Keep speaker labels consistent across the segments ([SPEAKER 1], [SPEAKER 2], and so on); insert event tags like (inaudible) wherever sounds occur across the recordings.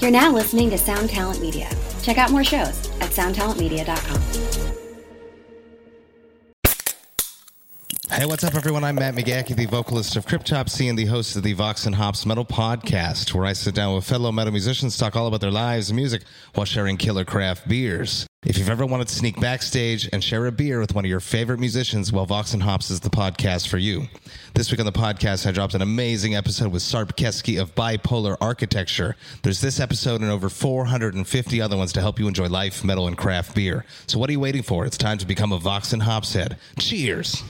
[SPEAKER 1] You're now listening to Sound Talent Media. Check out more shows at soundtalentmedia.com.
[SPEAKER 2] Hey, what's up, everyone? I'm Matt McGacky, the vocalist of Cryptopsy and the host of the Vox and Hops Metal Podcast, where I sit down with fellow metal musicians, talk all about their lives and music while sharing killer craft beers. If you've ever wanted to sneak backstage and share a beer with one of your favorite musicians, well, Vox and Hops is the podcast for you. This week on the podcast, I dropped an amazing episode with Sarp Kesky of Bipolar Architecture. There's this episode and over 450 other ones to help you enjoy life, metal, and craft beer. So what are you waiting for? It's time to become a Vox and Hops head. Cheers!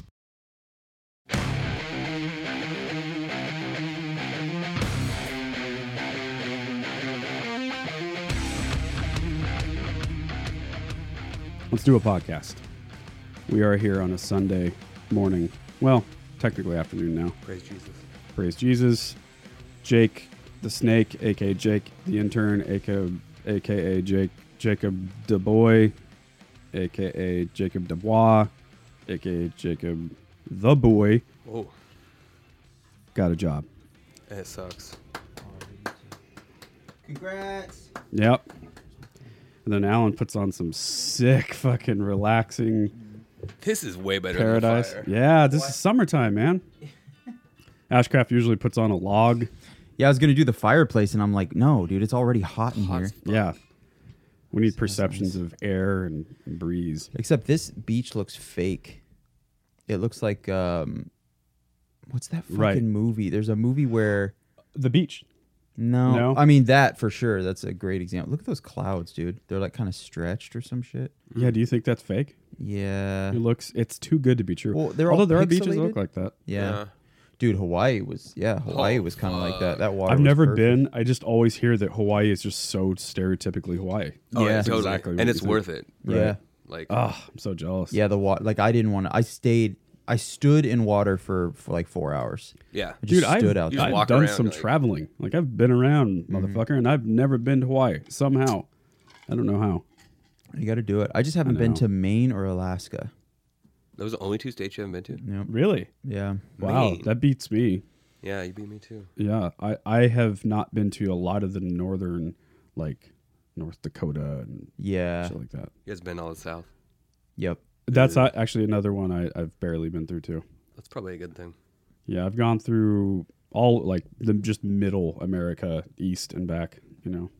[SPEAKER 3] Let's do a podcast. We are here on a Sunday morning. Well, technically afternoon now. Praise Jesus. Praise Jesus. Jake the Snake, aka Jake the Intern, aka, aka Jake Jacob DeBoy, aka Jacob Dubois, aka Jacob the Boy,
[SPEAKER 4] Oh,
[SPEAKER 3] got a job.
[SPEAKER 4] it sucks.
[SPEAKER 5] Congrats.
[SPEAKER 3] Yep. And then Alan puts on some sick fucking relaxing
[SPEAKER 4] This is way better
[SPEAKER 3] Paradise.
[SPEAKER 4] than fire.
[SPEAKER 3] Yeah, this is
[SPEAKER 4] (laughs)
[SPEAKER 3] summertime, man. Ashcraft usually puts on a log.
[SPEAKER 5] Yeah, I was gonna do the fireplace, and I'm like, no, dude, it's already hot in here.
[SPEAKER 3] Yeah. We need perceptions of air and, and breeze.
[SPEAKER 5] Except this beach looks fake. It looks like um, what's that fucking
[SPEAKER 3] Right.
[SPEAKER 5] movie? There's a movie where
[SPEAKER 3] The beach.
[SPEAKER 5] no,
[SPEAKER 3] No?
[SPEAKER 5] I mean that for sure. That's a great example. Look at those clouds, dude. They're like kind of stretched or some shit.
[SPEAKER 3] Yeah, do you think that's fake?
[SPEAKER 5] Yeah,
[SPEAKER 3] It looks it's too good to be true.
[SPEAKER 5] Well, they're all
[SPEAKER 3] Although there are beaches that
[SPEAKER 5] pixelated.
[SPEAKER 3] look like that.
[SPEAKER 5] yeah.
[SPEAKER 4] Yeah.
[SPEAKER 5] Dude, Hawaii was yeah. Hawaii
[SPEAKER 4] Oh,
[SPEAKER 5] was kind of like that. That water.
[SPEAKER 3] I've
[SPEAKER 5] was
[SPEAKER 3] never
[SPEAKER 5] perfect.
[SPEAKER 3] been. I just always hear that Hawaii is just so stereotypically Hawaii.
[SPEAKER 4] Oh,
[SPEAKER 5] Yeah.
[SPEAKER 4] yeah, totally.
[SPEAKER 3] Exactly what
[SPEAKER 4] and
[SPEAKER 3] you
[SPEAKER 4] it's
[SPEAKER 3] think.
[SPEAKER 4] worth it.
[SPEAKER 5] Yeah,
[SPEAKER 4] Like,
[SPEAKER 3] Ah, I'm so jealous.
[SPEAKER 5] yeah. The water. Like I didn't want to. I stayed. I stood in water for, for like four hours.
[SPEAKER 4] yeah.
[SPEAKER 5] I just
[SPEAKER 3] Dude, I've,
[SPEAKER 5] stood out
[SPEAKER 4] You just
[SPEAKER 5] there.
[SPEAKER 3] I've
[SPEAKER 4] walk
[SPEAKER 3] done
[SPEAKER 4] around,
[SPEAKER 3] some
[SPEAKER 4] like- Mm-hmm.
[SPEAKER 3] traveling. Like I've been around, motherfucker, and I've never been to Hawaii somehow. I don't know how.
[SPEAKER 5] You got to do it. I just haven't been
[SPEAKER 3] know.
[SPEAKER 5] to Maine or Alaska.
[SPEAKER 4] Those are the only two states you haven't been to?
[SPEAKER 3] Really?
[SPEAKER 5] Yeah.
[SPEAKER 3] Wow,
[SPEAKER 4] Maine.
[SPEAKER 3] that beats me.
[SPEAKER 4] Yeah, you beat me too.
[SPEAKER 3] Yeah, I, I have not been to a lot of the northern, like North Dakota and
[SPEAKER 5] Yeah.
[SPEAKER 3] shit like that.
[SPEAKER 4] You guys been all the south.
[SPEAKER 5] Yep.
[SPEAKER 3] That's not actually another one I, I've barely been through too.
[SPEAKER 4] That's probably a good thing.
[SPEAKER 3] Yeah, I've gone through all like the just middle America, east and back. You know,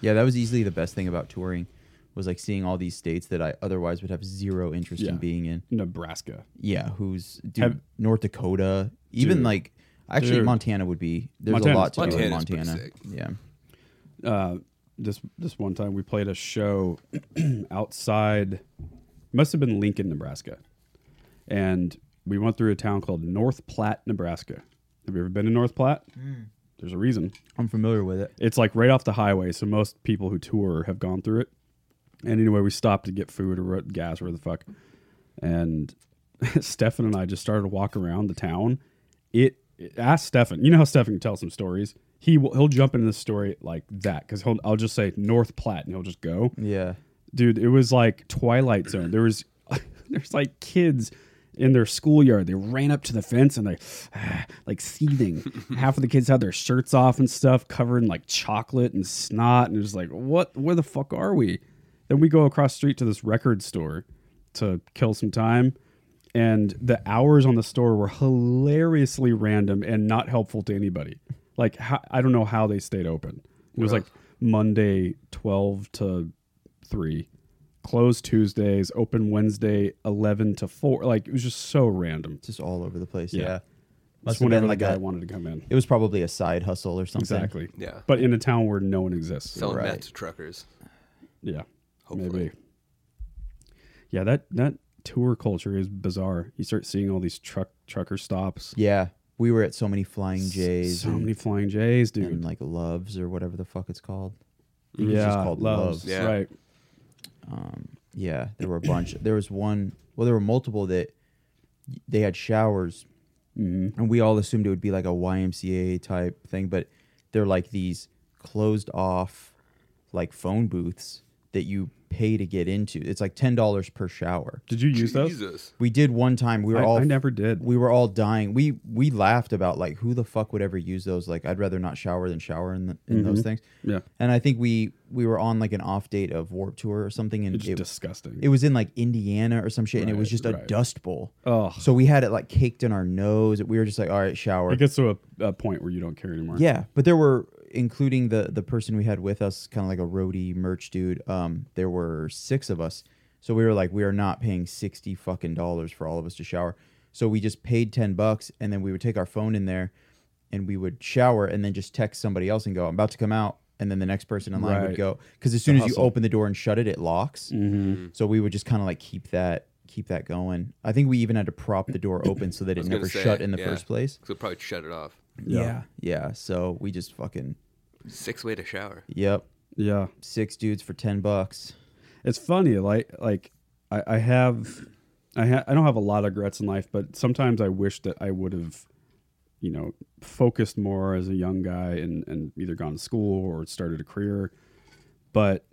[SPEAKER 5] Yeah, that was easily the best thing about touring was like seeing all these states that I otherwise would have zero interest in
[SPEAKER 3] Yeah.
[SPEAKER 5] being in.
[SPEAKER 3] Nebraska.
[SPEAKER 5] Yeah, who's dude
[SPEAKER 3] Have-
[SPEAKER 5] North Dakota, even
[SPEAKER 3] Dude.
[SPEAKER 5] like actually
[SPEAKER 3] Dude.
[SPEAKER 5] Montana would be there's
[SPEAKER 3] Montana's
[SPEAKER 5] a lot to do in
[SPEAKER 4] Montana's pretty
[SPEAKER 5] Montana.
[SPEAKER 4] sick.
[SPEAKER 5] Yeah.
[SPEAKER 3] Uh, this this one time we played a show (clears throat) outside, must have been Lincoln, Nebraska, and we went through a town called North Platte, Nebraska. Have you ever been to North Platte? There's a reason.
[SPEAKER 5] I'm familiar with it.
[SPEAKER 3] it's like right off the highway, so most people who tour have gone through it. And anyway, we stopped to get food or ro- gas or the fuck. And (laughs) Stefan and I just started to walk around the town. It, it ask Stefan. You know how Stefan can tell some stories. He will, he'll jump into the story like that because he'll I'll just say North Platte and he'll just go
[SPEAKER 5] Yeah.
[SPEAKER 3] dude it was like twilight zone there was (laughs) there's like kids in their schoolyard they ran up to the fence and they (sighs) like seething half of the kids had their shirts off and stuff covered in like chocolate and snot and it was like what where the fuck are we then we go across the street to this record store to kill some time and the hours on the store were hilariously random and not helpful to anybody like how, i don't know how they stayed open it was like monday 12 to three, closed Tuesdays, open Wednesday eleven to four. Like it was just so random.
[SPEAKER 5] It's just all over the place. Yeah.
[SPEAKER 3] Yeah.
[SPEAKER 5] Must
[SPEAKER 3] Just
[SPEAKER 5] have
[SPEAKER 3] whenever
[SPEAKER 5] been
[SPEAKER 3] the
[SPEAKER 5] like
[SPEAKER 3] guy
[SPEAKER 5] a,
[SPEAKER 3] wanted to come in.
[SPEAKER 5] it was probably a side hustle or something.
[SPEAKER 3] Exactly.
[SPEAKER 4] Yeah.
[SPEAKER 3] But in a town where no one exists.
[SPEAKER 4] Selling
[SPEAKER 5] Right.
[SPEAKER 4] meth to truckers.
[SPEAKER 3] yeah.
[SPEAKER 4] Hopefully.
[SPEAKER 3] Maybe. Yeah, that that tour culture is bizarre. You start seeing all these truck trucker stops.
[SPEAKER 5] Yeah. We were at so many flying J's
[SPEAKER 3] So
[SPEAKER 5] and,
[SPEAKER 3] many flying J's, dude.
[SPEAKER 5] and like loves or whatever the fuck it's called. I think
[SPEAKER 3] yeah,
[SPEAKER 5] it's just called loves.
[SPEAKER 4] Yeah.
[SPEAKER 3] Right.
[SPEAKER 5] Yeah, there were a bunch. there was one. Well, there were multiple that they had showers,
[SPEAKER 3] Mm-hmm.
[SPEAKER 5] and we all assumed it would be like a YMCA type thing, but they're like these closed off, like phone booths that you pay to get into. It's like ten dollars per shower.
[SPEAKER 3] Did you use those?
[SPEAKER 4] Jesus.
[SPEAKER 5] We did one time. We were
[SPEAKER 3] I-
[SPEAKER 5] all
[SPEAKER 3] I never did.
[SPEAKER 5] We were all dying. We we laughed about like who the fuck would ever use those. Like I'd rather not shower than shower in, the, in those things.
[SPEAKER 3] Mm-hmm. Yeah.
[SPEAKER 5] And I think we we were on like an off date of Warp Tour or something, and
[SPEAKER 3] It's
[SPEAKER 5] it,
[SPEAKER 3] disgusting.
[SPEAKER 5] it was in like Indiana or some shit, and it was
[SPEAKER 3] Right,
[SPEAKER 5] just a
[SPEAKER 3] right.
[SPEAKER 5] dust bowl.
[SPEAKER 3] Ugh.
[SPEAKER 5] So we had it like caked in our nose. We were just like, all right, shower.
[SPEAKER 3] it gets to a, a point where you don't care anymore.
[SPEAKER 5] Yeah, but there were including the the person we had with us, kind of like a roadie merch dude. Um, there were six of us, so we were like, we are not paying sixty fucking dollars for all of us to shower. So we just paid ten bucks, and then we would take our phone in there, and we would shower, and then just text somebody else and go, I'm about to come out. And then the next person in line
[SPEAKER 3] Right.
[SPEAKER 5] would go because as soon as you open the door and shut it, it locks.
[SPEAKER 4] Mm-hmm.
[SPEAKER 5] So we would just kind of like keep that keep that going. I think we even had to prop the door open so that it
[SPEAKER 4] was gonna
[SPEAKER 5] never
[SPEAKER 4] say,
[SPEAKER 5] shut in the
[SPEAKER 4] yeah.
[SPEAKER 5] first place.
[SPEAKER 4] So probably shut it off.
[SPEAKER 5] Yeah. Yeah. So we just fucking,
[SPEAKER 4] Six way to shower.
[SPEAKER 5] yep.
[SPEAKER 3] Yeah.
[SPEAKER 5] Six dudes for 10 bucks.
[SPEAKER 3] It's funny. Like like I, I have I ha- I don't have a lot of regrets in life, but sometimes I wish that I would have you know focused more as a young guy and and either gone to school or started a career. But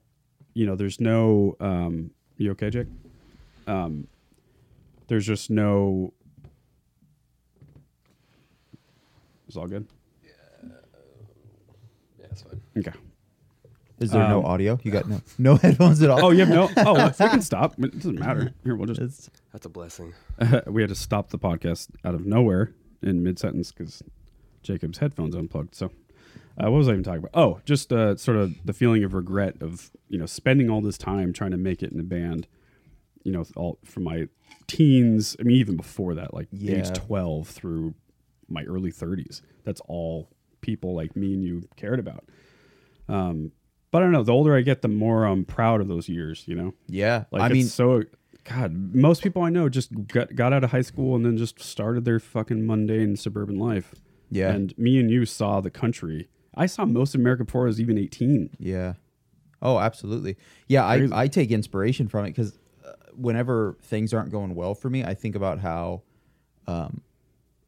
[SPEAKER 3] you know, there's no um you okay, Jake? Um there's just no It's all good.
[SPEAKER 4] um, Yeah, that's fine.
[SPEAKER 3] Okay.
[SPEAKER 5] Is there no audio? You got no, no (laughs) headphones at all.
[SPEAKER 3] Um, Oh, you have no. Oh, we can stop. It doesn't matter. Here, we'll just
[SPEAKER 5] It's-
[SPEAKER 4] That's a blessing.
[SPEAKER 3] (laughs) we had to stop the podcast out of nowhere in mid sentence because Jacob's headphones unplugged. So, uh, what was I even talking about? Oh, just uh, sort of the feeling of regret of you know spending all this time trying to make it in a band. You know, all from my teens. I mean, even before that, like age
[SPEAKER 5] Yeah.
[SPEAKER 3] twelve through my early thirties. That's all people like me and you cared about. Um, but I don't know. The older I get, the more I'm proud of those years. You know.
[SPEAKER 5] yeah.
[SPEAKER 3] Like
[SPEAKER 5] I
[SPEAKER 3] it's
[SPEAKER 5] mean,
[SPEAKER 3] so God, most people I know just got, got out of high school and then just started their fucking mundane suburban life.
[SPEAKER 5] Yeah.
[SPEAKER 3] And me and you saw the country. I saw most of America before I was even 18.
[SPEAKER 5] yeah. Oh, absolutely. Yeah. I,
[SPEAKER 3] Crazy.
[SPEAKER 5] I take inspiration from it because uh, whenever things aren't going well for me, I think about how um,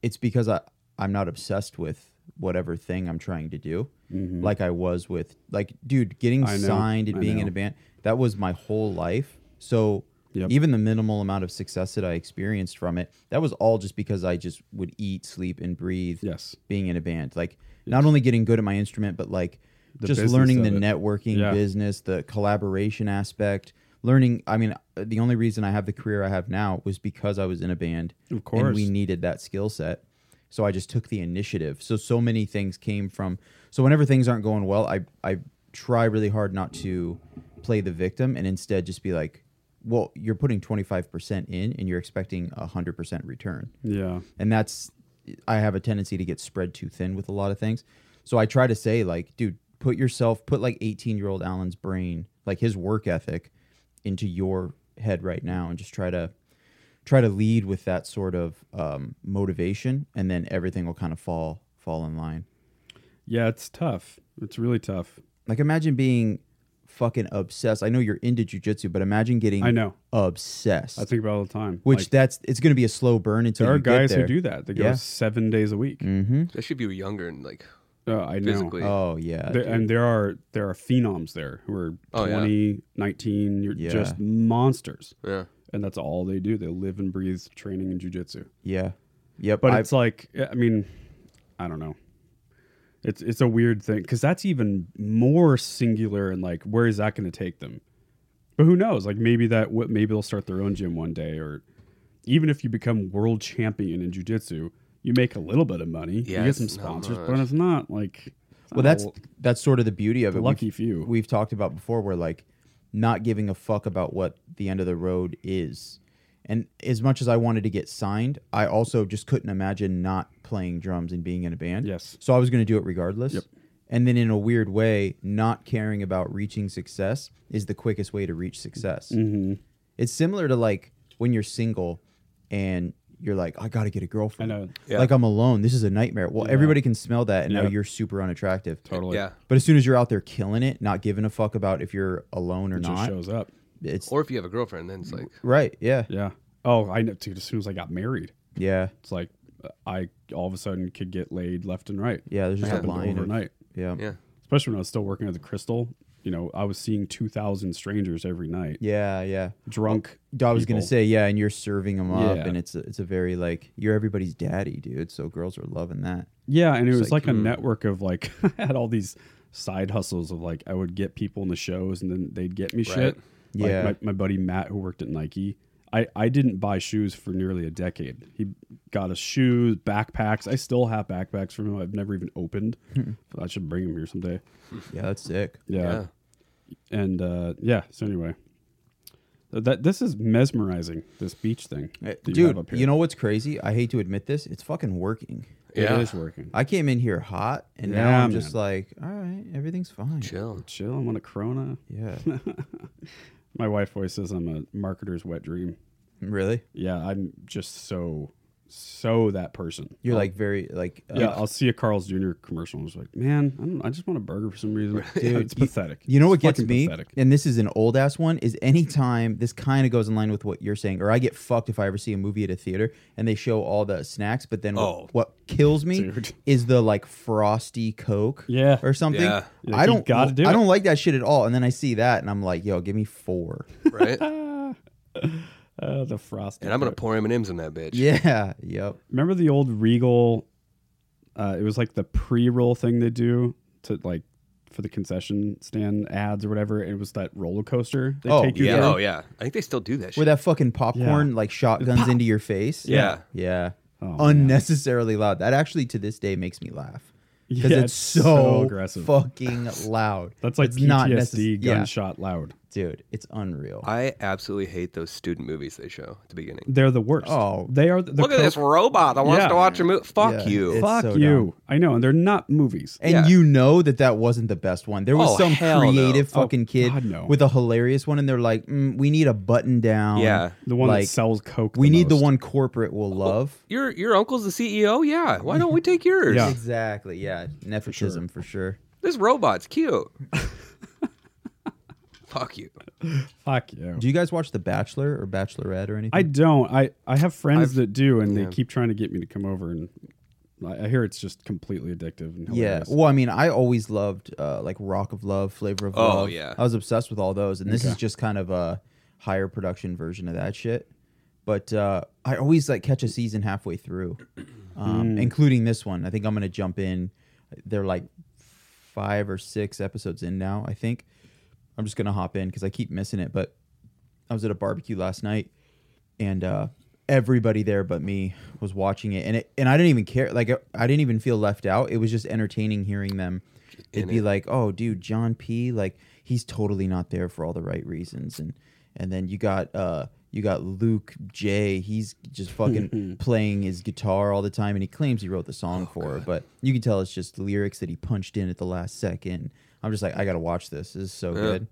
[SPEAKER 5] it's because I, I'm not obsessed with whatever thing I'm trying to do. Like I was with, like, dude, getting
[SPEAKER 3] Mm-hmm. I know,
[SPEAKER 5] signed and
[SPEAKER 3] I
[SPEAKER 5] being
[SPEAKER 3] know.
[SPEAKER 5] in a band, that was my whole life. So
[SPEAKER 3] Yep.
[SPEAKER 5] even the minimal amount of success that I experienced from it, that was all just because I just would eat, sleep, and breathe
[SPEAKER 3] Yes.
[SPEAKER 5] being in a band. Like not only getting good at my instrument, but like just
[SPEAKER 3] business
[SPEAKER 5] learning
[SPEAKER 3] of
[SPEAKER 5] the
[SPEAKER 3] it.
[SPEAKER 5] networking
[SPEAKER 3] Yeah.
[SPEAKER 5] business, the collaboration aspect. Learning, I mean, uh, the only reason I have the career I have now was because I was in a band.
[SPEAKER 3] Of
[SPEAKER 5] And we
[SPEAKER 3] course.
[SPEAKER 5] needed that skill set. So I just took the initiative. So so many things came from so whenever things aren't going well, I I try really hard not to play the victim and instead just be like, well, you're putting 25% in and you're expecting a 100% return.
[SPEAKER 3] Yeah.
[SPEAKER 5] And that's I have a tendency to get spread too thin with a lot of things. So I try to say like, dude, put yourself put like 18-year-old Alan's brain, like his work ethic into your head right now and just try to try to lead with that sort of um, motivation and then everything will kind of fall fall in line
[SPEAKER 3] Yeah, it's tough. It's really tough.
[SPEAKER 5] like imagine being fucking obsessed i know you're into jujitsu but imagine getting
[SPEAKER 3] I know.
[SPEAKER 5] obsessed
[SPEAKER 3] I think about it all the time.
[SPEAKER 5] which
[SPEAKER 3] Like,
[SPEAKER 5] that's it's going to be a slow burn until
[SPEAKER 3] there are
[SPEAKER 5] you get
[SPEAKER 3] guys who
[SPEAKER 5] there.
[SPEAKER 3] do that. They go
[SPEAKER 5] Yeah. Mm.
[SPEAKER 3] seven days a week.
[SPEAKER 4] That should be younger and like
[SPEAKER 3] Uh, I know.
[SPEAKER 4] physically.
[SPEAKER 5] oh yeah
[SPEAKER 3] There-
[SPEAKER 5] dude.
[SPEAKER 3] and there are there are phenoms there who are
[SPEAKER 4] Oh, yeah.
[SPEAKER 3] 20, 19, you're
[SPEAKER 5] Yeah.
[SPEAKER 3] just monsters.
[SPEAKER 4] Yeah.
[SPEAKER 3] And that's all they do. They live and breathe training and jujitsu.
[SPEAKER 5] yeah yep
[SPEAKER 3] but
[SPEAKER 5] I-
[SPEAKER 3] it's like I mean, I don't know. It's it's a weird thing because that's even more singular and like where is that going to take them? But who knows? Like maybe that what maybe they'll start their own gym one day, or even if you become world champion in jujitsu, you make a little bit of money,
[SPEAKER 4] Yeah,
[SPEAKER 3] you get
[SPEAKER 4] it's
[SPEAKER 3] some
[SPEAKER 4] not
[SPEAKER 3] sponsors,
[SPEAKER 4] much.
[SPEAKER 3] but it's not like it's
[SPEAKER 5] well
[SPEAKER 3] not a
[SPEAKER 5] that's
[SPEAKER 3] l-
[SPEAKER 5] that's sort of the beauty of it
[SPEAKER 3] lucky
[SPEAKER 5] we've,
[SPEAKER 3] few.
[SPEAKER 5] we've talked about before where like not giving a fuck about what the end of the road is and as much as i wanted to get signed i also just couldn't imagine not playing drums and being in a band
[SPEAKER 3] Yes.
[SPEAKER 5] so i was going to do it regardless and then in a weird way not caring about reaching success is the quickest way to reach success
[SPEAKER 3] Mm-hmm.
[SPEAKER 5] it's similar to like when you're single and you're like i gotta get a girlfriend
[SPEAKER 3] I know.
[SPEAKER 5] like i'm alone this is a nightmare well everybody can smell that and
[SPEAKER 3] Yeah.
[SPEAKER 5] now you're super unattractive
[SPEAKER 3] totally
[SPEAKER 4] Yeah.
[SPEAKER 5] but as soon as you're out there killing it, not giving a fuck about if you're alone or
[SPEAKER 3] it just
[SPEAKER 5] not,
[SPEAKER 3] shows up.
[SPEAKER 5] it's
[SPEAKER 4] Or if you have a girlfriend, then it's like
[SPEAKER 5] right. Yeah,
[SPEAKER 3] Yeah. Oh, I know, dude. As soon as I got married,
[SPEAKER 5] yeah,
[SPEAKER 3] it's like I all of a sudden could get laid left and right.
[SPEAKER 5] yeah. There's just a
[SPEAKER 3] Happened
[SPEAKER 5] line of,
[SPEAKER 3] overnight.
[SPEAKER 5] yeah.
[SPEAKER 4] yeah.
[SPEAKER 3] especially when I was still working at the Crystal. you know, I was seeing 2,000 strangers every night,
[SPEAKER 5] Yeah, yeah.
[SPEAKER 3] drunk.
[SPEAKER 5] I was gonna
[SPEAKER 3] people.
[SPEAKER 5] say yeah, and you're serving them up,
[SPEAKER 3] Yeah.
[SPEAKER 5] and it's a, it's a very like you're everybody's daddy, dude. So girls are loving that.
[SPEAKER 3] Yeah, and it was
[SPEAKER 5] like, hmm.
[SPEAKER 3] like, a network of like (laughs) I had all these side hustles of like I would get people in the shows and then they'd get me shit. Like
[SPEAKER 5] Yeah.
[SPEAKER 3] my, my buddy Matt who worked at Nike. I, I didn't buy shoes for nearly a decade. He got us shoes, backpacks. I still have backpacks from him. I've never even opened.
[SPEAKER 5] Hmm.
[SPEAKER 3] I should bring him here someday.
[SPEAKER 5] Yeah, that's sick.
[SPEAKER 3] (laughs) Yeah. And uh, yeah, so anyway. Th- That this is mesmerizing, this beach thing.
[SPEAKER 5] Uh,
[SPEAKER 3] that have
[SPEAKER 5] Dude,
[SPEAKER 3] up
[SPEAKER 5] you,
[SPEAKER 3] here.
[SPEAKER 5] know what's crazy? I hate to admit this, it's fucking working.
[SPEAKER 3] it
[SPEAKER 4] Yeah.
[SPEAKER 3] is working.
[SPEAKER 5] I came in here hot, and now
[SPEAKER 3] Yeah,
[SPEAKER 5] I'm just
[SPEAKER 3] man.
[SPEAKER 5] like, all right, everything's fine.
[SPEAKER 4] Chill.
[SPEAKER 3] Chill, I'm on a Corona.
[SPEAKER 5] Yeah,
[SPEAKER 3] (laughs) My wife always says I'm a marketer's wet dream.
[SPEAKER 5] really.
[SPEAKER 3] Yeah, I'm just so so that person.
[SPEAKER 5] You're like very like uh,
[SPEAKER 3] Oh. yeah, I'll see a Carl's Jr. commercial and I'm just like, man, I, don't, I just want a burger for some reason.
[SPEAKER 5] (laughs) Dude,
[SPEAKER 3] it's pathetic.
[SPEAKER 5] You know what
[SPEAKER 3] It's
[SPEAKER 5] gets
[SPEAKER 3] fucking
[SPEAKER 5] me?
[SPEAKER 3] Pathetic.
[SPEAKER 5] And this is an old ass one. Is anytime this kind of goes in line with what you're saying, or I get fucked if I ever see a movie at a theater and they show all the snacks, but then what,
[SPEAKER 4] Oh.
[SPEAKER 5] what kills me
[SPEAKER 3] Dude.
[SPEAKER 5] is the like frosty Coke,
[SPEAKER 3] Yeah. (laughs)
[SPEAKER 5] or something.
[SPEAKER 4] Yeah.
[SPEAKER 3] Yeah,
[SPEAKER 5] I
[SPEAKER 3] you
[SPEAKER 5] don't,
[SPEAKER 3] gotta do
[SPEAKER 5] I
[SPEAKER 3] it.
[SPEAKER 5] don't like that shit at all. And then I see that, and I'm like, yo, give me four.
[SPEAKER 3] (laughs)
[SPEAKER 4] Right?
[SPEAKER 3] Uh, the frosty.
[SPEAKER 4] and I'm gonna
[SPEAKER 3] Coke.
[SPEAKER 4] pour M and M's in that bitch.
[SPEAKER 5] yeah, yep.
[SPEAKER 3] remember the old Regal. Uh, it was like the pre-roll thing they do to like for the concession stand ads or whatever. It was that roller coaster. They
[SPEAKER 5] Oh,
[SPEAKER 3] take you
[SPEAKER 4] Yeah.
[SPEAKER 3] through.
[SPEAKER 4] Oh yeah. I think they still do that. Shit.
[SPEAKER 5] Where that fucking popcorn like shotguns into your face.
[SPEAKER 4] Yeah.
[SPEAKER 5] Yeah.
[SPEAKER 3] Oh, man.
[SPEAKER 5] Unnecessarily loud. That actually to this day makes me laugh. Because
[SPEAKER 3] Yeah,
[SPEAKER 5] it's,
[SPEAKER 3] it's
[SPEAKER 5] so,
[SPEAKER 3] so aggressive.
[SPEAKER 5] fucking loud.
[SPEAKER 3] (laughs) That's like
[SPEAKER 5] it's
[SPEAKER 3] PTSD
[SPEAKER 5] necess- yeah.
[SPEAKER 3] gunshot loud.
[SPEAKER 5] Dude, it's unreal.
[SPEAKER 4] I absolutely hate those student movies they show at the beginning.
[SPEAKER 3] They're the worst.
[SPEAKER 5] Oh.
[SPEAKER 3] they are. The, the
[SPEAKER 4] Look at
[SPEAKER 3] Coke-
[SPEAKER 4] this robot that wants
[SPEAKER 3] Yeah.
[SPEAKER 4] to watch a movie. Fuck
[SPEAKER 5] Yeah.
[SPEAKER 4] you.
[SPEAKER 5] It's
[SPEAKER 3] Fuck
[SPEAKER 5] so
[SPEAKER 3] you.
[SPEAKER 5] dumb.
[SPEAKER 3] I know, and they're not movies.
[SPEAKER 5] and
[SPEAKER 4] Yeah.
[SPEAKER 5] you know that that wasn't the best one. There was
[SPEAKER 4] Oh,
[SPEAKER 5] some
[SPEAKER 4] hell no.
[SPEAKER 5] creative
[SPEAKER 3] Oh,
[SPEAKER 5] fucking kid
[SPEAKER 3] God, no.
[SPEAKER 5] with a hilarious one, and they're like, mm, "We need a button down."
[SPEAKER 4] Yeah. Oh.
[SPEAKER 3] The one
[SPEAKER 5] like,
[SPEAKER 3] that sells Coke.
[SPEAKER 5] We need the
[SPEAKER 3] most.
[SPEAKER 5] one corporate will love.
[SPEAKER 4] Your your uncle's the CEO. Yeah. Why don't we take yours?
[SPEAKER 3] Yeah.
[SPEAKER 5] Exactly. Yeah. Nepotism for sure.
[SPEAKER 4] This robot's
[SPEAKER 5] (laughs)
[SPEAKER 4] cute. Fuck you.
[SPEAKER 3] Fuck you.
[SPEAKER 5] Do you guys watch The Bachelor or Bachelorette or anything?
[SPEAKER 3] I don't. I I have friends that do, and they keep trying to get me to come over, and I, I hear it's just completely addictive. And
[SPEAKER 5] Yeah.
[SPEAKER 3] hilarious.
[SPEAKER 5] Well, I mean, I always loved uh, like Rock of Love, Flavor of
[SPEAKER 4] Oh,
[SPEAKER 5] Love.
[SPEAKER 4] yeah.
[SPEAKER 5] I was obsessed with all those, and this is just kind of a higher production version of that shit. But uh, I always like catch a season halfway through, um, including this one. I think I'm gonna jump in. They're like five or six episodes in now. I think I'm just gonna hop in because I keep missing it. But I was at a barbecue last night, and uh, everybody there but me was watching it, and it and I didn't even care. Like I, I didn't even feel left out. It was just entertaining hearing them. It'd be like, oh, dude, John P. Like he's totally not there for all the right reasons, and and then you got uh you got Luke J. He's just fucking playing his guitar all the time, and he claims he wrote the song for her, but you can tell it's just lyrics that he punched in at the last second. I'm just like, I gotta watch this. This is so good.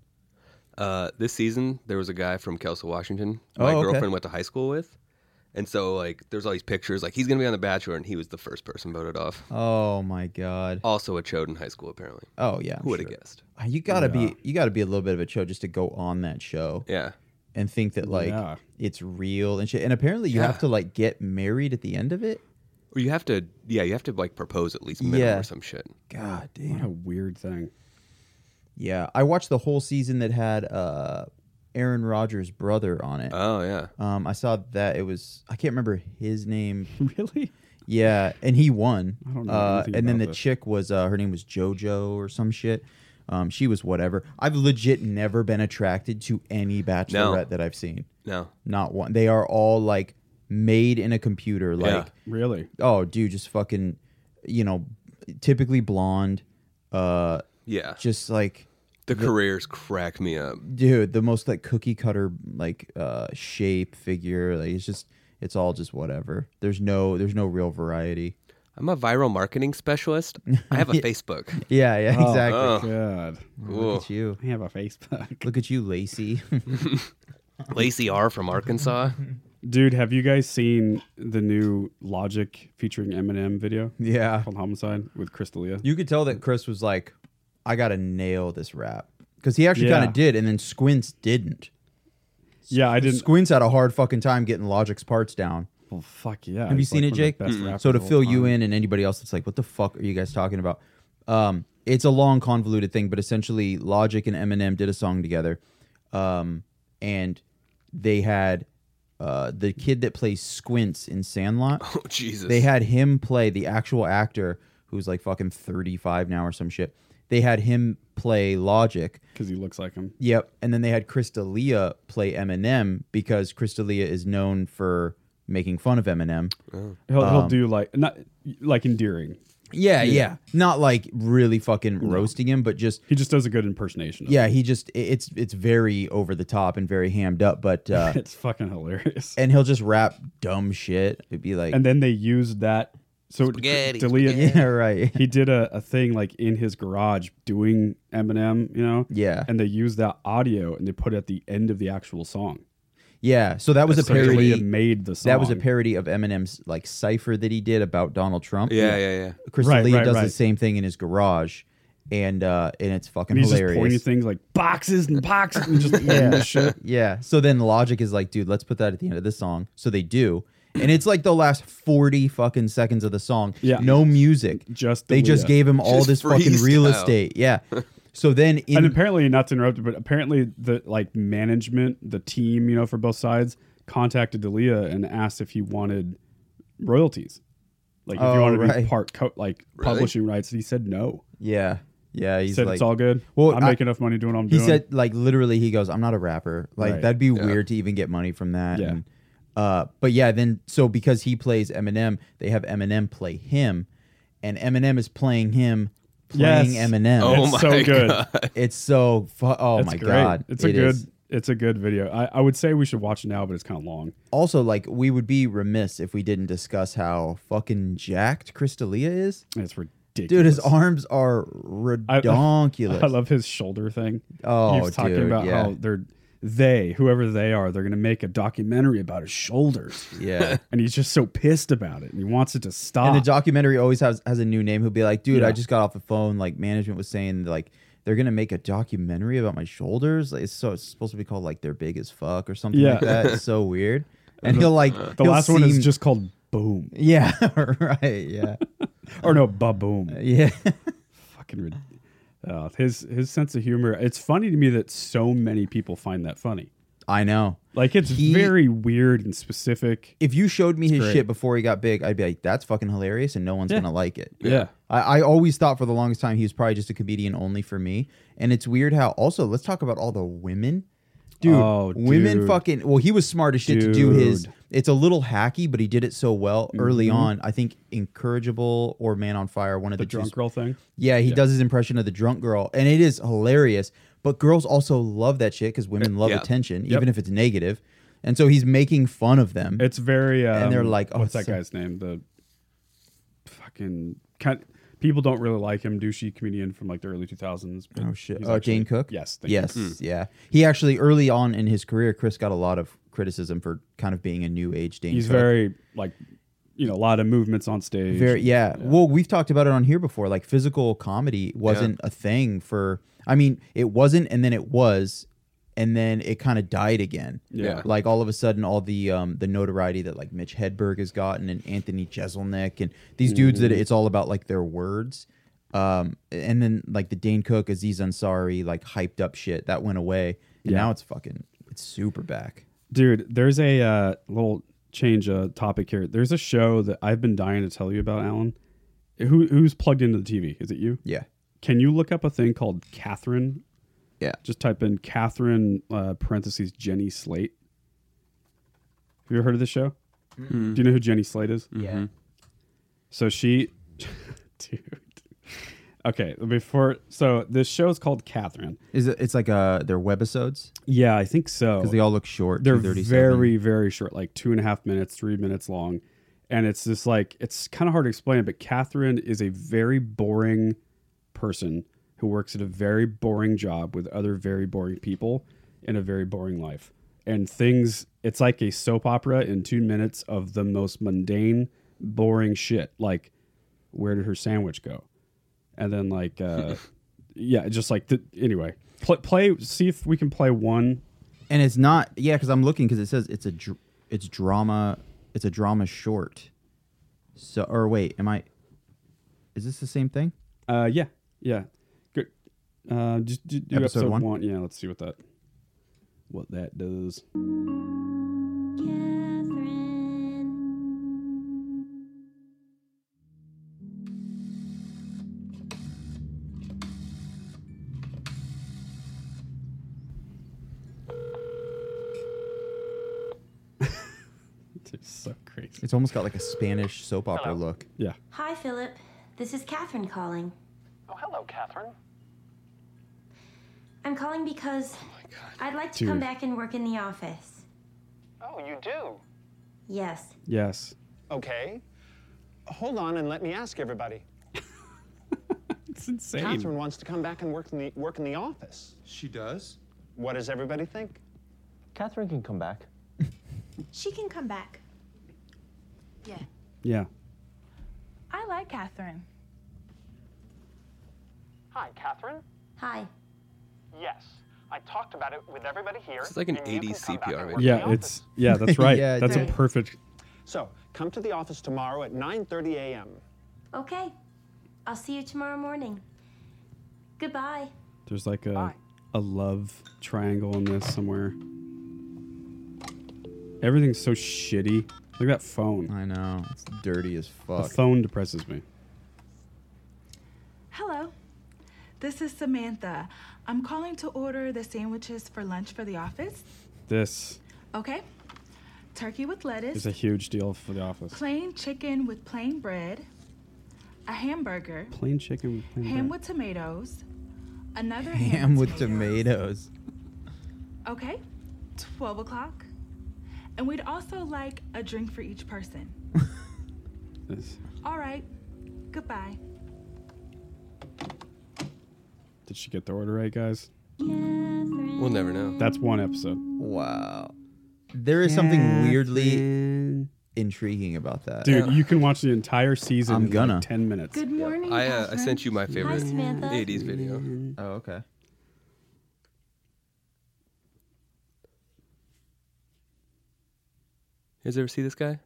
[SPEAKER 4] Uh, this season, there was a guy from Kelso, Washington. My
[SPEAKER 5] Oh, okay.
[SPEAKER 4] girlfriend went to high school with. And so, like, there's all these pictures. Like, he's going to be on The Bachelor, and he was the first person voted off.
[SPEAKER 5] Oh my god.
[SPEAKER 4] Also a chode in high school, apparently.
[SPEAKER 5] Oh yeah. I'm
[SPEAKER 4] Who would have
[SPEAKER 5] sure.
[SPEAKER 4] guessed?
[SPEAKER 5] Uh, You gotta be you gotta be a little bit of a show just to go on that show
[SPEAKER 4] Yeah.
[SPEAKER 5] and think that like
[SPEAKER 3] Yeah.
[SPEAKER 5] it's real and shit. And apparently you have to like get married at the end of it.
[SPEAKER 4] Or you have to, yeah, you have to, like, propose at least minimum
[SPEAKER 5] Yeah.
[SPEAKER 4] or some shit.
[SPEAKER 5] God
[SPEAKER 3] what
[SPEAKER 5] damn.
[SPEAKER 3] a weird thing.
[SPEAKER 5] Yeah, I watched the whole season that had uh Aaron Rodgers' brother on
[SPEAKER 3] Uh.
[SPEAKER 5] it.
[SPEAKER 4] Oh, yeah.
[SPEAKER 5] um, I saw that it was I can't remember his name.
[SPEAKER 3] (laughs) Really?
[SPEAKER 5] Yeah, and he won.
[SPEAKER 3] I don't know
[SPEAKER 5] Uh,
[SPEAKER 3] anything
[SPEAKER 5] and then
[SPEAKER 3] about
[SPEAKER 5] the
[SPEAKER 3] this.
[SPEAKER 5] chick was uh, her name was JoJo or some shit. Um, she was whatever. I've legit never been attracted to any bachelorette that I've seen.
[SPEAKER 4] No.
[SPEAKER 5] Not one. They are all like made in a computer. Like,
[SPEAKER 3] Really?
[SPEAKER 5] oh, dude, just fucking, you know, typically blonde. Uh,
[SPEAKER 4] Yeah.
[SPEAKER 5] just like,
[SPEAKER 4] the careers crack me up.
[SPEAKER 5] dude, the most like cookie cutter like uh shape figure. Like, it's just, it's all just whatever. There's no, there's no real variety.
[SPEAKER 4] I'm a viral marketing specialist. I have a Facebook.
[SPEAKER 5] (laughs) Yeah, yeah, exactly.
[SPEAKER 3] Oh, God,
[SPEAKER 5] Look at you.
[SPEAKER 3] I have a Facebook.
[SPEAKER 5] Look at you, Lacey. (laughs)
[SPEAKER 4] Lacey R. from Arkansas.
[SPEAKER 3] (laughs)
[SPEAKER 4] (laughs)
[SPEAKER 3] Dude, have you guys seen the new Logic featuring Eminem video
[SPEAKER 5] yeah.
[SPEAKER 3] called Homicide with Crystalia?
[SPEAKER 5] You could tell that Chris was like, I got to nail this rap. Because he actually
[SPEAKER 3] Yeah.
[SPEAKER 5] kind of did, and then Squints didn't.
[SPEAKER 3] Yeah, I didn't.
[SPEAKER 5] Squints had a hard fucking time getting Logic's parts down.
[SPEAKER 3] Well, fuck yeah.
[SPEAKER 5] Have you
[SPEAKER 3] He's
[SPEAKER 5] seen
[SPEAKER 3] like
[SPEAKER 5] it,
[SPEAKER 3] one of the
[SPEAKER 5] Jake?
[SPEAKER 3] best rappers
[SPEAKER 5] So to
[SPEAKER 3] of all
[SPEAKER 5] fill
[SPEAKER 3] time.
[SPEAKER 5] you in and anybody else that's like, what the fuck are you guys talking about? Um, it's a long convoluted thing, but essentially Logic and Eminem did a song together, um, and they had uh, the kid that plays Squints in
[SPEAKER 3] (laughs)
[SPEAKER 5] Sandlot.
[SPEAKER 4] Oh Jesus!
[SPEAKER 5] They had him play the actual actor who's like fucking 35 now or some shit. They had him play Logic.
[SPEAKER 3] because he looks like him.
[SPEAKER 5] Yep. And then they had Crystalia play Eminem because Crystalia is known for making fun of Eminem.
[SPEAKER 3] He'll,
[SPEAKER 5] Um,
[SPEAKER 3] he'll do like not like endearing.
[SPEAKER 5] Yeah, yeah. Not like really fucking roasting him, but just
[SPEAKER 3] He just does a good impersonation. Of
[SPEAKER 5] yeah, he just i- it's it's very over the top and very hammed up, but
[SPEAKER 3] (laughs)
[SPEAKER 5] uh
[SPEAKER 3] it. it's fucking hilarious.
[SPEAKER 5] and he'll just rap dumb shit. It'd be like
[SPEAKER 3] And then they used that. So
[SPEAKER 4] Spaghetti,
[SPEAKER 5] (laughs)
[SPEAKER 3] Dalia,
[SPEAKER 5] Yeah, right.
[SPEAKER 3] he did a, a thing like in his garage doing Eminem, you know?
[SPEAKER 5] Yeah.
[SPEAKER 3] And they used that audio and they put it at the end of the actual song.
[SPEAKER 5] Yeah. So that was a
[SPEAKER 3] So Dalia
[SPEAKER 5] parody.
[SPEAKER 3] made the song.
[SPEAKER 5] That was a parody of Eminem's like cipher that he did about Donald Trump.
[SPEAKER 4] yeah, yeah, yeah.
[SPEAKER 5] Chris
[SPEAKER 3] Right,
[SPEAKER 5] D'Elia
[SPEAKER 3] right,
[SPEAKER 5] does the
[SPEAKER 3] right.
[SPEAKER 5] same thing in his garage, and uh, and it's fucking
[SPEAKER 3] And he's just pointing
[SPEAKER 5] hilarious.
[SPEAKER 3] things like boxes and boxes
[SPEAKER 5] (laughs)
[SPEAKER 3] and just yeah. shit.
[SPEAKER 5] yeah. So then Logic is like, dude, let's put that at the end of this song. So they do, and it's like the last forty fucking seconds of the song.
[SPEAKER 3] Yeah.
[SPEAKER 5] No music.
[SPEAKER 3] Just
[SPEAKER 5] they just
[SPEAKER 3] D'Elia.
[SPEAKER 5] gave him all
[SPEAKER 4] Just
[SPEAKER 5] this fucking real
[SPEAKER 4] freestyle.
[SPEAKER 5] estate.
[SPEAKER 4] (laughs)
[SPEAKER 5] Yeah. So then in
[SPEAKER 3] and apparently, not to interrupt, but apparently the like management, the team, you know, for both sides contacted Dalia and asked if he wanted royalties, like if he
[SPEAKER 5] Oh,
[SPEAKER 3] wanted to
[SPEAKER 5] right.
[SPEAKER 3] be part co- like
[SPEAKER 4] Really?
[SPEAKER 3] publishing rights. And he said no.
[SPEAKER 5] yeah yeah
[SPEAKER 3] He
[SPEAKER 5] he's
[SPEAKER 3] said
[SPEAKER 5] like
[SPEAKER 3] it's all good.
[SPEAKER 5] Well,
[SPEAKER 3] I'm
[SPEAKER 5] I-
[SPEAKER 3] making enough money doing what I'm
[SPEAKER 5] he
[SPEAKER 3] doing.
[SPEAKER 5] said like literally he goes i'm not a rapper like
[SPEAKER 3] Right.
[SPEAKER 5] that'd be weird to even get money from that
[SPEAKER 3] Yeah.
[SPEAKER 5] and, uh, but yeah then so because he plays eminem they have eminem play him and eminem is playing him playing
[SPEAKER 3] Yes.
[SPEAKER 5] eminem
[SPEAKER 4] Oh
[SPEAKER 3] It's
[SPEAKER 4] my
[SPEAKER 3] so good.
[SPEAKER 4] God.
[SPEAKER 5] it's so fu- oh
[SPEAKER 3] It's
[SPEAKER 5] my
[SPEAKER 3] great.
[SPEAKER 5] god
[SPEAKER 3] It's a
[SPEAKER 5] It
[SPEAKER 3] good.
[SPEAKER 5] is.
[SPEAKER 3] It's a good video. I, I would say we should watch it now, but it's kind of long.
[SPEAKER 5] also like we would be remiss if we didn't discuss how fucking jacked crystalia is
[SPEAKER 3] It's ridiculous.
[SPEAKER 5] dude
[SPEAKER 3] (laughs)
[SPEAKER 5] his arms are redonkulous
[SPEAKER 3] I love his shoulder thing.
[SPEAKER 5] Oh,
[SPEAKER 3] He was talking
[SPEAKER 5] dude,
[SPEAKER 3] about
[SPEAKER 5] yeah.
[SPEAKER 3] how they're they whoever they are, they're going to make a documentary about his shoulders.
[SPEAKER 5] yeah
[SPEAKER 3] (laughs) and he's just so pissed about it and he wants it to stop.
[SPEAKER 5] And the documentary always has has a new name. He'll be like, dude, I
[SPEAKER 3] Ah. Yeah.
[SPEAKER 5] just got off the phone. Like management was saying, like they're gonna make a documentary about my shoulders. Like, it's so it's supposed to be called like they're big as fuck or something like
[SPEAKER 3] Yeah.
[SPEAKER 5] that. It's so
[SPEAKER 3] (laughs)
[SPEAKER 5] weird. And he'll like
[SPEAKER 3] the
[SPEAKER 5] he'll
[SPEAKER 3] last one is
[SPEAKER 5] seem-
[SPEAKER 3] just called Boom
[SPEAKER 5] (laughs) yeah (laughs) right yeah
[SPEAKER 3] or
[SPEAKER 5] (laughs)
[SPEAKER 3] no Baboom. (laughs)
[SPEAKER 5] yeah
[SPEAKER 3] Fucking rid- uh, his his sense of humor. It's funny to me that so many people find that funny.
[SPEAKER 5] I know.
[SPEAKER 3] Like it's
[SPEAKER 5] He-
[SPEAKER 3] very weird and specific.
[SPEAKER 5] If you showed me his
[SPEAKER 3] great.
[SPEAKER 5] shit before he got big, I'd be like, that's fucking hilarious, and no one's
[SPEAKER 3] Yeah.
[SPEAKER 5] gonna like it.
[SPEAKER 3] Yeah.
[SPEAKER 5] I, I always thought for the longest time he was probably just a comedian only for me. And it's weird how also let's talk about all the women. Dude,
[SPEAKER 3] Oh,
[SPEAKER 5] women
[SPEAKER 3] dude.
[SPEAKER 5] fucking well, he was smart as shit to do his
[SPEAKER 3] Dude. Mm-hmm.
[SPEAKER 5] it's a little hacky, but he did it so well early on. I think Incorrigible or Man on Fire, one of the,
[SPEAKER 3] The
[SPEAKER 5] two
[SPEAKER 3] drunk girl thing.
[SPEAKER 5] yeah, he does his impression of the drunk girl, and it is hilarious. But girls also love that shit because
[SPEAKER 3] (laughs)
[SPEAKER 5] women love
[SPEAKER 4] yeah.
[SPEAKER 5] attention,
[SPEAKER 3] Yep.
[SPEAKER 5] even if it's negative. And so he's making fun of them.
[SPEAKER 3] It's very um,
[SPEAKER 5] they're like, oh,
[SPEAKER 3] what's
[SPEAKER 5] it's
[SPEAKER 3] that
[SPEAKER 5] so-
[SPEAKER 3] guy's name? The fucking kind people don't really like him. Douchey comedian from like the early two thousands.
[SPEAKER 5] oh shit! Oh, Jane Cook.
[SPEAKER 3] Yes. thank you.
[SPEAKER 5] Yes. Hmm. Yeah. He actually early on in his career, Chris got a lot of criticism for kind of being a new age Dane.
[SPEAKER 3] He's
[SPEAKER 5] Cook.
[SPEAKER 3] very like you know a lot of movements on stage.
[SPEAKER 5] Very yeah. Well, we've talked about it on here before. Like physical comedy wasn't a thing for. I mean, it wasn't, and then it was, and then it kind of died again.
[SPEAKER 4] Yeah.
[SPEAKER 5] Like all of a sudden, all the um the notoriety that like Mitch Hedberg has gotten and Anthony Jeselnik and these dudes that it's all about like their words. Um, and then like the Dane Cook, Aziz Ansari, like hyped up shit that went away, and now it's fucking it's super back.
[SPEAKER 3] Dude, there's a uh, little change uh, topic here. There's a show that I've been dying to tell you about, Alan. Who who's plugged into the TV? Is it you?
[SPEAKER 5] Yeah.
[SPEAKER 3] Can you look up a thing called Catherine?
[SPEAKER 5] Yeah.
[SPEAKER 3] Just type in Catherine uh, parentheses Jenny Slate. Have you ever heard of this show? Do you know who Jenny Slate is?
[SPEAKER 5] Yeah.
[SPEAKER 3] So she, (laughs) dude. Okay, before so this show is called Catherine.
[SPEAKER 5] Is it? It's like uh their webisodes
[SPEAKER 3] Yeah, I think so.
[SPEAKER 5] because they all look short.
[SPEAKER 3] they're
[SPEAKER 5] 237.
[SPEAKER 3] very very short like two and a half minutes three minutes long and it's just like it's kind of hard to explain but catherine is a very boring person who works at a very boring job with other very boring people in a very boring life and things it's like a soap opera in two minutes of the most mundane boring shit like where did her sandwich go and then like uh yeah just like the, anyway play, play see if we can play one
[SPEAKER 5] and it's not yeah because i'm looking because it says it's a dr- it's drama it's a drama short so or wait am i is this the same thing
[SPEAKER 3] Uh, yeah, yeah. Uh, just, ju- do
[SPEAKER 5] Episode
[SPEAKER 3] episode,
[SPEAKER 5] one?
[SPEAKER 3] one. Yeah, let's see what that what that does. (laughs) It's so crazy.
[SPEAKER 5] It's almost got like a Spanish soap opera look.
[SPEAKER 3] Yeah.
[SPEAKER 6] Hi, Philip. This is Catherine calling.
[SPEAKER 7] Oh, hello, Catherine.
[SPEAKER 6] I'm calling because
[SPEAKER 4] Oh
[SPEAKER 6] I'd like to come back and work in the office.
[SPEAKER 7] Oh, you do?
[SPEAKER 6] Yes.
[SPEAKER 3] Yes.
[SPEAKER 7] Okay. Hold on and let me ask everybody.
[SPEAKER 3] It's insane.
[SPEAKER 7] Catherine wants to come back and work in the work in the office. She does? What does everybody think? Catherine can come back.
[SPEAKER 8] She can come back. Yeah.
[SPEAKER 3] Yeah.
[SPEAKER 8] I like Catherine.
[SPEAKER 7] Hi, Catherine.
[SPEAKER 6] Hi.
[SPEAKER 7] Yes. I talked about it with everybody here.
[SPEAKER 4] This is like an
[SPEAKER 7] and you can
[SPEAKER 4] 80s
[SPEAKER 7] come back
[SPEAKER 4] CPR
[SPEAKER 7] and
[SPEAKER 4] video.
[SPEAKER 7] work in the
[SPEAKER 3] Yeah,
[SPEAKER 7] office.
[SPEAKER 3] it's
[SPEAKER 5] (laughs)
[SPEAKER 3] yeah, that's right.
[SPEAKER 5] Yeah,
[SPEAKER 3] that's
[SPEAKER 8] right.
[SPEAKER 3] a perfect
[SPEAKER 7] So, come to the office tomorrow at 9:30 a.m.
[SPEAKER 6] Okay. I'll see you tomorrow morning. Goodbye.
[SPEAKER 3] there's like a
[SPEAKER 7] Bye.
[SPEAKER 3] a love triangle in this somewhere. Everything's so shitty. Look at that phone.
[SPEAKER 5] I know. It's dirty as
[SPEAKER 3] The
[SPEAKER 5] Oh, fuck.
[SPEAKER 3] phone depresses me.
[SPEAKER 8] Hello. This is Samantha. I'm calling to order the sandwiches for lunch for the office.
[SPEAKER 3] This
[SPEAKER 8] Okay. Turkey with
[SPEAKER 3] is
[SPEAKER 8] lettuce,
[SPEAKER 3] a huge deal for the office.
[SPEAKER 8] plain chicken with plain bread, a hamburger,
[SPEAKER 3] Plain chicken with plain
[SPEAKER 8] ham
[SPEAKER 3] bread.
[SPEAKER 8] with tomatoes,
[SPEAKER 5] (laughs)
[SPEAKER 8] another
[SPEAKER 5] Mm-hmm. Ham with tomatoes.
[SPEAKER 8] Okay. 12 o'clock. And we'd also like a drink for each person.
[SPEAKER 3] This-
[SPEAKER 8] All right. Goodbye.
[SPEAKER 3] Did she get the order right, guys?
[SPEAKER 4] We'll never know.
[SPEAKER 3] That's one episode.
[SPEAKER 5] Mm. Wow. There is something weirdly intriguing about that.
[SPEAKER 3] Dude, you can watch the entire season
[SPEAKER 5] I'm
[SPEAKER 3] in like
[SPEAKER 5] gonna.
[SPEAKER 3] 10 minutes.
[SPEAKER 8] Good morning.
[SPEAKER 4] I uh, I sent you my favorite
[SPEAKER 6] Samantha.
[SPEAKER 4] 80s video.
[SPEAKER 5] Oh, okay.
[SPEAKER 4] You guys ever see this guy?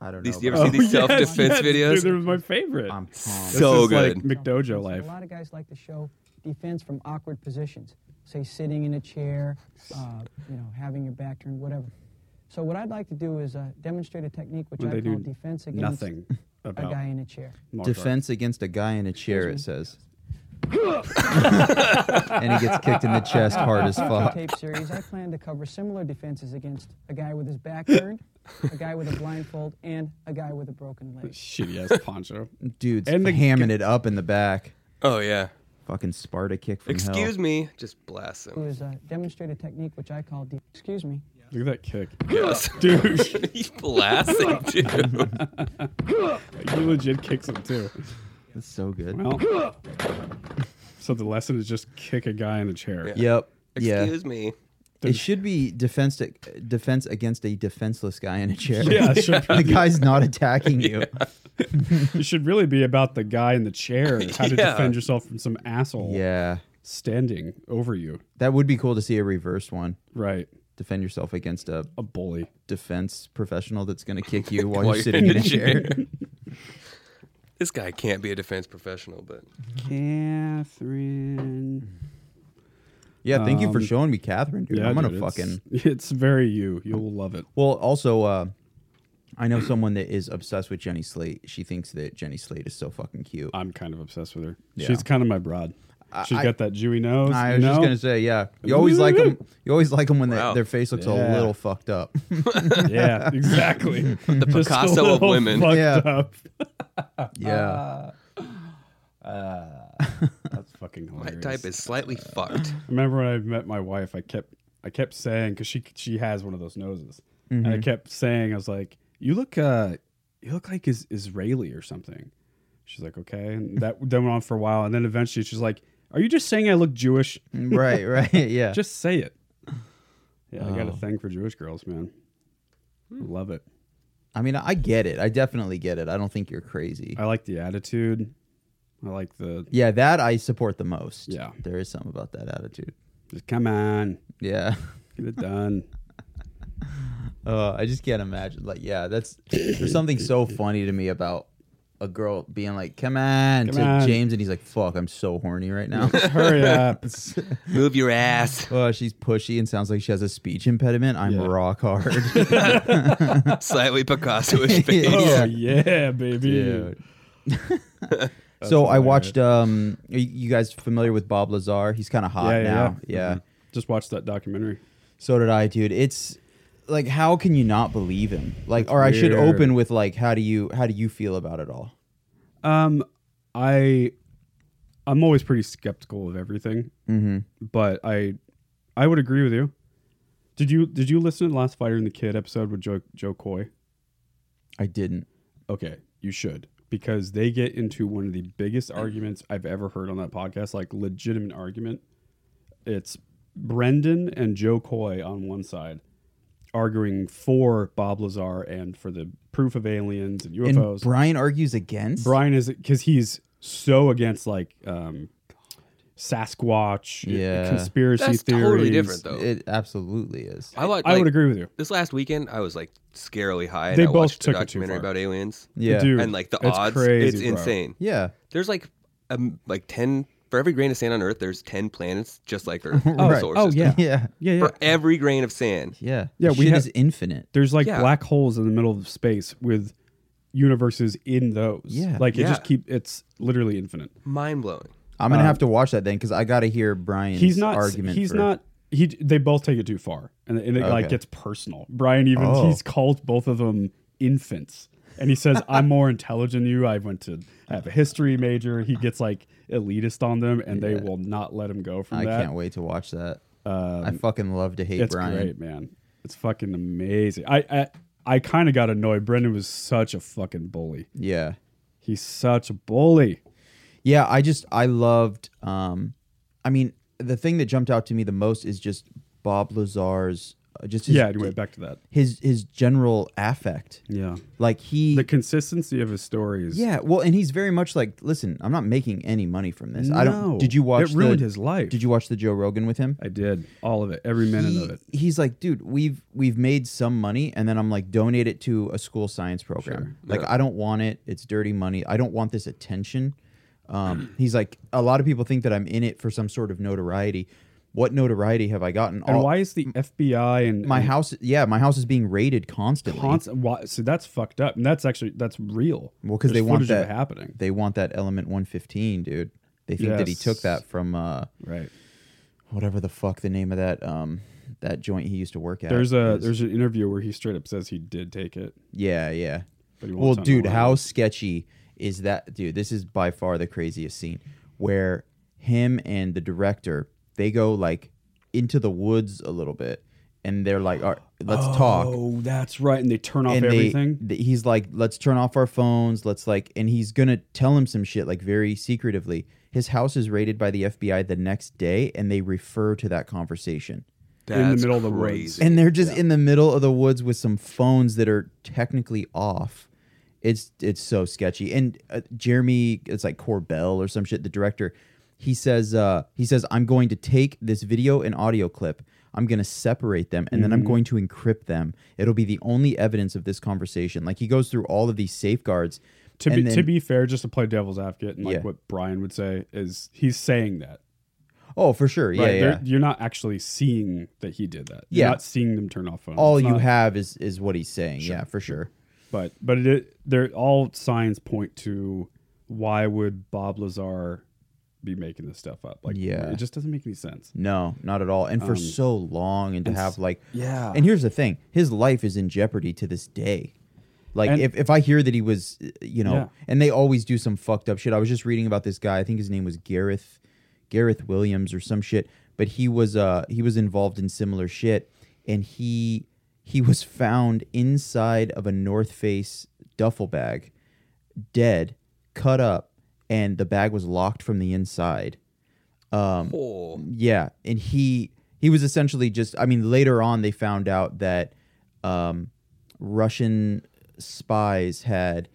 [SPEAKER 5] I don't know.
[SPEAKER 4] These- you ever
[SPEAKER 5] about-
[SPEAKER 4] see
[SPEAKER 5] (laughs)
[SPEAKER 3] (laughs)
[SPEAKER 4] these self-defense videos?
[SPEAKER 3] Dude, it was my favorite.
[SPEAKER 5] I'm pumped.
[SPEAKER 3] This
[SPEAKER 4] so
[SPEAKER 3] is like
[SPEAKER 4] good.
[SPEAKER 3] McDojo
[SPEAKER 9] A
[SPEAKER 3] life.
[SPEAKER 9] lot of guys like to show defense from awkward positions, say sitting in a chair, uh, you know, having your back turned, whatever. So what I'd like to do is uh, demonstrate a technique which
[SPEAKER 3] Well,
[SPEAKER 9] I
[SPEAKER 3] they
[SPEAKER 9] call
[SPEAKER 3] do
[SPEAKER 9] defense against
[SPEAKER 3] Nothing
[SPEAKER 9] a
[SPEAKER 3] about
[SPEAKER 9] guy in a chair.
[SPEAKER 3] Mark Rothko.
[SPEAKER 5] Defense against a guy in a chair, it says. and he gets kicked in the chest hard as
[SPEAKER 9] Future
[SPEAKER 5] fuck.
[SPEAKER 9] tape series, I plan to cover similar defenses against a guy with his back turned, a guy with a blindfold, and a guy with a broken leg.
[SPEAKER 3] Shitty ass
[SPEAKER 5] (laughs)
[SPEAKER 3] poncho.
[SPEAKER 5] Dude's
[SPEAKER 3] And the-
[SPEAKER 5] hamming it up in the back.
[SPEAKER 4] Oh yeah.
[SPEAKER 5] Fucking Sparta kick from hell.
[SPEAKER 4] Excuse me. Just blast
[SPEAKER 5] (laughs)
[SPEAKER 9] Who
[SPEAKER 4] him.
[SPEAKER 9] is uh, demonstrate a technique which I call de- excuse me.
[SPEAKER 3] Look at that kick.
[SPEAKER 4] Yes.
[SPEAKER 3] Dude,
[SPEAKER 4] (laughs)
[SPEAKER 3] (laughs)
[SPEAKER 4] He's blasting, (laughs) dude.
[SPEAKER 3] he legit kicks him too.
[SPEAKER 5] That's so good.
[SPEAKER 3] Well, so the lesson is just kick a guy in a chair.
[SPEAKER 5] yep. yeah.
[SPEAKER 4] Excuse me.
[SPEAKER 5] It should be defense defense against a defenseless guy in a chair.
[SPEAKER 3] (laughs) Yeah,
[SPEAKER 5] (laughs)
[SPEAKER 3] it should
[SPEAKER 5] the guy's not attacking you.
[SPEAKER 3] (laughs) It should really be about the guy in the chair, and how
[SPEAKER 4] (laughs)
[SPEAKER 3] to
[SPEAKER 4] Yeah.
[SPEAKER 3] defend yourself from some asshole
[SPEAKER 5] Yeah.
[SPEAKER 3] standing over you.
[SPEAKER 5] That would be cool to see a reverse one.
[SPEAKER 3] Right.
[SPEAKER 5] Defend yourself against a
[SPEAKER 3] A bully.
[SPEAKER 5] defense professional that's going to kick
[SPEAKER 3] (laughs)
[SPEAKER 5] you while, you're sitting in
[SPEAKER 4] the
[SPEAKER 5] a chair.
[SPEAKER 4] (laughs) This guy can't be a defense professional, but
[SPEAKER 3] Catherine.
[SPEAKER 5] Yeah, thank you for
[SPEAKER 3] Um,
[SPEAKER 5] showing me Catherine, dude.
[SPEAKER 3] Yeah,
[SPEAKER 5] I'm going to
[SPEAKER 3] dude,
[SPEAKER 5] fucking
[SPEAKER 3] It's, (laughs) it's very you. You'll love it.
[SPEAKER 5] Well, also, uh, I know someone that is obsessed with Jenny Slate. She thinks that Jenny Slate is so fucking cute.
[SPEAKER 3] I'm kind of obsessed with her.
[SPEAKER 5] Yeah.
[SPEAKER 3] She's kind of my broad. She's
[SPEAKER 5] I-
[SPEAKER 3] got that Jewy nose.
[SPEAKER 5] I
[SPEAKER 3] you
[SPEAKER 5] was just
[SPEAKER 3] know?
[SPEAKER 5] gonna say, yeah. You always like them. You always like them when they,
[SPEAKER 4] Wow.
[SPEAKER 5] their face looks a
[SPEAKER 3] Yeah.
[SPEAKER 5] little fucked up.
[SPEAKER 3] (laughs)
[SPEAKER 5] (laughs)
[SPEAKER 3] Yeah, exactly.
[SPEAKER 4] (laughs)
[SPEAKER 3] the
[SPEAKER 4] Picasso of women.
[SPEAKER 5] Yeah.
[SPEAKER 3] yeah.
[SPEAKER 5] yeah.
[SPEAKER 3] That's fucking
[SPEAKER 4] my
[SPEAKER 3] hilarious.
[SPEAKER 4] type is slightly fucked.
[SPEAKER 3] I remember when I met my wife, I kept I kept saying because she she has one of those noses, and I kept saying I was like, "You look uh, you look like is Israeli or something." She's like, "Okay," and that that went on for a while, and then eventually she's like, "Are you just saying I look Jewish?
[SPEAKER 5] right. (laughs) Right. Yeah.
[SPEAKER 3] Just say it." Yeah, I got a thing for Jewish girls, man. Love it.
[SPEAKER 5] I mean, I get it. I definitely get it. I don't think you're crazy.
[SPEAKER 3] I like the attitude. I like the
[SPEAKER 5] yeah, that I support the most.
[SPEAKER 3] Yeah.
[SPEAKER 5] There is something about that attitude.
[SPEAKER 3] just come on,
[SPEAKER 5] Yeah. (laughs)
[SPEAKER 3] get it done. (laughs)
[SPEAKER 5] Uh, I just can't imagine. Like, yeah, that's there's something so funny to me about a girl being like, "Come on,"
[SPEAKER 3] Come
[SPEAKER 5] to
[SPEAKER 3] on.
[SPEAKER 5] James, and he's like, "Fuck, I'm so horny right now." (laughs)
[SPEAKER 3] Hurry up.
[SPEAKER 4] Move your
[SPEAKER 3] (laughs)
[SPEAKER 4] ass.
[SPEAKER 5] Well, she's pushy and sounds like she has a speech impediment. I'm
[SPEAKER 3] Yeah.
[SPEAKER 5] rock hard. (laughs)
[SPEAKER 3] (laughs)
[SPEAKER 4] Slightly Picasso-ish face.
[SPEAKER 3] Oh, yeah, baby.
[SPEAKER 5] (laughs) so I watched. Um, are you- you guys familiar with Bob Lazar? He's kind of hot
[SPEAKER 3] Yeah, yeah,
[SPEAKER 5] now.
[SPEAKER 3] yeah. Mm-hmm.
[SPEAKER 5] yeah.
[SPEAKER 3] Just watched that documentary.
[SPEAKER 5] So did I, dude. It's like how can you not believe him? Like,
[SPEAKER 3] It's
[SPEAKER 5] or I should
[SPEAKER 3] weird.
[SPEAKER 5] open with like, how do you how do you feel about it all?
[SPEAKER 3] Um, I I'm always pretty skeptical of everything,
[SPEAKER 5] Mm-hmm.
[SPEAKER 3] but I I would agree with you. Did you did you listen to the Last Fighter and the Kid episode with Joe Joe Coy?
[SPEAKER 5] I didn't.
[SPEAKER 3] Okay, you should because they get into one of the biggest arguments I've ever heard on that podcast, like legitimate argument. It's Brendan and Joe Coy on one side arguing for Bob Lazar and for the proof of aliens and
[SPEAKER 5] And
[SPEAKER 3] UFOs.
[SPEAKER 5] Brian argues against.
[SPEAKER 3] Brian is because he's so against like um, Sasquatch, uh,
[SPEAKER 5] Yeah.
[SPEAKER 3] conspiracy
[SPEAKER 4] That's
[SPEAKER 3] theories.
[SPEAKER 4] totally different,
[SPEAKER 10] Oh.
[SPEAKER 4] though.
[SPEAKER 5] It absolutely is.
[SPEAKER 4] I, like,
[SPEAKER 3] I would
[SPEAKER 4] like,
[SPEAKER 3] agree with you.
[SPEAKER 4] This last weekend, I was like scarily high. And
[SPEAKER 3] They
[SPEAKER 4] I
[SPEAKER 3] both
[SPEAKER 4] watched
[SPEAKER 3] took
[SPEAKER 4] a
[SPEAKER 3] it too
[SPEAKER 4] documentary
[SPEAKER 3] far.
[SPEAKER 4] about aliens.
[SPEAKER 5] Yeah.
[SPEAKER 3] Dude,
[SPEAKER 4] and like the
[SPEAKER 3] it's
[SPEAKER 4] odds,
[SPEAKER 3] crazy,
[SPEAKER 4] it's
[SPEAKER 3] bro.
[SPEAKER 4] insane.
[SPEAKER 5] Yeah.
[SPEAKER 4] There's like um, like ten for every grain of sand on Earth. There's ten planets just like
[SPEAKER 3] (laughs)
[SPEAKER 4] Earth. in the
[SPEAKER 5] Right.
[SPEAKER 4] solar
[SPEAKER 3] Oh
[SPEAKER 4] system.
[SPEAKER 5] (laughs)
[SPEAKER 3] yeah,
[SPEAKER 5] Yeah.
[SPEAKER 3] yeah, yeah.
[SPEAKER 4] For every grain of sand,
[SPEAKER 5] Yeah.
[SPEAKER 3] Yeah,
[SPEAKER 5] Shit
[SPEAKER 3] we have-
[SPEAKER 5] is infinite.
[SPEAKER 3] There's like
[SPEAKER 4] Yeah.
[SPEAKER 3] black holes in the middle of space with universes in those.
[SPEAKER 5] Yeah.
[SPEAKER 3] like it
[SPEAKER 4] Yeah.
[SPEAKER 3] just keep it's literally infinite.
[SPEAKER 4] mind blowing.
[SPEAKER 5] I'm gonna have to watch that then because I gotta hear Brian's
[SPEAKER 3] Uh, he's not.
[SPEAKER 5] argument.
[SPEAKER 3] he's
[SPEAKER 5] for-
[SPEAKER 3] not. He they both take it too far, and, and it like
[SPEAKER 5] Okay.
[SPEAKER 3] gets personal. Brian even
[SPEAKER 5] Oh.
[SPEAKER 3] he's called both of them infants, and he says,
[SPEAKER 5] (laughs)
[SPEAKER 3] "I'm more intelligent than you. I went to I have a history major." He gets like elitist on them, and they will not let him go from
[SPEAKER 5] I
[SPEAKER 3] that. Um,
[SPEAKER 5] can't wait to watch that. I fucking love to hate
[SPEAKER 3] It's
[SPEAKER 5] Brian.
[SPEAKER 3] great, man. It's fucking amazing. I I, I kind of got annoyed. Brendan was such a fucking bully.
[SPEAKER 5] Yeah.
[SPEAKER 3] He's such a bully.
[SPEAKER 5] Yeah, I just I loved um I mean, the thing that jumped out to me the most is just Bob Lazar's uh, just his,
[SPEAKER 3] yeah. Anyway, back to that.
[SPEAKER 5] his his general affect.
[SPEAKER 3] Yeah.
[SPEAKER 5] Like he
[SPEAKER 3] The consistency of his stories.
[SPEAKER 5] Yeah, well, and he's very much like, listen, I'm not making any money from this. I
[SPEAKER 3] No.
[SPEAKER 5] don't Did you watch
[SPEAKER 3] It ruined
[SPEAKER 5] the-
[SPEAKER 3] his life.
[SPEAKER 5] Did you watch the Joe Rogan with him?
[SPEAKER 3] I did all of it, every minute
[SPEAKER 5] he-
[SPEAKER 3] of it.
[SPEAKER 5] He's like, dude, we've we've made some money, and then I'm like, donate it to a school science program. Like, I don't want it. It's dirty money. I don't want this attention.
[SPEAKER 3] (clears throat)
[SPEAKER 5] Um, he's like, a lot of people think that I'm in it for some sort of notoriety. What notoriety have I gotten?
[SPEAKER 3] And
[SPEAKER 5] All-
[SPEAKER 3] why is the FBI and
[SPEAKER 5] my
[SPEAKER 3] and
[SPEAKER 5] house? Yeah, my house is being raided constantly.
[SPEAKER 3] Const- why, so that's fucked up, and that's actually that's real.
[SPEAKER 5] Well, 'cause
[SPEAKER 3] There's
[SPEAKER 5] they want
[SPEAKER 3] footage of
[SPEAKER 5] that-
[SPEAKER 3] it happening,
[SPEAKER 5] they want that element 115, dude. They think that he took
[SPEAKER 3] Yes.
[SPEAKER 5] that from uh,
[SPEAKER 3] right?
[SPEAKER 5] whatever the fuck the name of that um, that joint he used to work at.
[SPEAKER 3] There's a
[SPEAKER 5] is.
[SPEAKER 3] there's an interview where he straight up says he did take it.
[SPEAKER 5] yeah, yeah.
[SPEAKER 3] But he
[SPEAKER 5] Well,
[SPEAKER 3] won't tell no
[SPEAKER 5] dude,
[SPEAKER 3] one.
[SPEAKER 5] how sketchy is that? Dude, this is by far the craziest scene where him and the director they go like into the woods a little bit, and they're like, All right, "Let's talk."
[SPEAKER 3] Oh, that's right, and they turn off
[SPEAKER 5] And they,
[SPEAKER 3] everything.
[SPEAKER 5] th- he's like, "Let's turn off our phones. Let's like," and he's gonna tell him some shit like very secretively. His house is raided by the FBI the next day, and they refer to that conversation.
[SPEAKER 4] That's
[SPEAKER 3] middle of the woods.
[SPEAKER 4] crazy.
[SPEAKER 5] And they're just in the middle of the woods with some phones that are technically off. It's it's so sketchy. And uh, Jeremy, it's like Corbell or some shit. The director, he says uh, he says I'm going to take this video and audio clip. I'm going to separate them and then
[SPEAKER 3] Mm-hmm.
[SPEAKER 5] I'm going to encrypt them. It'll be the only evidence of this conversation. Like he goes through all of these safeguards.
[SPEAKER 3] to be
[SPEAKER 5] and then-
[SPEAKER 3] to be fair, just to play devil's advocate, and like
[SPEAKER 5] Yeah.
[SPEAKER 3] what Brian would say is he's saying that.
[SPEAKER 5] oh for sure, yeah,
[SPEAKER 3] Right?
[SPEAKER 5] yeah.
[SPEAKER 3] They're- You're not actually seeing that he did that. You're
[SPEAKER 5] Yeah.
[SPEAKER 3] not seeing them turn off phones.
[SPEAKER 5] all
[SPEAKER 3] It's
[SPEAKER 5] you
[SPEAKER 3] not-
[SPEAKER 5] have is is what he's saying. Yeah, for sure.
[SPEAKER 3] but but it they're all signs point to why would Bob Lazar be making this stuff up? Like
[SPEAKER 5] Yeah.
[SPEAKER 3] it just doesn't make any sense.
[SPEAKER 5] No, not at all. And for so long, and to have like,
[SPEAKER 3] Um, yeah.
[SPEAKER 5] And here's the thing: his life is in jeopardy to this day. Like,
[SPEAKER 3] And-
[SPEAKER 5] if, if I hear that he was, uh, you know,
[SPEAKER 3] Yeah.
[SPEAKER 5] and they always do some fucked up shit. I was just reading about this guy. I think his name was Gareth, Gareth Williams or some shit. But he was uh he was involved in similar shit, and he he was found inside of a North Face duffel bag, dead, cut up, and the bag was locked from the inside.
[SPEAKER 4] Oh,
[SPEAKER 5] Yeah, and he he was essentially just. I mean, later on they found out that um, Russian spies had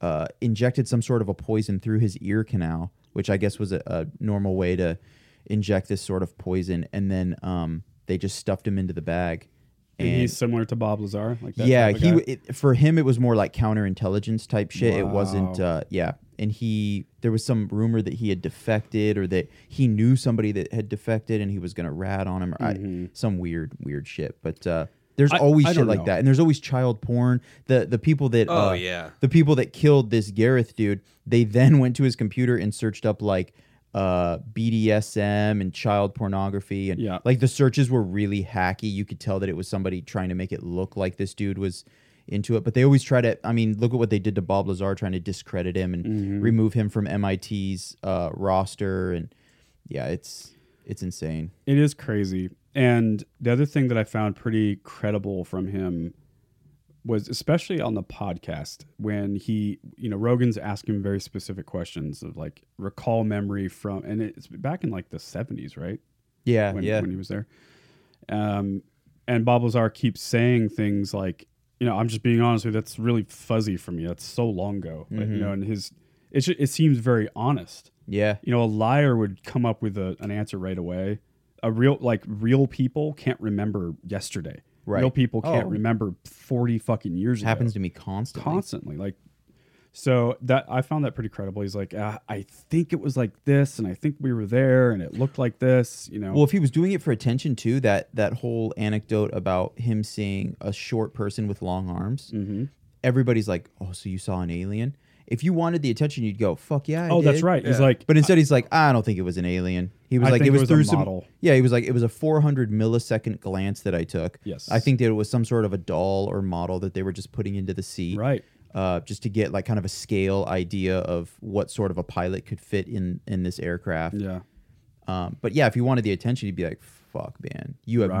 [SPEAKER 5] uh, injected some sort of a poison through his ear canal, which I guess was a, a normal way to inject this sort of poison, and then um, they just stuffed him into the bag And
[SPEAKER 3] he's similar to Bob Lazar. Like that
[SPEAKER 5] yeah,
[SPEAKER 3] type of
[SPEAKER 5] he
[SPEAKER 3] guy?
[SPEAKER 5] w- it, for him it was more like counterintelligence type shit. It wasn't
[SPEAKER 3] Wow.
[SPEAKER 5] uh yeah, and he there was some rumor that he had defected or that he knew somebody that had defected and he was going to rat on him or I, some weird weird shit. But uh there's
[SPEAKER 3] Mm-hmm. I-
[SPEAKER 5] always
[SPEAKER 3] I
[SPEAKER 5] shit
[SPEAKER 3] don't
[SPEAKER 5] like
[SPEAKER 3] know.
[SPEAKER 5] that. And there's always child porn. The the people that
[SPEAKER 4] Oh,
[SPEAKER 5] uh,
[SPEAKER 4] yeah.
[SPEAKER 5] the people that killed this Gareth dude, they then went to his computer and searched up like uh BDSM and child pornography and
[SPEAKER 3] Yeah.
[SPEAKER 5] like the searches were really hacky. You could tell that it was somebody trying to make it look like this dude was into it, but they always try to I mean, look at what they did to Bob Lazar trying to discredit him and
[SPEAKER 3] Mm-hmm.
[SPEAKER 5] remove him from MIT's uh roster and yeah, it's it's insane.
[SPEAKER 3] It is crazy. And the other thing that I found pretty credible from him was especially on the podcast when he, you know, Rogan's asking him very specific questions of like recall memory from, and it's back in like the 70s, right?
[SPEAKER 5] Yeah,
[SPEAKER 3] when,
[SPEAKER 5] yeah.
[SPEAKER 3] when he was there. Um, and Bob Lazar keeps saying things like, you know, I'm just being honest with you. That's really fuzzy for me. That's so long ago, Like,
[SPEAKER 5] Mm-hmm.
[SPEAKER 3] you know, and his, it, ju- it seems very honest
[SPEAKER 5] yeah.
[SPEAKER 3] you know a liar would come up with a, an answer right away a real like real people can't remember yesterday
[SPEAKER 5] Right.
[SPEAKER 3] real people can't
[SPEAKER 5] Oh.
[SPEAKER 3] remember 40 fucking years
[SPEAKER 5] Happens
[SPEAKER 3] ago
[SPEAKER 5] to me constantly.
[SPEAKER 3] constantly like so that i found that pretty credible he's like uh, i think it was like this and i think we were there and it looked like this you know
[SPEAKER 5] Well, if he was doing it for attention too, that that whole anecdote about him seeing a short person with long arms, everybody's like, "Oh, so you saw an alien?" If you wanted the attention, you'd go, "Fuck yeah!" I
[SPEAKER 3] oh that's
[SPEAKER 5] did."
[SPEAKER 3] right he's like
[SPEAKER 5] But instead, he's like, "I don't think it was an alien." He was
[SPEAKER 3] I
[SPEAKER 5] like,
[SPEAKER 3] think
[SPEAKER 5] "It
[SPEAKER 3] it
[SPEAKER 5] was,
[SPEAKER 3] was a
[SPEAKER 5] through some."
[SPEAKER 3] model.
[SPEAKER 5] Yeah, he was like, "It was a 400 millisecond glance that I took."
[SPEAKER 3] Yes.
[SPEAKER 5] I think that it was some sort of a doll or model that they were just putting into the sea,
[SPEAKER 3] Right.
[SPEAKER 5] Uh, just to get like kind of a scale idea of what sort of a pilot could fit in in this aircraft.
[SPEAKER 3] yeah
[SPEAKER 5] Um, but yeah, if you wanted the attention, you'd be like, "Fuck, man, you have no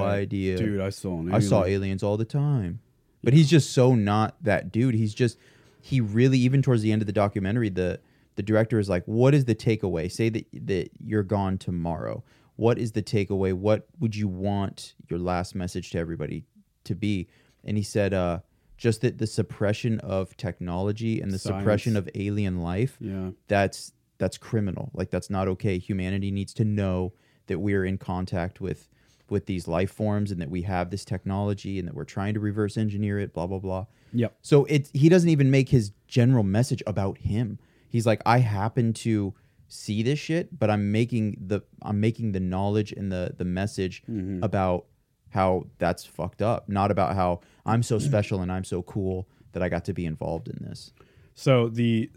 [SPEAKER 3] Right.
[SPEAKER 5] idea,
[SPEAKER 3] dude i saw an
[SPEAKER 5] I saw
[SPEAKER 3] alien.
[SPEAKER 5] aliens all the time." But he's just so not that dude. He's just he really even towards the end of the documentary, the the director is like, "What is the takeaway? Say that that you're gone tomorrow. What is the takeaway? What would you want your last message to everybody to be?" And he said, uh, "Just that the suppression of technology and the
[SPEAKER 3] Science.
[SPEAKER 5] suppression of alien life
[SPEAKER 3] yeah
[SPEAKER 5] that's that's criminal like that's not okay humanity needs to know that we're in contact with with these life forms and that we have this technology and that we're trying to reverse engineer it blah blah blah
[SPEAKER 3] Yep.
[SPEAKER 5] so it he doesn't even make his general message about him he's like i happen to see this shit but i'm making the i'm making the knowledge and the the message
[SPEAKER 3] Mm-hmm.
[SPEAKER 5] about how that's fucked up not about how i'm so
[SPEAKER 3] Mm-hmm.
[SPEAKER 5] special and i'm so cool that i got to be involved in this
[SPEAKER 3] So the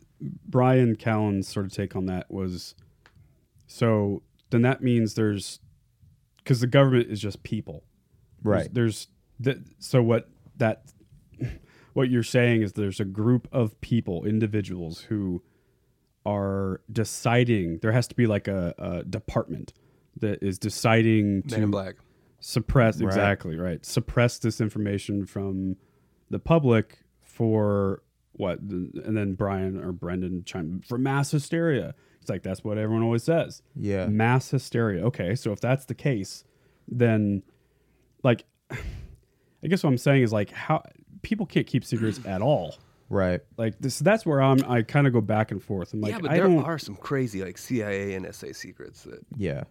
[SPEAKER 3] Brian Callen's sort of take on that was so then that means there's because the government is just people. There's- There's, th- so what that (laughs) what you're saying is there's a group of people, individuals who are deciding there has to be like a, a department that is deciding
[SPEAKER 4] Man in
[SPEAKER 3] to
[SPEAKER 4] Black.
[SPEAKER 3] suppress exactly right suppress this information from the public for what and then brian or brendan chime for mass hysteria it's like that's what everyone always says
[SPEAKER 5] Yeah.
[SPEAKER 3] mass hysteria okay so if that's the case then like (sighs) i guess what i'm saying is like how people can't keep secrets at all
[SPEAKER 5] right
[SPEAKER 3] like this that's where i'm i kind of go back and forth i'm like
[SPEAKER 4] yeah, but
[SPEAKER 3] i
[SPEAKER 4] there
[SPEAKER 3] don't
[SPEAKER 4] are some crazy like CIA and SA secrets that
[SPEAKER 5] yeah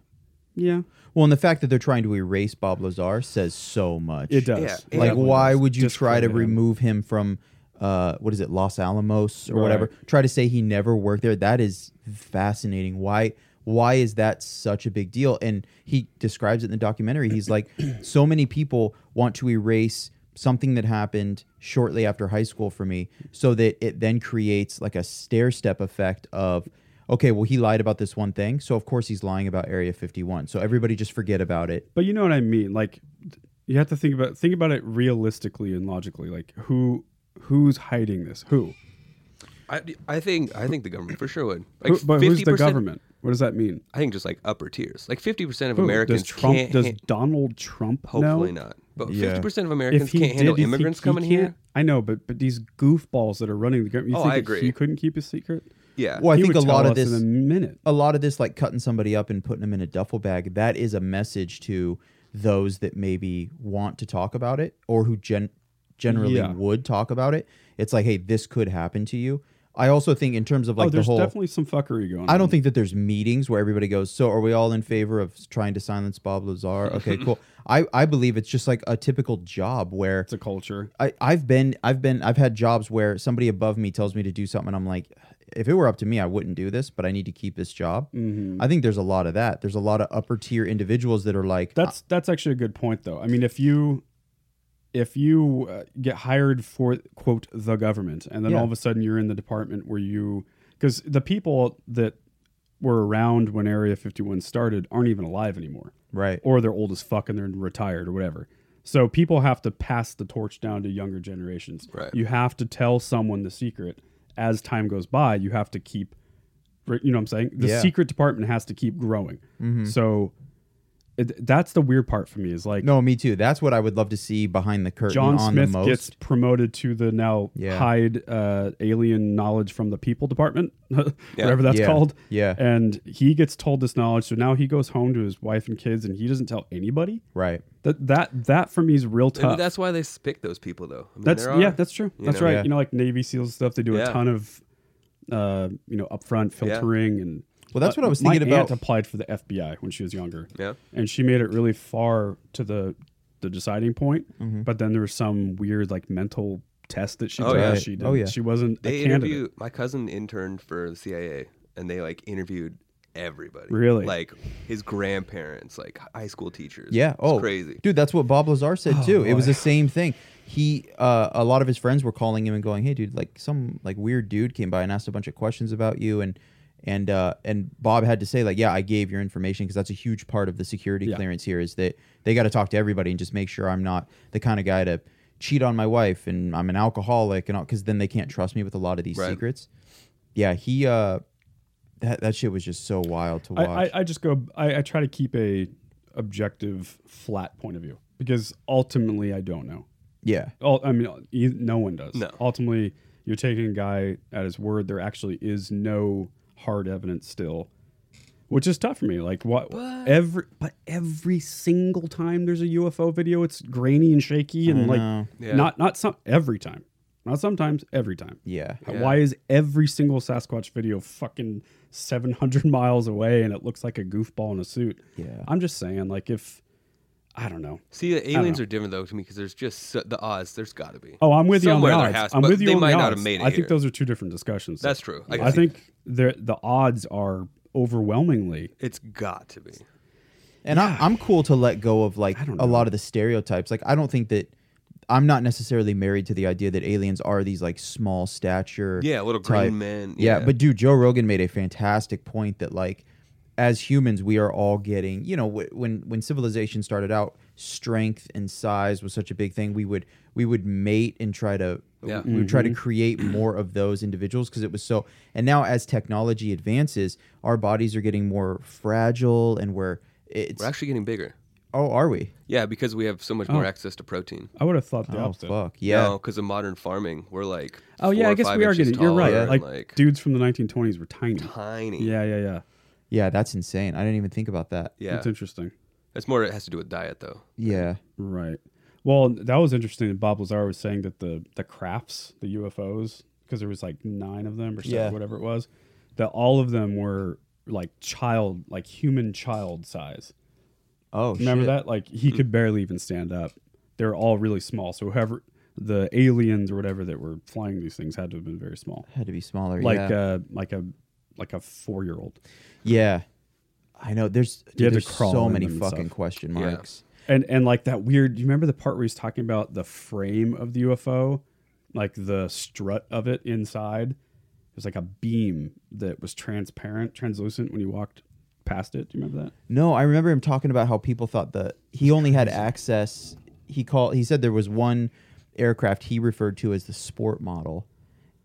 [SPEAKER 3] yeah
[SPEAKER 5] Well, and the fact that they're trying to erase Bob Lazar says so much.
[SPEAKER 3] it does
[SPEAKER 4] Yeah.
[SPEAKER 5] Like,
[SPEAKER 4] definitely
[SPEAKER 5] why
[SPEAKER 3] does.
[SPEAKER 5] would you try to
[SPEAKER 3] Discredit him.
[SPEAKER 5] remove him from, uh, what is it, Los Alamos or whatever?
[SPEAKER 3] Right.
[SPEAKER 5] Try to say he never worked there. That is fascinating. Why? Why is that such a big deal? And he describes it in the documentary. He's like, so many people want to erase something that happened shortly after high school for me, so that it then creates like a stair step effect of. Okay, well, he lied about this one thing, so of course he's lying about Area 51. So everybody just forget about it.
[SPEAKER 3] But you know what I mean. Like th- you have to think about think about it realistically and logically. Like who who's hiding this? Who?
[SPEAKER 4] I, I think I think the government for sure would.
[SPEAKER 3] Who-
[SPEAKER 4] Like
[SPEAKER 3] but who's the
[SPEAKER 4] 50%
[SPEAKER 3] government? What does that mean?
[SPEAKER 4] I think just like upper tiers. Like fifty percent of
[SPEAKER 3] Who?
[SPEAKER 4] Americans
[SPEAKER 3] does Trump
[SPEAKER 4] can't.
[SPEAKER 3] does
[SPEAKER 4] han-
[SPEAKER 3] Donald Trump
[SPEAKER 4] hopefully
[SPEAKER 3] know?
[SPEAKER 4] not. But
[SPEAKER 5] Yeah.
[SPEAKER 4] fifty percent of Americans
[SPEAKER 3] If he
[SPEAKER 4] can't
[SPEAKER 3] did,
[SPEAKER 4] handle
[SPEAKER 3] you think
[SPEAKER 4] immigrants
[SPEAKER 3] he
[SPEAKER 4] coming here.
[SPEAKER 3] can't? I know, but but these goofballs that are running the government. You
[SPEAKER 4] Oh,
[SPEAKER 3] think
[SPEAKER 4] I
[SPEAKER 3] that
[SPEAKER 4] agree.
[SPEAKER 3] He couldn't keep a secret.
[SPEAKER 4] Yeah.
[SPEAKER 5] Well, I
[SPEAKER 3] He
[SPEAKER 5] think
[SPEAKER 3] would
[SPEAKER 5] a lot
[SPEAKER 3] tell
[SPEAKER 5] of this
[SPEAKER 3] us in a minute.
[SPEAKER 5] a lot of this like cutting somebody up and putting them in a duffel bag that is a message to those that maybe want to talk about it or who gen- generally
[SPEAKER 3] Yeah.
[SPEAKER 5] would talk about it it's like hey this could happen to you I also think in terms of like
[SPEAKER 3] oh,
[SPEAKER 5] the
[SPEAKER 3] there's
[SPEAKER 5] whole
[SPEAKER 3] definitely some fuckery going on.
[SPEAKER 5] I don't think that there's meetings where everybody goes, so are we all in favor of s- trying to silence Bob Lazar?
[SPEAKER 3] (laughs)
[SPEAKER 5] Okay, cool. I, I believe it's just like a typical job where
[SPEAKER 3] it's a culture.
[SPEAKER 5] I, I've been I've been I've had jobs where somebody above me tells me to do something and I'm like, if it were up to me, I wouldn't do this, but I need to keep this job.
[SPEAKER 3] Mm-hmm.
[SPEAKER 5] I think there's a lot of that. There's a lot of upper tier individuals that are like uh,
[SPEAKER 3] That's that's actually a good point, though. I mean, if you if you uh, get hired for quote the government, and then
[SPEAKER 5] Yeah.
[SPEAKER 3] all of a sudden you're in the department where you because the people that were around when Area 51 started aren't even alive anymore,
[SPEAKER 5] right.
[SPEAKER 3] or they're old as fuck and they're retired or whatever. So people have to pass the torch down to younger generations.
[SPEAKER 4] Right.
[SPEAKER 3] You have to tell someone the secret as time goes by. You have to keep, you know what I'm saying? The
[SPEAKER 5] Yeah. Mm-hmm.
[SPEAKER 3] secret department has to keep growing. So it, that's the weird part for me is like
[SPEAKER 5] No, me too. That's what I would love to see behind the curtain
[SPEAKER 3] John
[SPEAKER 5] on
[SPEAKER 3] Smith
[SPEAKER 5] the most.
[SPEAKER 3] gets promoted to the now
[SPEAKER 5] Yeah.
[SPEAKER 3] hide uh, alien knowledge from the people department, (laughs) whatever that's
[SPEAKER 5] Yeah.
[SPEAKER 3] called.
[SPEAKER 5] Yeah.
[SPEAKER 3] And he gets told this knowledge. So now he goes home to his wife and kids and he doesn't tell anybody.
[SPEAKER 5] right.
[SPEAKER 3] That that that for me is real
[SPEAKER 4] Maybe
[SPEAKER 3] tough.
[SPEAKER 4] that's why they pick those people, though. I mean,
[SPEAKER 3] That's
[SPEAKER 4] there are-
[SPEAKER 3] yeah, that's true.
[SPEAKER 4] you
[SPEAKER 3] That's
[SPEAKER 4] know?
[SPEAKER 3] right.
[SPEAKER 5] Yeah.
[SPEAKER 3] You know, like Navy SEALs stuff, they do
[SPEAKER 4] Yeah.
[SPEAKER 3] a ton of uh, you know, upfront filtering and
[SPEAKER 5] Well, that's
[SPEAKER 3] Uh,
[SPEAKER 5] what I was
[SPEAKER 3] my
[SPEAKER 5] thinking about.
[SPEAKER 3] Aunt applied for the FBI when she was younger.
[SPEAKER 4] Yeah.
[SPEAKER 3] and she made it really far to the the deciding point,
[SPEAKER 5] Mm-hmm.
[SPEAKER 3] but then there was some weird like mental test that she
[SPEAKER 4] Oh,
[SPEAKER 3] took
[SPEAKER 4] yeah.
[SPEAKER 3] that she did.
[SPEAKER 5] Oh, yeah.
[SPEAKER 3] she wasn't
[SPEAKER 4] They
[SPEAKER 3] a candidate.
[SPEAKER 4] interview. My cousin interned for the CIA, and they like interviewed everybody.
[SPEAKER 3] Really?
[SPEAKER 4] Like his grandparents, like high school teachers.
[SPEAKER 5] Yeah.
[SPEAKER 4] It's
[SPEAKER 5] Oh,
[SPEAKER 4] crazy.
[SPEAKER 5] dude. That's what Bob Lazar said
[SPEAKER 3] Oh
[SPEAKER 5] too. It was the same thing. He, uh, a lot of his friends were calling him and going, "Hey, dude, like some like weird dude came by and asked a bunch of questions about you and." And uh, and Bob had to say like, yeah, I gave your information because that's a huge part of the security
[SPEAKER 3] Yeah.
[SPEAKER 5] clearance here is that they got to talk to everybody and just make sure I'm not the kind of guy to cheat on my wife and I'm an alcoholic and all because then they can't trust me with a lot of these
[SPEAKER 4] Right.
[SPEAKER 5] secrets. Yeah, he uh, that that shit was just so wild to watch.
[SPEAKER 3] I, I, I just go. I, I try to keep a objective, flat point of view because ultimately I don't know.
[SPEAKER 5] yeah,
[SPEAKER 3] All, I mean, e- no one does.
[SPEAKER 4] No.
[SPEAKER 3] Ultimately, you're taking a guy at his word. There actually is no hard evidence still, which is tough for me. Like what? Every but every single time there's a UFO video, it's grainy and shaky and like
[SPEAKER 4] Yeah.
[SPEAKER 3] not not some every time, not sometimes every time.
[SPEAKER 5] yeah.
[SPEAKER 3] Why is every single Sasquatch video fucking 700 miles away and it looks like a goofball in a suit?
[SPEAKER 5] Yeah.
[SPEAKER 3] I'm just saying, like, if I don't know.
[SPEAKER 4] See, the aliens
[SPEAKER 3] know.
[SPEAKER 4] are different though to me because there's just so, the odds. There's got to be.
[SPEAKER 3] Oh, I'm with
[SPEAKER 4] Somewhere
[SPEAKER 3] you on
[SPEAKER 4] there
[SPEAKER 3] the odds.
[SPEAKER 4] has-
[SPEAKER 3] I'm
[SPEAKER 4] but
[SPEAKER 3] with you
[SPEAKER 4] they
[SPEAKER 3] on
[SPEAKER 4] might
[SPEAKER 3] the
[SPEAKER 4] not
[SPEAKER 3] odds.
[SPEAKER 4] have made it
[SPEAKER 3] I think
[SPEAKER 4] here.
[SPEAKER 3] those are two different discussions.
[SPEAKER 4] That's true. I
[SPEAKER 3] I,
[SPEAKER 4] can see
[SPEAKER 3] think the the odds are overwhelmingly.
[SPEAKER 4] It's got to be.
[SPEAKER 5] And I, I'm cool to let go of like
[SPEAKER 3] don't
[SPEAKER 5] a lot of the stereotypes. Like I don't think that I'm not necessarily married to the idea that aliens are these like small stature.
[SPEAKER 4] Yeah, little
[SPEAKER 5] type-
[SPEAKER 4] green men.
[SPEAKER 5] Yeah, but dude, Joe Rogan made a fantastic point that like as humans we are all getting, you know, wh- when when civilization started out, strength and size was such a big thing. We would we would mate and try to
[SPEAKER 4] Yeah.
[SPEAKER 5] we would try
[SPEAKER 4] Mm-hmm.
[SPEAKER 5] to create more of those individuals because it was so and now as technology advances, our bodies are getting more fragile and we're it's
[SPEAKER 4] we're actually getting bigger.
[SPEAKER 5] Oh, are we?
[SPEAKER 4] Yeah, because we have so much
[SPEAKER 3] Oh.
[SPEAKER 4] more access to protein.
[SPEAKER 3] I would have thought the opposite.
[SPEAKER 5] Oh, Fuck yeah.
[SPEAKER 4] because of modern farming, we're like.
[SPEAKER 3] Oh yeah,
[SPEAKER 4] four
[SPEAKER 3] I
[SPEAKER 4] or
[SPEAKER 3] guess
[SPEAKER 4] five
[SPEAKER 3] we are
[SPEAKER 4] inches
[SPEAKER 3] getting. You're right.
[SPEAKER 4] taller and,
[SPEAKER 3] Like,
[SPEAKER 4] like
[SPEAKER 3] dudes from the 1920s were tiny.
[SPEAKER 4] tiny.
[SPEAKER 3] Yeah, yeah, yeah.
[SPEAKER 5] Yeah, that's insane. I didn't even think about that.
[SPEAKER 4] yeah.
[SPEAKER 3] It's interesting.
[SPEAKER 4] That's more. It has to do with diet though.
[SPEAKER 5] Yeah.
[SPEAKER 3] Right. Well, that was interesting that Bob Lazar was saying that the the crafts, the UFOs, because there was like nine of them or seven,
[SPEAKER 5] Yeah.
[SPEAKER 3] whatever it was, that all of them were like child, like human child size.
[SPEAKER 5] Oh,
[SPEAKER 3] Remember
[SPEAKER 5] shit.
[SPEAKER 3] that? Like he could barely even stand up. they were all really small. So whoever the aliens or whatever that were flying these things had to have been very small,
[SPEAKER 5] Had to be smaller.
[SPEAKER 3] like
[SPEAKER 5] yeah.
[SPEAKER 3] uh, like a like a four year old.
[SPEAKER 5] yeah. I know. There's dude,
[SPEAKER 3] You had to
[SPEAKER 5] there's
[SPEAKER 3] crawl
[SPEAKER 5] so
[SPEAKER 3] in
[SPEAKER 5] many
[SPEAKER 3] them and
[SPEAKER 5] fucking
[SPEAKER 3] stuff.
[SPEAKER 5] question
[SPEAKER 4] Yeah.
[SPEAKER 5] marks.
[SPEAKER 3] And and like that weird. Do you remember the part where he's talking about the frame of the UFO, like the strut of it inside? It was like a beam that was transparent, translucent when you walked past it. Do you remember that?
[SPEAKER 5] No, I remember him talking about how people thought that he only had access. He called. He said there was one aircraft he referred to as the sport model,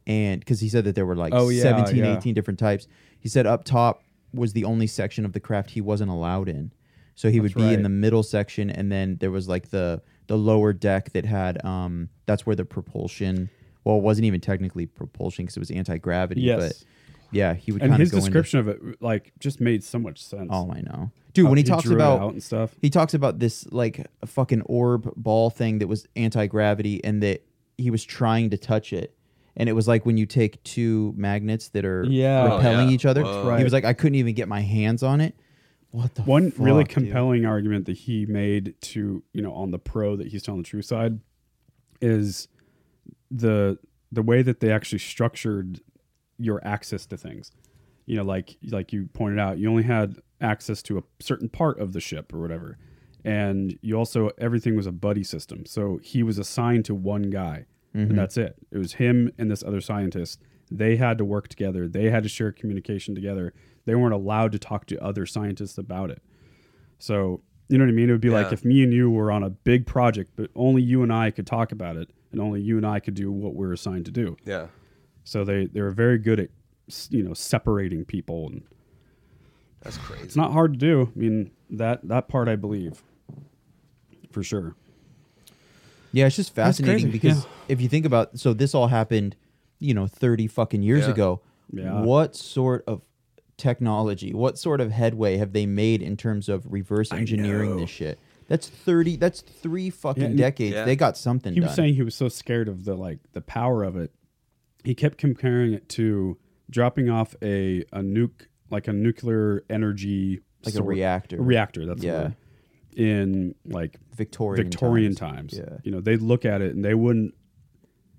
[SPEAKER 5] and because he said that there were like
[SPEAKER 3] Oh, yeah,
[SPEAKER 5] 17,
[SPEAKER 3] yeah.
[SPEAKER 5] 18 different types. He said up top was the only section of the craft he wasn't allowed in, so he would be in
[SPEAKER 3] right.
[SPEAKER 5] the middle section, and then there was like the the lower deck that had um that's where the propulsion. Well, it wasn't even technically propulsion because it was anti gravity.
[SPEAKER 3] Yes.
[SPEAKER 5] But yeah, he would.
[SPEAKER 3] And
[SPEAKER 5] kind
[SPEAKER 3] his
[SPEAKER 5] of go into-
[SPEAKER 3] description of it, like, just made so much sense.
[SPEAKER 5] Oh, I know, dude.
[SPEAKER 3] How
[SPEAKER 5] when he,
[SPEAKER 3] he
[SPEAKER 5] talks
[SPEAKER 3] drew it
[SPEAKER 5] about
[SPEAKER 3] out and stuff.
[SPEAKER 5] he talks about this like fucking orb ball thing that was anti gravity, and that he was trying to touch it, and it was like when you take two magnets that are
[SPEAKER 3] Yeah. Oh,
[SPEAKER 5] repelling
[SPEAKER 4] yeah.
[SPEAKER 5] each other.
[SPEAKER 4] Whoa.
[SPEAKER 5] He
[SPEAKER 3] Right.
[SPEAKER 5] was like, I couldn't even get my hands on it. What the
[SPEAKER 3] One really
[SPEAKER 5] fuck, dude?
[SPEAKER 3] compelling argument that he made to you know on the pro that he's telling the true side is the the way that they actually structured your access to things. You know, like like you pointed out, you only had access to a certain part of the ship or whatever, and you also everything was a buddy system. So he was assigned to one guy,
[SPEAKER 5] Mm-hmm.
[SPEAKER 3] and that's it. It was him and this other scientist. They had to work together. They had to share communication together. They weren't allowed to talk to other scientists about it. So you know what I mean? It would be like
[SPEAKER 4] Yeah.
[SPEAKER 3] if me and you were on a big project, but only you and I could talk about it, and only you and I could do what we're assigned to do.
[SPEAKER 4] Yeah.
[SPEAKER 3] So they they were very good at s- you know separating people, and
[SPEAKER 4] That's crazy.
[SPEAKER 3] it's not hard to do. I mean that that part I believe for sure.
[SPEAKER 5] Yeah, it's just fascinating
[SPEAKER 3] crazy,
[SPEAKER 5] because
[SPEAKER 3] yeah.
[SPEAKER 5] if you think about so this all happened, you know, 30 fucking years
[SPEAKER 4] Yeah.
[SPEAKER 5] ago.
[SPEAKER 3] Yeah.
[SPEAKER 5] What sort of technology, what sort of headway have they made in terms of reverse engineering this shit? That's 30 that's 3 fucking
[SPEAKER 3] and-
[SPEAKER 5] decades.
[SPEAKER 4] Yeah.
[SPEAKER 5] They got something
[SPEAKER 3] He
[SPEAKER 5] done.
[SPEAKER 3] was saying he was so scared of the like the power of it, he kept comparing it to dropping off a a nuke like a nuclear energy
[SPEAKER 5] like a
[SPEAKER 3] sort-
[SPEAKER 5] reactor.
[SPEAKER 3] reactor. That's yeah.
[SPEAKER 5] Yeah.
[SPEAKER 3] in like
[SPEAKER 5] Victorian
[SPEAKER 3] Victorian
[SPEAKER 5] times.
[SPEAKER 3] times.
[SPEAKER 5] Yeah.
[SPEAKER 3] You know, they'd look at it and they wouldn't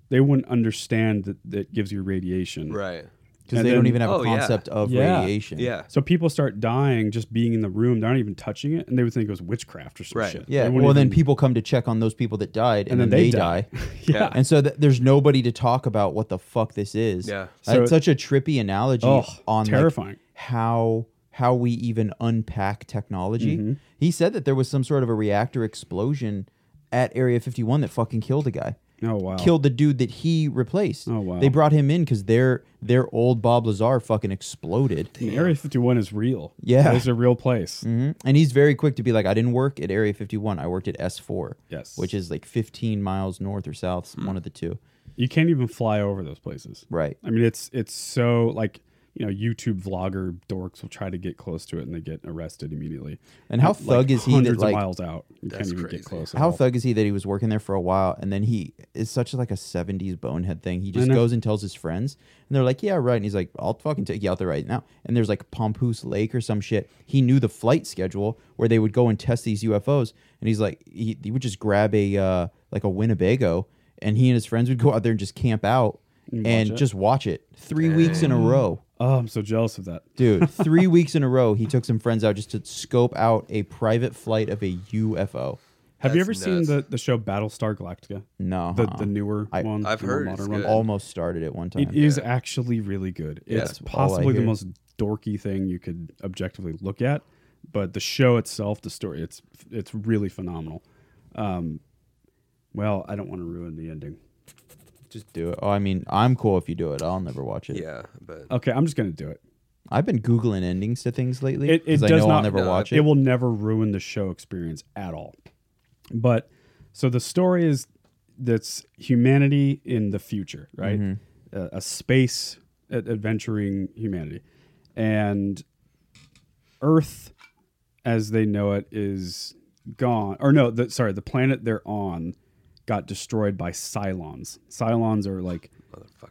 [SPEAKER 3] they wouldn't understand that that gives you radiation.
[SPEAKER 4] Right.
[SPEAKER 5] Cuz
[SPEAKER 3] And
[SPEAKER 5] they don't
[SPEAKER 3] then-
[SPEAKER 5] even have
[SPEAKER 4] Oh,
[SPEAKER 5] a
[SPEAKER 4] yeah.
[SPEAKER 5] concept of
[SPEAKER 3] Yeah.
[SPEAKER 5] radiation.
[SPEAKER 4] Yeah.
[SPEAKER 3] So people start dying just being in the room. They're not even touching it, and they would think it was witchcraft or some
[SPEAKER 4] Right.
[SPEAKER 3] shit.
[SPEAKER 5] Yeah.
[SPEAKER 3] They
[SPEAKER 5] Well,
[SPEAKER 3] wouldn't
[SPEAKER 5] then
[SPEAKER 3] even-
[SPEAKER 5] people come to check on those people that died, and,
[SPEAKER 3] And
[SPEAKER 5] then,
[SPEAKER 3] then
[SPEAKER 5] they,
[SPEAKER 3] they
[SPEAKER 5] die.
[SPEAKER 3] die. (laughs)
[SPEAKER 4] Yeah.
[SPEAKER 5] And so th- there's nobody to talk about what the fuck this is.
[SPEAKER 4] Yeah.
[SPEAKER 5] So,
[SPEAKER 3] So-
[SPEAKER 5] such a trippy analogy
[SPEAKER 3] Oh,
[SPEAKER 5] on like,
[SPEAKER 3] terrifying.
[SPEAKER 5] how how we even unpack technology.
[SPEAKER 3] Mm-hmm.
[SPEAKER 5] He said that there was some sort of a reactor explosion at Area 51 that fucking killed a guy.
[SPEAKER 3] Oh wow.
[SPEAKER 5] Killed the dude that he replaced.
[SPEAKER 3] Oh, wow.
[SPEAKER 5] They brought him in because their their old Bob Lazar fucking exploded.
[SPEAKER 3] I mean, Area 51 is real.
[SPEAKER 5] Yeah.
[SPEAKER 3] It's a real place.
[SPEAKER 5] hmm And he's very quick to be like, I didn't work at Area 51. I worked at S4.
[SPEAKER 3] Yes.
[SPEAKER 5] Which is like 15 miles north or south, one of the two.
[SPEAKER 3] You can't even fly over those places.
[SPEAKER 5] Right.
[SPEAKER 3] I mean, it's it's so like you know YouTube vlogger dorks will try to get close to it and they get arrested immediately.
[SPEAKER 5] And how
[SPEAKER 3] Like,
[SPEAKER 5] thug is he that,
[SPEAKER 3] Hundreds
[SPEAKER 5] like-
[SPEAKER 3] of miles out. You can't
[SPEAKER 4] That's
[SPEAKER 3] even
[SPEAKER 4] crazy.
[SPEAKER 3] get close. at
[SPEAKER 5] How
[SPEAKER 3] all.
[SPEAKER 5] thug is he that he was working there for a while and then he is such like a 70s bonehead thing. He just
[SPEAKER 3] know.
[SPEAKER 5] goes and tells his friends and they're like, "Yeah, right." And he's like, "I'll fucking take you out there right now." And there's like Pompoose Lake or some shit. He knew the flight schedule where they would go and test these UFOs and he's like he, he would just grab a uh, like a Winnebago and he and his friends would go out there and just camp out and,
[SPEAKER 3] it.
[SPEAKER 5] just watch it 3 weeks in a row.
[SPEAKER 3] Oh, I'm so jealous of that. (laughs)
[SPEAKER 5] Dude, three weeks in a row, he took some friends out just to scope out a private flight of a UFO.
[SPEAKER 3] Have you ever
[SPEAKER 4] That's
[SPEAKER 3] seen
[SPEAKER 4] nuts.
[SPEAKER 3] the, the show Battlestar Galactica?
[SPEAKER 5] No,
[SPEAKER 3] The,
[SPEAKER 5] uh-uh.
[SPEAKER 3] the newer
[SPEAKER 5] I-
[SPEAKER 3] one.
[SPEAKER 4] I've
[SPEAKER 3] the more
[SPEAKER 4] heard it's good.
[SPEAKER 5] almost started at one time.
[SPEAKER 3] It is actually really good.
[SPEAKER 4] That's
[SPEAKER 3] it's
[SPEAKER 5] all I
[SPEAKER 3] possibly the
[SPEAKER 5] hear.
[SPEAKER 3] most dorky thing you could objectively look at, but the show itself, the story, it's it's really phenomenal. Um, well, I don't want to ruin the ending.
[SPEAKER 5] Just do it. Oh, I mean, I'm cool if you do it. I'll never watch it.
[SPEAKER 4] Yeah. But
[SPEAKER 3] Okay, I'm just gonna do it.
[SPEAKER 5] I've been googling endings to things lately
[SPEAKER 3] It, it
[SPEAKER 5] because I
[SPEAKER 3] does
[SPEAKER 5] know
[SPEAKER 3] not
[SPEAKER 5] I'll never
[SPEAKER 4] no,
[SPEAKER 5] watch it.
[SPEAKER 3] It will never ruin the show experience at all. But so the story is that's humanity in the future, right?
[SPEAKER 5] Mm-hmm.
[SPEAKER 3] A, a space a- adventuring humanity, and Earth, as they know it, is gone. Or no, the, sorry, the planet they're on got destroyed by Cylons. Cylons are like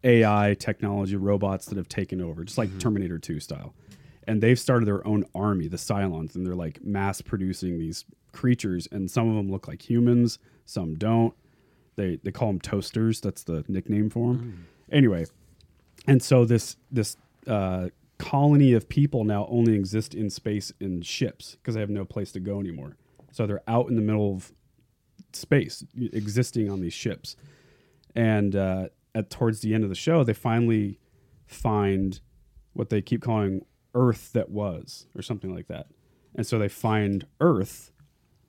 [SPEAKER 3] AI technology robots that have taken over, just like Terminator 2 style. And they've started their own army, the Cylons, and they're like mass producing these creatures. And some of them look like humans, some don't. They they call them toasters. That's the nickname for them. Anyway, and so this this uh, colony of people now only exist in space in ships because they have no place to go anymore. So they're out in the middle of space, y- existing on these ships. And uh, at towards the end of the show, they finally find what they keep calling Earth that was, or something like that. And so they find Earth,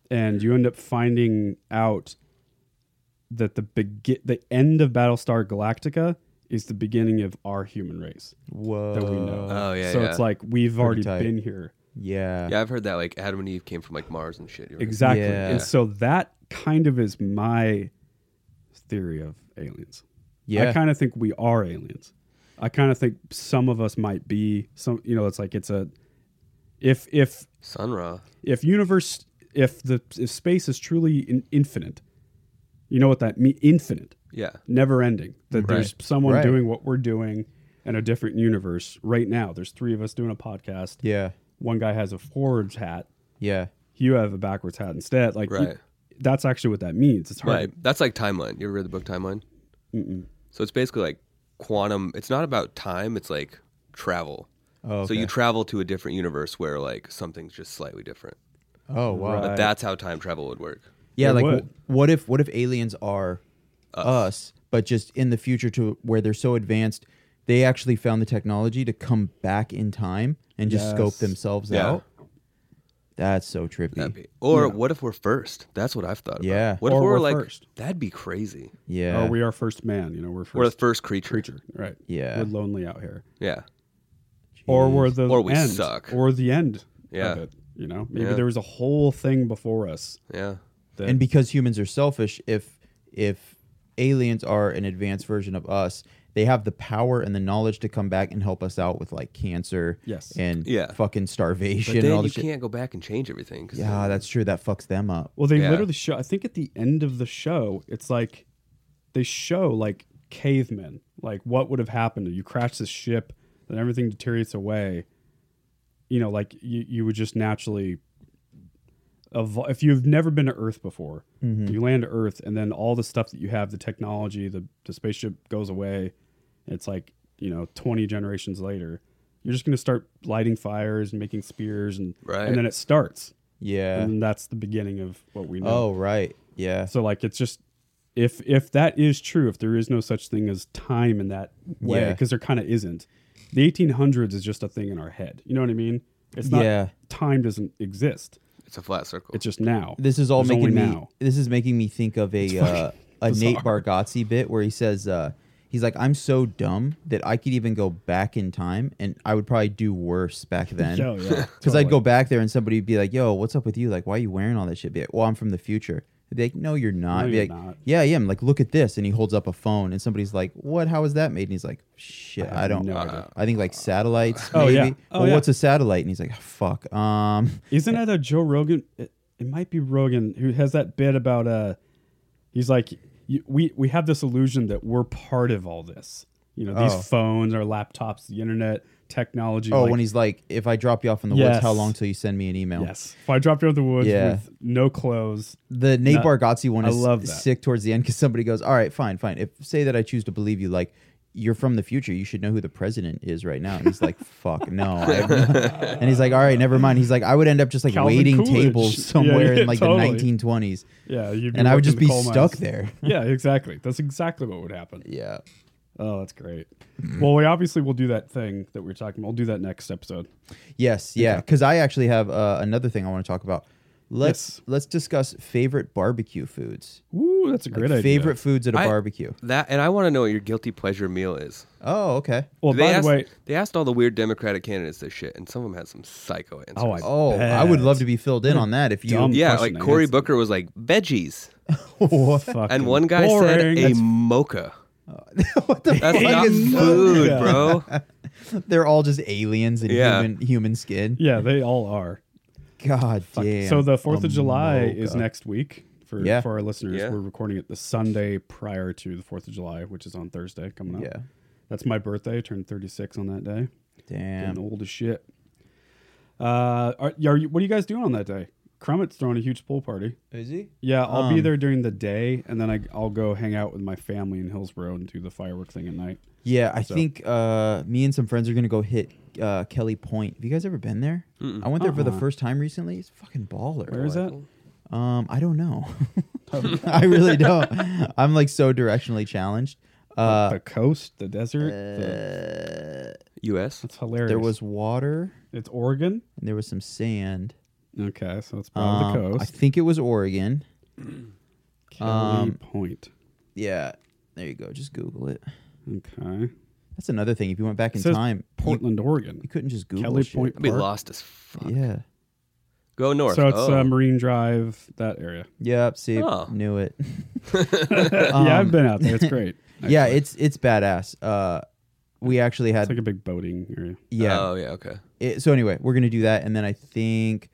[SPEAKER 3] and you end up finding out that the begi- the end of Battlestar Galactica is the beginning of our human race
[SPEAKER 5] Whoa.
[SPEAKER 3] that we know.
[SPEAKER 4] Oh, yeah,
[SPEAKER 3] So
[SPEAKER 4] yeah.
[SPEAKER 3] it's like we've already
[SPEAKER 5] tight.
[SPEAKER 3] been here. Uh,
[SPEAKER 5] Yeah.
[SPEAKER 4] yeah, I've heard that like Adam and Eve came from like Mars and shit. You're right.
[SPEAKER 3] Exactly.
[SPEAKER 5] Yeah.
[SPEAKER 3] And so that kind of is my theory of aliens.
[SPEAKER 5] Yeah.
[SPEAKER 3] I kind of think we are aliens. I kind of think some of us might be some you know it's like it's a if if
[SPEAKER 4] Sun Ra.
[SPEAKER 3] if universe if the if space is truly in, infinite. You know what that means infinite.
[SPEAKER 4] Yeah.
[SPEAKER 3] never ending. That there's someone
[SPEAKER 5] Right.
[SPEAKER 3] doing what we're doing in a different universe right now. There's three of us doing a podcast.
[SPEAKER 5] Yeah.
[SPEAKER 3] One guy has a forwards hat.
[SPEAKER 5] Yeah.
[SPEAKER 3] You have a backwards hat instead. Like, you-
[SPEAKER 4] Right.
[SPEAKER 3] that's actually what that means. It's hard.
[SPEAKER 4] Right. That's like timeline. You ever read the book Timeline?
[SPEAKER 3] Mm-mm.
[SPEAKER 4] So it's basically like quantum. It's not about time. It's like travel.
[SPEAKER 5] Oh,
[SPEAKER 4] So
[SPEAKER 5] okay.
[SPEAKER 4] you travel to a different universe where like something's just slightly different.
[SPEAKER 5] Oh wow.
[SPEAKER 4] But that's how time travel would work.
[SPEAKER 5] Yeah,
[SPEAKER 3] It
[SPEAKER 5] like
[SPEAKER 3] would.
[SPEAKER 5] w- what if what if aliens are us. but just in the future to where they're so advanced they actually found the technology to come back in time and just scope
[SPEAKER 3] Yes.
[SPEAKER 5] themselves
[SPEAKER 4] Yeah.
[SPEAKER 5] out. That's so trippy.
[SPEAKER 4] That'd be, or what if we're first? That's what I've thought. About.
[SPEAKER 5] Yeah.
[SPEAKER 4] What if
[SPEAKER 3] Or
[SPEAKER 4] we're,
[SPEAKER 3] we're
[SPEAKER 4] like
[SPEAKER 3] first.
[SPEAKER 4] that'd be crazy.
[SPEAKER 5] Yeah.
[SPEAKER 3] Or Oh, we are first man. You know, we're
[SPEAKER 4] we We're the
[SPEAKER 3] first
[SPEAKER 4] first creature.
[SPEAKER 3] creature. Right.
[SPEAKER 5] Yeah.
[SPEAKER 3] We're lonely out here.
[SPEAKER 4] Yeah.
[SPEAKER 3] Or we're the
[SPEAKER 4] Or we
[SPEAKER 3] end.
[SPEAKER 4] suck.
[SPEAKER 3] Or the end.
[SPEAKER 4] Yeah.
[SPEAKER 3] Of it, you know, maybe
[SPEAKER 4] Yeah.
[SPEAKER 3] there was a whole thing before us.
[SPEAKER 4] Yeah.
[SPEAKER 3] That,
[SPEAKER 5] and because humans are selfish, if if aliens are an advanced version of us, they have the power and the knowledge to come back and help us out with like cancer
[SPEAKER 3] Yes.
[SPEAKER 5] and
[SPEAKER 4] Yeah.
[SPEAKER 5] fucking starvation
[SPEAKER 4] But
[SPEAKER 5] and
[SPEAKER 4] then
[SPEAKER 5] all
[SPEAKER 4] you
[SPEAKER 5] this shit.
[SPEAKER 4] can't go back and change everything. 'cause
[SPEAKER 5] Yeah, that's true. That fucks them up.
[SPEAKER 3] Well, they
[SPEAKER 4] Yeah.
[SPEAKER 3] literally show. I think at the end of the show, it's like they show like cavemen, like what would have happened if you crash this ship, then everything deteriorates away. You know, like you, you would just naturally. Evol- if you've never been to Earth before, you land to Earth, and then all the stuff that you have, the technology, the, the spaceship goes away. It's like, you know, 20 generations later, you're just going to start lighting fires and making spears, and,
[SPEAKER 4] Right.
[SPEAKER 3] and then it starts
[SPEAKER 5] Yeah.
[SPEAKER 3] and that's the beginning of what we know.
[SPEAKER 5] Oh right. Yeah.
[SPEAKER 3] So like it's just if if that is true, if there is no such thing as time in that way,
[SPEAKER 5] Yeah.
[SPEAKER 3] because there kind of isn't. The 1800s is just a thing in our head. You know what I mean? It's not
[SPEAKER 5] Yeah.
[SPEAKER 3] time doesn't exist.
[SPEAKER 4] It's a flat circle.
[SPEAKER 3] It's just now.
[SPEAKER 5] This is all
[SPEAKER 3] There's
[SPEAKER 5] making
[SPEAKER 3] only
[SPEAKER 5] me. (laughs)
[SPEAKER 3] now.
[SPEAKER 5] This is making me think of a uh, a Nate Bargatze bit where he says uh, he's like, "I'm so dumb that I could even go back in time and I would probably do worse back then."
[SPEAKER 3] Yo, Oh, yeah,
[SPEAKER 5] (laughs) Because I'd go back there and somebody would be like, "Yo, what's up with you? Like, why are you wearing all that shit?" Be like, "Well, I'm from the future." They'd be like, "No, you're not."
[SPEAKER 3] No,
[SPEAKER 5] Be
[SPEAKER 3] you're
[SPEAKER 5] like,
[SPEAKER 3] not.
[SPEAKER 5] "Yeah, I am." Like, look at this, and he holds up a phone, and somebody's like, "What? How was that made?" And he's like, "Shit, I, don't
[SPEAKER 3] no
[SPEAKER 5] know."
[SPEAKER 3] idea.
[SPEAKER 5] I think like satellites.
[SPEAKER 3] Oh,
[SPEAKER 5] maybe.
[SPEAKER 3] yeah. Oh,
[SPEAKER 5] well,
[SPEAKER 3] yeah.
[SPEAKER 5] what's a satellite? And he's like, "Fuck." Um.
[SPEAKER 3] Isn't it a Joe Rogan? It, it might be Rogan who has that bit about uh, he's like y- we we have this illusion that we're part of all this. You know, these
[SPEAKER 5] Oh.
[SPEAKER 3] phones, our laptops, the internet, technology.
[SPEAKER 5] Oh,
[SPEAKER 3] like-
[SPEAKER 5] when he's like, if I drop you off in the woods, how
[SPEAKER 3] Yes.
[SPEAKER 5] long till you send me an email?
[SPEAKER 3] yes, if I dropped you out of the woods
[SPEAKER 5] Yeah.
[SPEAKER 3] with no clothes,
[SPEAKER 5] The Nate
[SPEAKER 3] No,
[SPEAKER 5] Bargatze one
[SPEAKER 3] I
[SPEAKER 5] is
[SPEAKER 3] love that.
[SPEAKER 5] sick towards the end because somebody goes, all right, fine, fine. If say that I choose to believe you, like you're from the future, you should know who the president is right now. And he's
[SPEAKER 3] (laughs)
[SPEAKER 5] like, fuck, no. I have no-" (laughs) and he's like, all right, never mind. He's like, I would end up just like
[SPEAKER 3] Calvin
[SPEAKER 5] waiting
[SPEAKER 3] Coolidge.
[SPEAKER 5] tables
[SPEAKER 3] (laughs) Yeah,
[SPEAKER 5] somewhere
[SPEAKER 3] yeah,
[SPEAKER 5] in like
[SPEAKER 3] totally.
[SPEAKER 5] the 1920s,
[SPEAKER 3] Yeah, you'd
[SPEAKER 5] and I would just
[SPEAKER 3] working the
[SPEAKER 5] be
[SPEAKER 3] coal mines.
[SPEAKER 5] stuck there.
[SPEAKER 3] (laughs) Yeah, exactly. That's exactly what would happen.
[SPEAKER 5] yeah.
[SPEAKER 3] Oh, that's great.
[SPEAKER 5] Mm.
[SPEAKER 3] well, we obviously will do that thing that we are talking about. We'll do that next episode.
[SPEAKER 5] Yes, yeah. Because I actually have uh, another thing I want to talk about. Let's
[SPEAKER 3] Yes.
[SPEAKER 5] let's discuss favorite barbecue foods.
[SPEAKER 3] Ooh, that's a
[SPEAKER 5] Like,
[SPEAKER 3] great idea.
[SPEAKER 5] favorite foods at a
[SPEAKER 4] I-
[SPEAKER 5] barbecue.
[SPEAKER 4] that and I want to know what your guilty pleasure meal is.
[SPEAKER 5] Oh, okay.
[SPEAKER 3] Well,
[SPEAKER 4] they
[SPEAKER 3] by
[SPEAKER 4] asked,
[SPEAKER 5] (laughs)
[SPEAKER 3] the way,
[SPEAKER 4] they asked all the weird Democratic candidates this shit, and some of them had some psycho answers.
[SPEAKER 3] Oh, I-
[SPEAKER 5] Oh, I would love to be filled in on that if you.
[SPEAKER 3] dumb
[SPEAKER 4] yeah,
[SPEAKER 3] question
[SPEAKER 4] like
[SPEAKER 3] to
[SPEAKER 4] Cory
[SPEAKER 3] answer.
[SPEAKER 4] Booker was like veggies,
[SPEAKER 3] fucking
[SPEAKER 4] and one guy said a
[SPEAKER 3] boring. That's-
[SPEAKER 4] mocha.
[SPEAKER 5] (laughs) what the
[SPEAKER 4] That's
[SPEAKER 5] fuck
[SPEAKER 4] not
[SPEAKER 5] is
[SPEAKER 4] food,
[SPEAKER 5] (laughs)
[SPEAKER 4] bro.
[SPEAKER 5] They're all just aliens in
[SPEAKER 4] Yeah.
[SPEAKER 5] human human skin.
[SPEAKER 3] yeah, they all are.
[SPEAKER 5] God damn.
[SPEAKER 3] So the Fourth
[SPEAKER 5] A
[SPEAKER 3] of July is
[SPEAKER 5] mocha.
[SPEAKER 3] next week for
[SPEAKER 5] Yeah.
[SPEAKER 3] for our listeners.
[SPEAKER 4] Yeah.
[SPEAKER 3] We're recording it the Sunday prior to the Fourth of July, which is on Thursday coming up.
[SPEAKER 5] Yeah.
[SPEAKER 3] that's my birthday. I turned thirty six on that day. Getting
[SPEAKER 5] Damn.
[SPEAKER 3] old as shit. Uh, are, are you, what are you guys doing on that day? Crummets throwing a huge pool party.
[SPEAKER 5] Is he?
[SPEAKER 3] Yeah, I'll
[SPEAKER 5] Um,
[SPEAKER 3] be there during the day, and then I, I'll go hang out with my family in Hillsborough and do the firework thing at night.
[SPEAKER 5] Yeah, I think uh, me and some friends are gonna go hit uh, Kelly Point. Have you guys ever been there? I went there for the first time recently. It's fucking baller.
[SPEAKER 3] Uh-huh. Where is that? Oh.
[SPEAKER 5] Um, I don't
[SPEAKER 3] (laughs)
[SPEAKER 5] know. (laughs) I really don't. I'm like so directionally challenged. Uh,
[SPEAKER 3] the coast, the desert. the,
[SPEAKER 4] U.S.
[SPEAKER 3] it's hilarious.
[SPEAKER 5] there was water
[SPEAKER 3] it's Oregon.
[SPEAKER 5] and there was some sand.
[SPEAKER 3] Okay, so it's probably
[SPEAKER 5] Um,
[SPEAKER 3] Oh, the
[SPEAKER 5] I
[SPEAKER 3] coast.
[SPEAKER 5] think it was Oregon.
[SPEAKER 3] Kelly
[SPEAKER 5] um,
[SPEAKER 3] Point.
[SPEAKER 5] Yeah. There you go. Just Google it.
[SPEAKER 3] Okay,
[SPEAKER 5] That's another thing. If you went back in
[SPEAKER 3] says
[SPEAKER 5] time, you-
[SPEAKER 3] Portland, Oregon.
[SPEAKER 5] You, couldn't just Google
[SPEAKER 3] Kelly
[SPEAKER 5] shit.
[SPEAKER 3] Point
[SPEAKER 4] I'd be
[SPEAKER 3] Park.
[SPEAKER 4] lost as fuck.
[SPEAKER 5] Yeah.
[SPEAKER 4] Go north.
[SPEAKER 3] So it's
[SPEAKER 4] oh.
[SPEAKER 3] uh, Marine Drive, that area. (laughs)
[SPEAKER 5] Yep. See,
[SPEAKER 4] Oh.
[SPEAKER 5] knew it. (laughs)
[SPEAKER 3] yeah, I've been out there. It's great.
[SPEAKER 5] Um, yeah,
[SPEAKER 3] actually.
[SPEAKER 5] it's it's badass. Uh, we actually had
[SPEAKER 3] it's like a big boating area.
[SPEAKER 5] yeah.
[SPEAKER 4] Oh yeah. Okay.
[SPEAKER 5] It- so anyway, we're gonna do that, and then I think,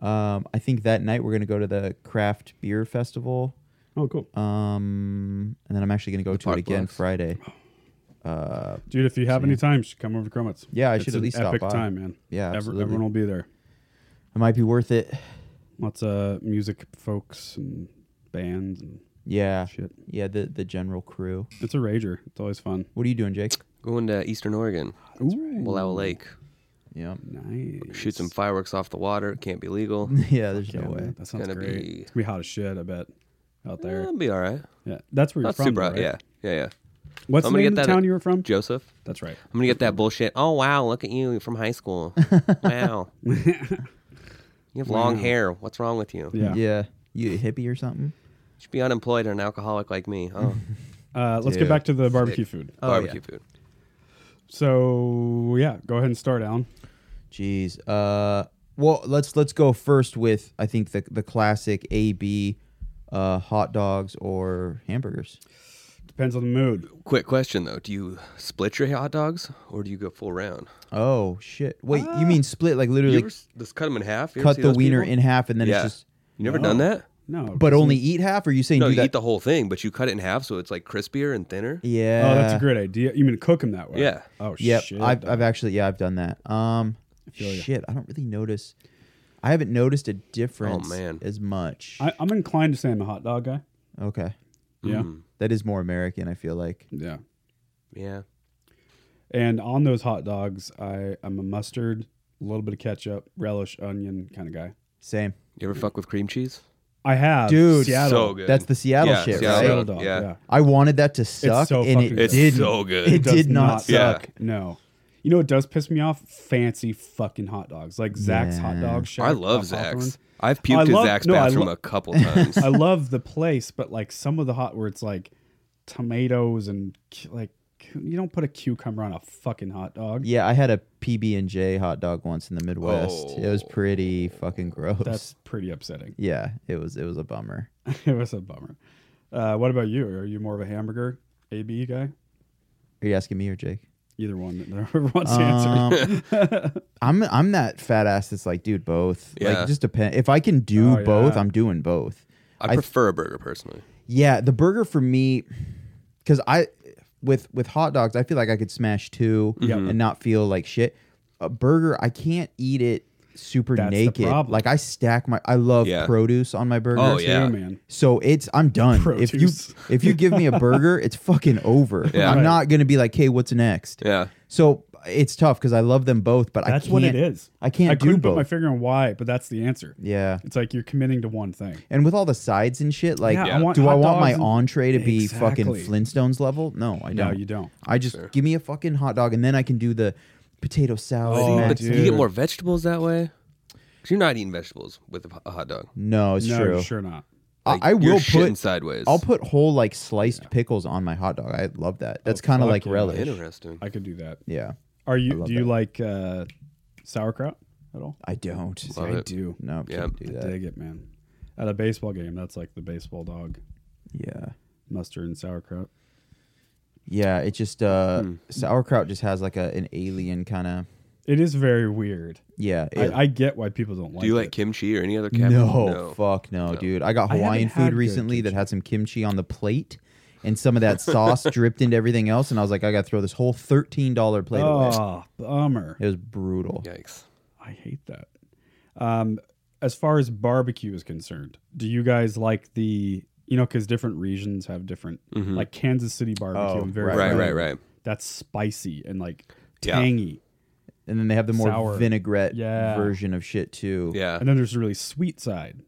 [SPEAKER 5] um, I think that night we're gonna go to the craft beer festival.
[SPEAKER 3] Oh, cool.
[SPEAKER 5] Um, and then I'm actually going to go to it
[SPEAKER 10] Park
[SPEAKER 5] again
[SPEAKER 10] Blocks.
[SPEAKER 5] Friday. Uh,
[SPEAKER 3] Dude, if you have any time, you should come over to Crummets.
[SPEAKER 5] Yeah, I
[SPEAKER 3] It's
[SPEAKER 5] should at
[SPEAKER 3] an
[SPEAKER 5] least stop
[SPEAKER 3] epic
[SPEAKER 5] by.
[SPEAKER 3] time, man.
[SPEAKER 5] Yeah,
[SPEAKER 3] Every-
[SPEAKER 5] absolutely.
[SPEAKER 3] everyone will be there.
[SPEAKER 5] it might be worth it.
[SPEAKER 3] Lots of music, folks, and bands and
[SPEAKER 5] Yeah,
[SPEAKER 3] shit.
[SPEAKER 5] yeah. The the general crew.
[SPEAKER 3] It's a rager. It's always fun.
[SPEAKER 5] What are you doing, Jake? (laughs)
[SPEAKER 10] Going to Eastern Oregon,
[SPEAKER 3] Ooh,
[SPEAKER 10] Wallowa Lake.
[SPEAKER 5] Yeah,
[SPEAKER 3] nice.
[SPEAKER 10] Shoot some fireworks off the water. It Can't be legal.
[SPEAKER 5] (laughs) yeah. There's
[SPEAKER 3] Yeah,
[SPEAKER 5] no way.
[SPEAKER 3] man, that sounds
[SPEAKER 10] Gonna
[SPEAKER 3] great.
[SPEAKER 10] be-
[SPEAKER 3] It's gonna be hot as shit. I bet out there.
[SPEAKER 10] That'll be all right.
[SPEAKER 3] yeah, that's where you're
[SPEAKER 10] Not
[SPEAKER 3] from.
[SPEAKER 10] super.
[SPEAKER 3] though,
[SPEAKER 10] hot.
[SPEAKER 3] right?
[SPEAKER 10] Yeah, yeah, yeah.
[SPEAKER 3] What's
[SPEAKER 10] I'm
[SPEAKER 3] the
[SPEAKER 10] gonna
[SPEAKER 3] name
[SPEAKER 10] get
[SPEAKER 3] of the
[SPEAKER 10] that
[SPEAKER 3] town
[SPEAKER 10] at-
[SPEAKER 3] you were from?
[SPEAKER 10] Joseph,
[SPEAKER 3] That's right.
[SPEAKER 10] I'm gonna get that bullshit. Oh wow, look at you you're from high (laughs) school. Wow, you have long hair. What's wrong with you? You
[SPEAKER 3] Yeah.
[SPEAKER 5] Yeah. You a hippie or something?
[SPEAKER 10] should be unemployed and an alcoholic like me. (laughs) Oh,
[SPEAKER 3] Uh, let's
[SPEAKER 5] Dude.
[SPEAKER 3] get back to the barbecue food.
[SPEAKER 5] Oh,
[SPEAKER 10] barbecue
[SPEAKER 5] yeah.
[SPEAKER 10] food.
[SPEAKER 3] So yeah, go ahead and start, Alan.
[SPEAKER 5] Jeez. Uh, well, let's let's go first with I think the the classic A B, uh, hot dogs or hamburgers.
[SPEAKER 3] Depends on the mood.
[SPEAKER 10] Quick question though: Do you split your hot dogs or do you go full round?
[SPEAKER 5] Oh shit! Wait, you mean split like
[SPEAKER 10] Uh, You
[SPEAKER 5] literally
[SPEAKER 10] ever s- just cut them in half? You ever
[SPEAKER 5] cut
[SPEAKER 10] see
[SPEAKER 5] the
[SPEAKER 10] those
[SPEAKER 5] wiener
[SPEAKER 10] people?
[SPEAKER 5] in half and then it's
[SPEAKER 10] Yeah.
[SPEAKER 5] just
[SPEAKER 10] You never done that?
[SPEAKER 3] No,
[SPEAKER 5] but
[SPEAKER 3] 'cause
[SPEAKER 5] only
[SPEAKER 3] you-
[SPEAKER 5] eat half? Or are you saying
[SPEAKER 10] No,
[SPEAKER 5] do
[SPEAKER 10] you
[SPEAKER 5] that?
[SPEAKER 10] eat the whole thing, but you cut it in half so it's like crispier and thinner.
[SPEAKER 5] yeah.
[SPEAKER 3] Oh, that's a great idea. You mean cook them that way?
[SPEAKER 10] Yeah.
[SPEAKER 3] Oh
[SPEAKER 5] Yep.
[SPEAKER 3] shit.
[SPEAKER 5] I've, I've actually yeah I've done that. Um,
[SPEAKER 3] feel ya.
[SPEAKER 5] shit. I don't really notice. I haven't noticed a difference
[SPEAKER 10] man.
[SPEAKER 5] as much.
[SPEAKER 3] I, I'm inclined to say I'm a hot dog guy.
[SPEAKER 5] okay,
[SPEAKER 3] Yeah.
[SPEAKER 10] Hmm. Mm-hmm.
[SPEAKER 5] that is more American. I feel like.
[SPEAKER 3] Yeah.
[SPEAKER 10] Yeah.
[SPEAKER 3] And on those hot dogs, I I'm a mustard, a little bit of ketchup, relish, onion kind of guy.
[SPEAKER 5] Same.
[SPEAKER 10] You ever fuck with cream cheese?
[SPEAKER 3] I have
[SPEAKER 5] Dude,
[SPEAKER 3] Seattle.
[SPEAKER 10] So good.
[SPEAKER 5] That's the Seattle
[SPEAKER 10] Yeah,
[SPEAKER 5] shit,
[SPEAKER 10] Seattle.
[SPEAKER 5] right?
[SPEAKER 3] Seattle dog.
[SPEAKER 10] Yeah.
[SPEAKER 3] Yeah.
[SPEAKER 5] I wanted that to suck,
[SPEAKER 3] so
[SPEAKER 5] and
[SPEAKER 3] fucking
[SPEAKER 5] it
[SPEAKER 3] good.
[SPEAKER 10] It's
[SPEAKER 5] didn't.
[SPEAKER 10] so good.
[SPEAKER 5] It,
[SPEAKER 10] It
[SPEAKER 3] does
[SPEAKER 5] did not
[SPEAKER 3] not
[SPEAKER 5] suck.
[SPEAKER 3] No. You know what does piss me off? Fancy fucking hot dogs. Like Zach's hot dog shop.
[SPEAKER 10] I love
[SPEAKER 3] on Hawthorne.
[SPEAKER 10] Zach's. I've
[SPEAKER 3] I
[SPEAKER 10] puked
[SPEAKER 3] love-
[SPEAKER 10] in Zach's
[SPEAKER 3] no, I
[SPEAKER 10] bathroom
[SPEAKER 3] lo-
[SPEAKER 10] a couple
[SPEAKER 3] (laughs)
[SPEAKER 10] times.
[SPEAKER 3] I love the place, but like some of the hot where it's like tomatoes and cu- like cu- you don't put a cucumber on a fucking hot dog.
[SPEAKER 5] Yeah, I had a PB and J hot dog once in the Midwest. It was
[SPEAKER 10] Oh.
[SPEAKER 5] pretty fucking gross.
[SPEAKER 3] Oh. That's pretty upsetting.
[SPEAKER 5] yeah, it was it was a bummer.
[SPEAKER 3] (laughs) it was a bummer. Uh, what about you? Are you more of a hamburger AB guy?
[SPEAKER 5] Are you asking me or Jake?
[SPEAKER 3] Either one, (laughs) whoever wants to answer.
[SPEAKER 5] Um, I'm I'm that fat ass that's like, dude, both. Like,
[SPEAKER 10] Yeah.
[SPEAKER 5] it just depend. If I can do
[SPEAKER 3] Oh,
[SPEAKER 5] both,
[SPEAKER 3] yeah.
[SPEAKER 5] I'm doing both.
[SPEAKER 10] I prefer a burger personally.
[SPEAKER 5] Yeah, the burger for me, because I with with hot dogs, I feel like I could smash two
[SPEAKER 10] Mm-hmm.
[SPEAKER 5] and not feel like shit. A burger, I can't eat it super
[SPEAKER 3] That's the
[SPEAKER 5] naked.
[SPEAKER 3] problem.
[SPEAKER 5] Like I stack my, I love
[SPEAKER 10] Yeah.
[SPEAKER 5] produce on my burger.
[SPEAKER 10] Oh,
[SPEAKER 3] Too, (laughs)
[SPEAKER 10] yeah.
[SPEAKER 3] man.
[SPEAKER 5] So it's I'm done. If you
[SPEAKER 3] Produce.
[SPEAKER 5] if you give me
[SPEAKER 3] (laughs)
[SPEAKER 5] a burger, it's fucking over.
[SPEAKER 10] Yeah.
[SPEAKER 5] I'm
[SPEAKER 10] Right.
[SPEAKER 5] not gonna be like, hey, what's next?
[SPEAKER 10] Yeah.
[SPEAKER 5] So it's tough because I love them both, but I
[SPEAKER 3] That's
[SPEAKER 5] can't,
[SPEAKER 3] what it is.
[SPEAKER 5] I can't
[SPEAKER 3] I
[SPEAKER 5] do
[SPEAKER 3] couldn't put
[SPEAKER 5] both.
[SPEAKER 3] my finger on why, but that's the answer.
[SPEAKER 5] yeah,
[SPEAKER 3] It's like you're committing to one thing.
[SPEAKER 5] and with all the sides and shit, like,
[SPEAKER 3] Yeah, I want
[SPEAKER 5] do I
[SPEAKER 3] hot
[SPEAKER 5] want my
[SPEAKER 3] dogs and-
[SPEAKER 5] entree to be
[SPEAKER 3] Exactly.
[SPEAKER 5] fucking Flintstones level? No, I
[SPEAKER 3] No,
[SPEAKER 5] don't.
[SPEAKER 3] you don't.
[SPEAKER 5] I just give me a fucking hot dog, and then I can do the potato salad.
[SPEAKER 3] Oh,
[SPEAKER 5] mashed
[SPEAKER 10] but
[SPEAKER 3] dude.
[SPEAKER 10] you get more vegetables that way. 'Cause You're not eating vegetables with a h- a hot dog.
[SPEAKER 5] No, it's
[SPEAKER 3] no,
[SPEAKER 5] true.
[SPEAKER 3] you're sure not.
[SPEAKER 5] I,
[SPEAKER 10] Like,
[SPEAKER 5] I
[SPEAKER 10] you're
[SPEAKER 5] will
[SPEAKER 10] shitting
[SPEAKER 5] put.
[SPEAKER 10] sideways.
[SPEAKER 5] I'll put whole like sliced pickles on my hot dog. I love that. That's kind of
[SPEAKER 3] Oh, fuck
[SPEAKER 5] like
[SPEAKER 3] yeah.
[SPEAKER 5] relish.
[SPEAKER 10] Interesting.
[SPEAKER 3] I could do that.
[SPEAKER 5] Yeah,
[SPEAKER 3] Are you?
[SPEAKER 5] love
[SPEAKER 3] Do you
[SPEAKER 5] that.
[SPEAKER 3] like uh, sauerkraut at all?
[SPEAKER 5] I don't.
[SPEAKER 10] Love
[SPEAKER 3] I
[SPEAKER 10] it.
[SPEAKER 3] do.
[SPEAKER 5] No,
[SPEAKER 10] Yeah.
[SPEAKER 5] can't do
[SPEAKER 3] I
[SPEAKER 5] that.
[SPEAKER 3] dig it, man. At a baseball game, that's like the baseball dog
[SPEAKER 5] Yeah,
[SPEAKER 3] mustard and sauerkraut.
[SPEAKER 5] yeah. It just uh, sauerkraut just has like a an alien kind of.
[SPEAKER 3] It is very weird.
[SPEAKER 5] Yeah. it-
[SPEAKER 3] I, I get why people don't like.
[SPEAKER 10] Do you
[SPEAKER 3] it.
[SPEAKER 10] like kimchi or any other cabbage?
[SPEAKER 5] no, fuck no, dude. I got
[SPEAKER 3] I haven't
[SPEAKER 5] Hawaiian
[SPEAKER 3] had
[SPEAKER 5] food
[SPEAKER 3] good
[SPEAKER 5] recently that
[SPEAKER 3] kimchi.
[SPEAKER 5] had some kimchi on the plate. And some of that sauce dripped into everything else, and I was like, I gotta throw this whole thirteen dollar plate away.
[SPEAKER 3] Oh, bummer.
[SPEAKER 5] It was brutal.
[SPEAKER 10] Yikes.
[SPEAKER 3] I hate that. Um, as far as barbecue is concerned, do you guys like the you know because different regions have different
[SPEAKER 5] Mm-hmm.
[SPEAKER 3] like Kansas City barbecue.
[SPEAKER 5] Oh,
[SPEAKER 3] I'm very
[SPEAKER 5] right,
[SPEAKER 10] Right, right,
[SPEAKER 3] familiar with.
[SPEAKER 10] right.
[SPEAKER 3] That's spicy and like
[SPEAKER 10] Yeah.
[SPEAKER 3] tangy,
[SPEAKER 5] and then they have the more
[SPEAKER 3] Sour.
[SPEAKER 5] vinaigrette
[SPEAKER 3] Yeah.
[SPEAKER 5] version of shit too.
[SPEAKER 10] Yeah.
[SPEAKER 3] and then there's the really sweet side.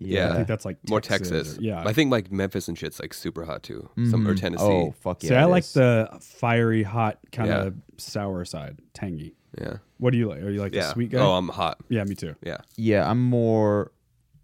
[SPEAKER 3] I
[SPEAKER 10] Uh, Yeah.
[SPEAKER 3] think that's like
[SPEAKER 10] More Texas.
[SPEAKER 3] or- yeah. Mm-hmm.
[SPEAKER 10] I think like Memphis and shit's like super hot too. Some or Tennessee.
[SPEAKER 5] Oh fuck yeah!
[SPEAKER 3] See, I
[SPEAKER 5] it
[SPEAKER 3] like
[SPEAKER 5] is.
[SPEAKER 3] the fiery, hot kind
[SPEAKER 10] Yeah.
[SPEAKER 3] of sour side, tangy.
[SPEAKER 10] Yeah.
[SPEAKER 3] What do you like? Are you like
[SPEAKER 10] Yeah.
[SPEAKER 3] the sweet guy?
[SPEAKER 10] Oh, I'm hot.
[SPEAKER 3] yeah, me too.
[SPEAKER 10] Yeah.
[SPEAKER 5] yeah. I'm more.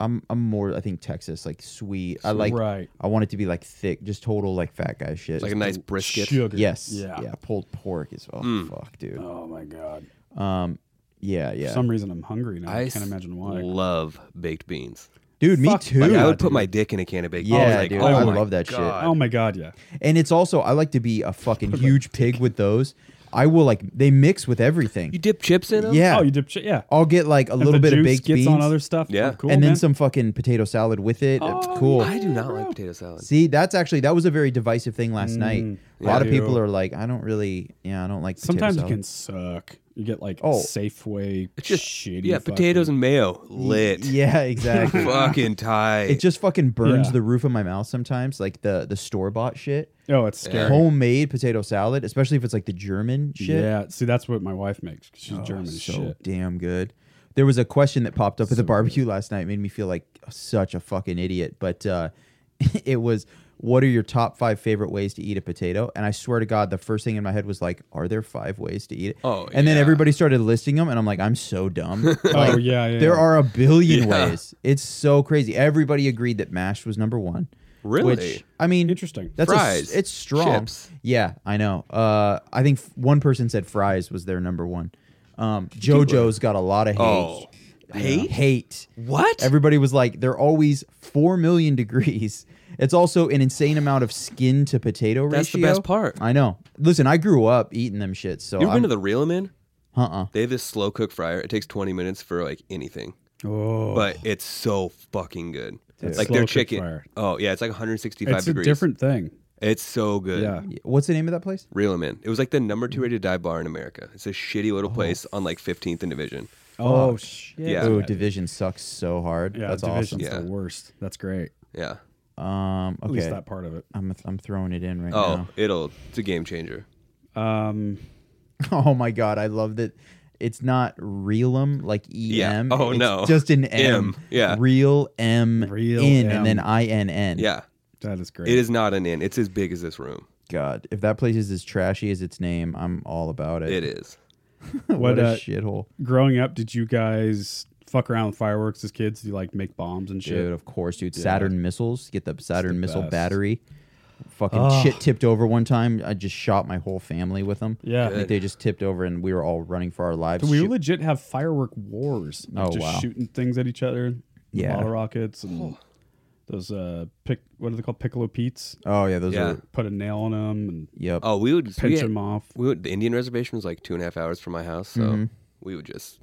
[SPEAKER 5] I'm I'm more. I think Texas like sweet. I like.
[SPEAKER 3] right.
[SPEAKER 5] I want it to be like thick, just total like fat guy shit.
[SPEAKER 10] Like a nice Mm. brisket.
[SPEAKER 3] Sugar.
[SPEAKER 5] yes.
[SPEAKER 3] Yeah.
[SPEAKER 5] Yeah. Pulled pork is oh fuck dude.
[SPEAKER 3] Oh my god.
[SPEAKER 5] Um. Yeah. Yeah.
[SPEAKER 3] For some reason, I'm hungry now. I,
[SPEAKER 10] I
[SPEAKER 3] can't imagine why.
[SPEAKER 10] love baked beans.
[SPEAKER 5] dude, me
[SPEAKER 3] fuck
[SPEAKER 5] too.
[SPEAKER 10] Like, I would
[SPEAKER 3] dude.
[SPEAKER 10] put my dick in a can of baked beans.
[SPEAKER 5] yeah,
[SPEAKER 10] Like,
[SPEAKER 5] dude.
[SPEAKER 10] oh
[SPEAKER 5] I
[SPEAKER 10] my
[SPEAKER 5] love that
[SPEAKER 10] God.
[SPEAKER 5] shit.
[SPEAKER 3] oh my god, yeah.
[SPEAKER 5] And it's also I like to be a fucking huge pig with those. I will like they mix with everything.
[SPEAKER 4] You dip chips in them?
[SPEAKER 5] yeah.
[SPEAKER 3] Oh, you dip shit. Yeah.
[SPEAKER 5] I'll get like a little
[SPEAKER 3] If the
[SPEAKER 5] bit of
[SPEAKER 3] juice
[SPEAKER 5] baked
[SPEAKER 3] gets
[SPEAKER 5] beans
[SPEAKER 3] on other stuff. oh,
[SPEAKER 4] Yeah.
[SPEAKER 3] cool,
[SPEAKER 5] and then
[SPEAKER 3] man. Oh,
[SPEAKER 5] some fucking potato salad with it. That's cool.
[SPEAKER 4] I do not like potato salad.
[SPEAKER 5] See, that's actually that was a very divisive thing last night. A lot of
[SPEAKER 3] Yeah.
[SPEAKER 5] people are like, I don't really, yeah, I don't like. potato
[SPEAKER 3] Sometimes it
[SPEAKER 5] salad.
[SPEAKER 3] can suck. You get like
[SPEAKER 5] Oh.
[SPEAKER 3] Safeway
[SPEAKER 4] It's just
[SPEAKER 3] shitty.
[SPEAKER 4] yeah, potatoes and mayo lit.
[SPEAKER 3] (laughs)
[SPEAKER 5] Yeah, exactly.
[SPEAKER 4] fucking tight.
[SPEAKER 5] it just fucking burns
[SPEAKER 3] Yeah.
[SPEAKER 5] the roof of my mouth sometimes. Like the the store bought shit,
[SPEAKER 3] and oh, it's scary.
[SPEAKER 5] homemade potato salad, especially if it's like the German shit.
[SPEAKER 3] Yeah, see, that's what my wife makes. 'cause She's
[SPEAKER 5] Oh,
[SPEAKER 3] German as
[SPEAKER 5] so
[SPEAKER 3] shit.
[SPEAKER 5] damn good. There was a question that popped up at the barbecue last night, made me feel like such a fucking idiot. But uh, (laughs) it was, what are your top five favorite ways to eat a potato? And I swear to God, the first thing in my head was like, are there five ways to eat it?
[SPEAKER 4] Oh,
[SPEAKER 5] and then
[SPEAKER 4] yeah.
[SPEAKER 5] everybody started listing them, and I'm like, I'm so dumb. Like,
[SPEAKER 3] oh yeah, yeah.
[SPEAKER 5] There
[SPEAKER 3] yeah.
[SPEAKER 5] are a billion
[SPEAKER 4] Yeah.
[SPEAKER 5] ways. It's so crazy. Everybody agreed that mashed was number one.
[SPEAKER 4] Really?
[SPEAKER 5] Which, I mean,
[SPEAKER 3] interesting.
[SPEAKER 5] that's a s-
[SPEAKER 4] Fries,
[SPEAKER 5] it's strong.
[SPEAKER 4] chips.
[SPEAKER 5] Yeah, I know. Uh, I think f- one person said fries was their number one. Um, JoJo's got a lot of hate.
[SPEAKER 4] Oh.
[SPEAKER 5] Yeah.
[SPEAKER 4] Hate?
[SPEAKER 5] Hate.
[SPEAKER 4] what?
[SPEAKER 5] Everybody was like, they're always four million (laughs) degrees. It's also an insane amount of skin to potato
[SPEAKER 4] That's the
[SPEAKER 5] ratio.
[SPEAKER 4] best part.
[SPEAKER 5] I know. Listen, I grew up eating them shits. So
[SPEAKER 4] you ever
[SPEAKER 5] I'm,
[SPEAKER 4] been to the Real Man?
[SPEAKER 5] uh-uh.
[SPEAKER 4] They have this slow cook fryer. It takes 20 minutes for like anything,
[SPEAKER 3] oh,
[SPEAKER 4] but it's so fucking good.
[SPEAKER 3] Dude.
[SPEAKER 4] like
[SPEAKER 3] Slow
[SPEAKER 4] their
[SPEAKER 3] cook
[SPEAKER 4] chicken.
[SPEAKER 3] fryer.
[SPEAKER 4] Oh, yeah. It's like 165
[SPEAKER 3] it's a
[SPEAKER 4] degrees.
[SPEAKER 3] different thing.
[SPEAKER 4] It's so good.
[SPEAKER 3] Yeah.
[SPEAKER 5] What's the name of that place?
[SPEAKER 4] Real Man. It was like the number two rated dive bar in America. It's a shitty
[SPEAKER 5] Oh.
[SPEAKER 4] little place on like 15th and Division.
[SPEAKER 3] Oh shit.
[SPEAKER 4] Yeah.
[SPEAKER 5] Oh, division sucks so hard.
[SPEAKER 3] Yeah,
[SPEAKER 5] That's awesome.
[SPEAKER 3] division's
[SPEAKER 4] Yeah.
[SPEAKER 3] the worst. That's great.
[SPEAKER 4] Yeah.
[SPEAKER 5] Um,
[SPEAKER 3] At least
[SPEAKER 5] okay,
[SPEAKER 3] that part of it.
[SPEAKER 5] I'm I'm throwing it in right
[SPEAKER 4] Oh,
[SPEAKER 5] now. (laughs)
[SPEAKER 4] it'll. It's a game changer.
[SPEAKER 3] Um,
[SPEAKER 5] Oh my god, I love that. It's not realum like E
[SPEAKER 4] Yeah.
[SPEAKER 5] M.
[SPEAKER 4] Oh,
[SPEAKER 5] it's
[SPEAKER 4] no.
[SPEAKER 5] just an M.
[SPEAKER 4] M, yeah.
[SPEAKER 5] real M.
[SPEAKER 3] Real
[SPEAKER 5] in and then
[SPEAKER 3] M.
[SPEAKER 5] I N N.
[SPEAKER 4] Yeah.
[SPEAKER 3] that is great.
[SPEAKER 4] It is not an inn. It's as big as this room.
[SPEAKER 5] God, if that place is as trashy as its name, I'm all about it.
[SPEAKER 4] It
[SPEAKER 5] (laughs)
[SPEAKER 4] is.
[SPEAKER 5] what,
[SPEAKER 3] What,
[SPEAKER 5] a
[SPEAKER 3] uh,
[SPEAKER 5] shithole,
[SPEAKER 3] Growing up, did you guys fuck around with fireworks as kids? Do you like make bombs and shit?
[SPEAKER 5] dude. Of course, dude. Saturn missiles. Get the Saturn missile
[SPEAKER 3] best.
[SPEAKER 5] battery. Fucking shit tipped over one time. I just shot my whole family with them.
[SPEAKER 3] Yeah.
[SPEAKER 5] I think they just tipped over and we were all running for our lives.
[SPEAKER 3] Dude, we
[SPEAKER 5] Shoot-
[SPEAKER 3] legit have firework wars. Like
[SPEAKER 5] Oh,
[SPEAKER 3] just
[SPEAKER 5] wow.
[SPEAKER 3] shooting things at each other.
[SPEAKER 5] Yeah.
[SPEAKER 3] Bottle rockets
[SPEAKER 4] (sighs)
[SPEAKER 3] and those uh pick what are they called? Piccolo Pete's.
[SPEAKER 5] Oh yeah, those
[SPEAKER 4] Yeah.
[SPEAKER 5] are
[SPEAKER 3] Put a nail on them and
[SPEAKER 5] yep.
[SPEAKER 4] Oh, we would we
[SPEAKER 3] pinch
[SPEAKER 4] had-
[SPEAKER 3] them off. Mm-hmm.
[SPEAKER 4] We would, the Indian reservation was like two and a half hours from my house, so we would just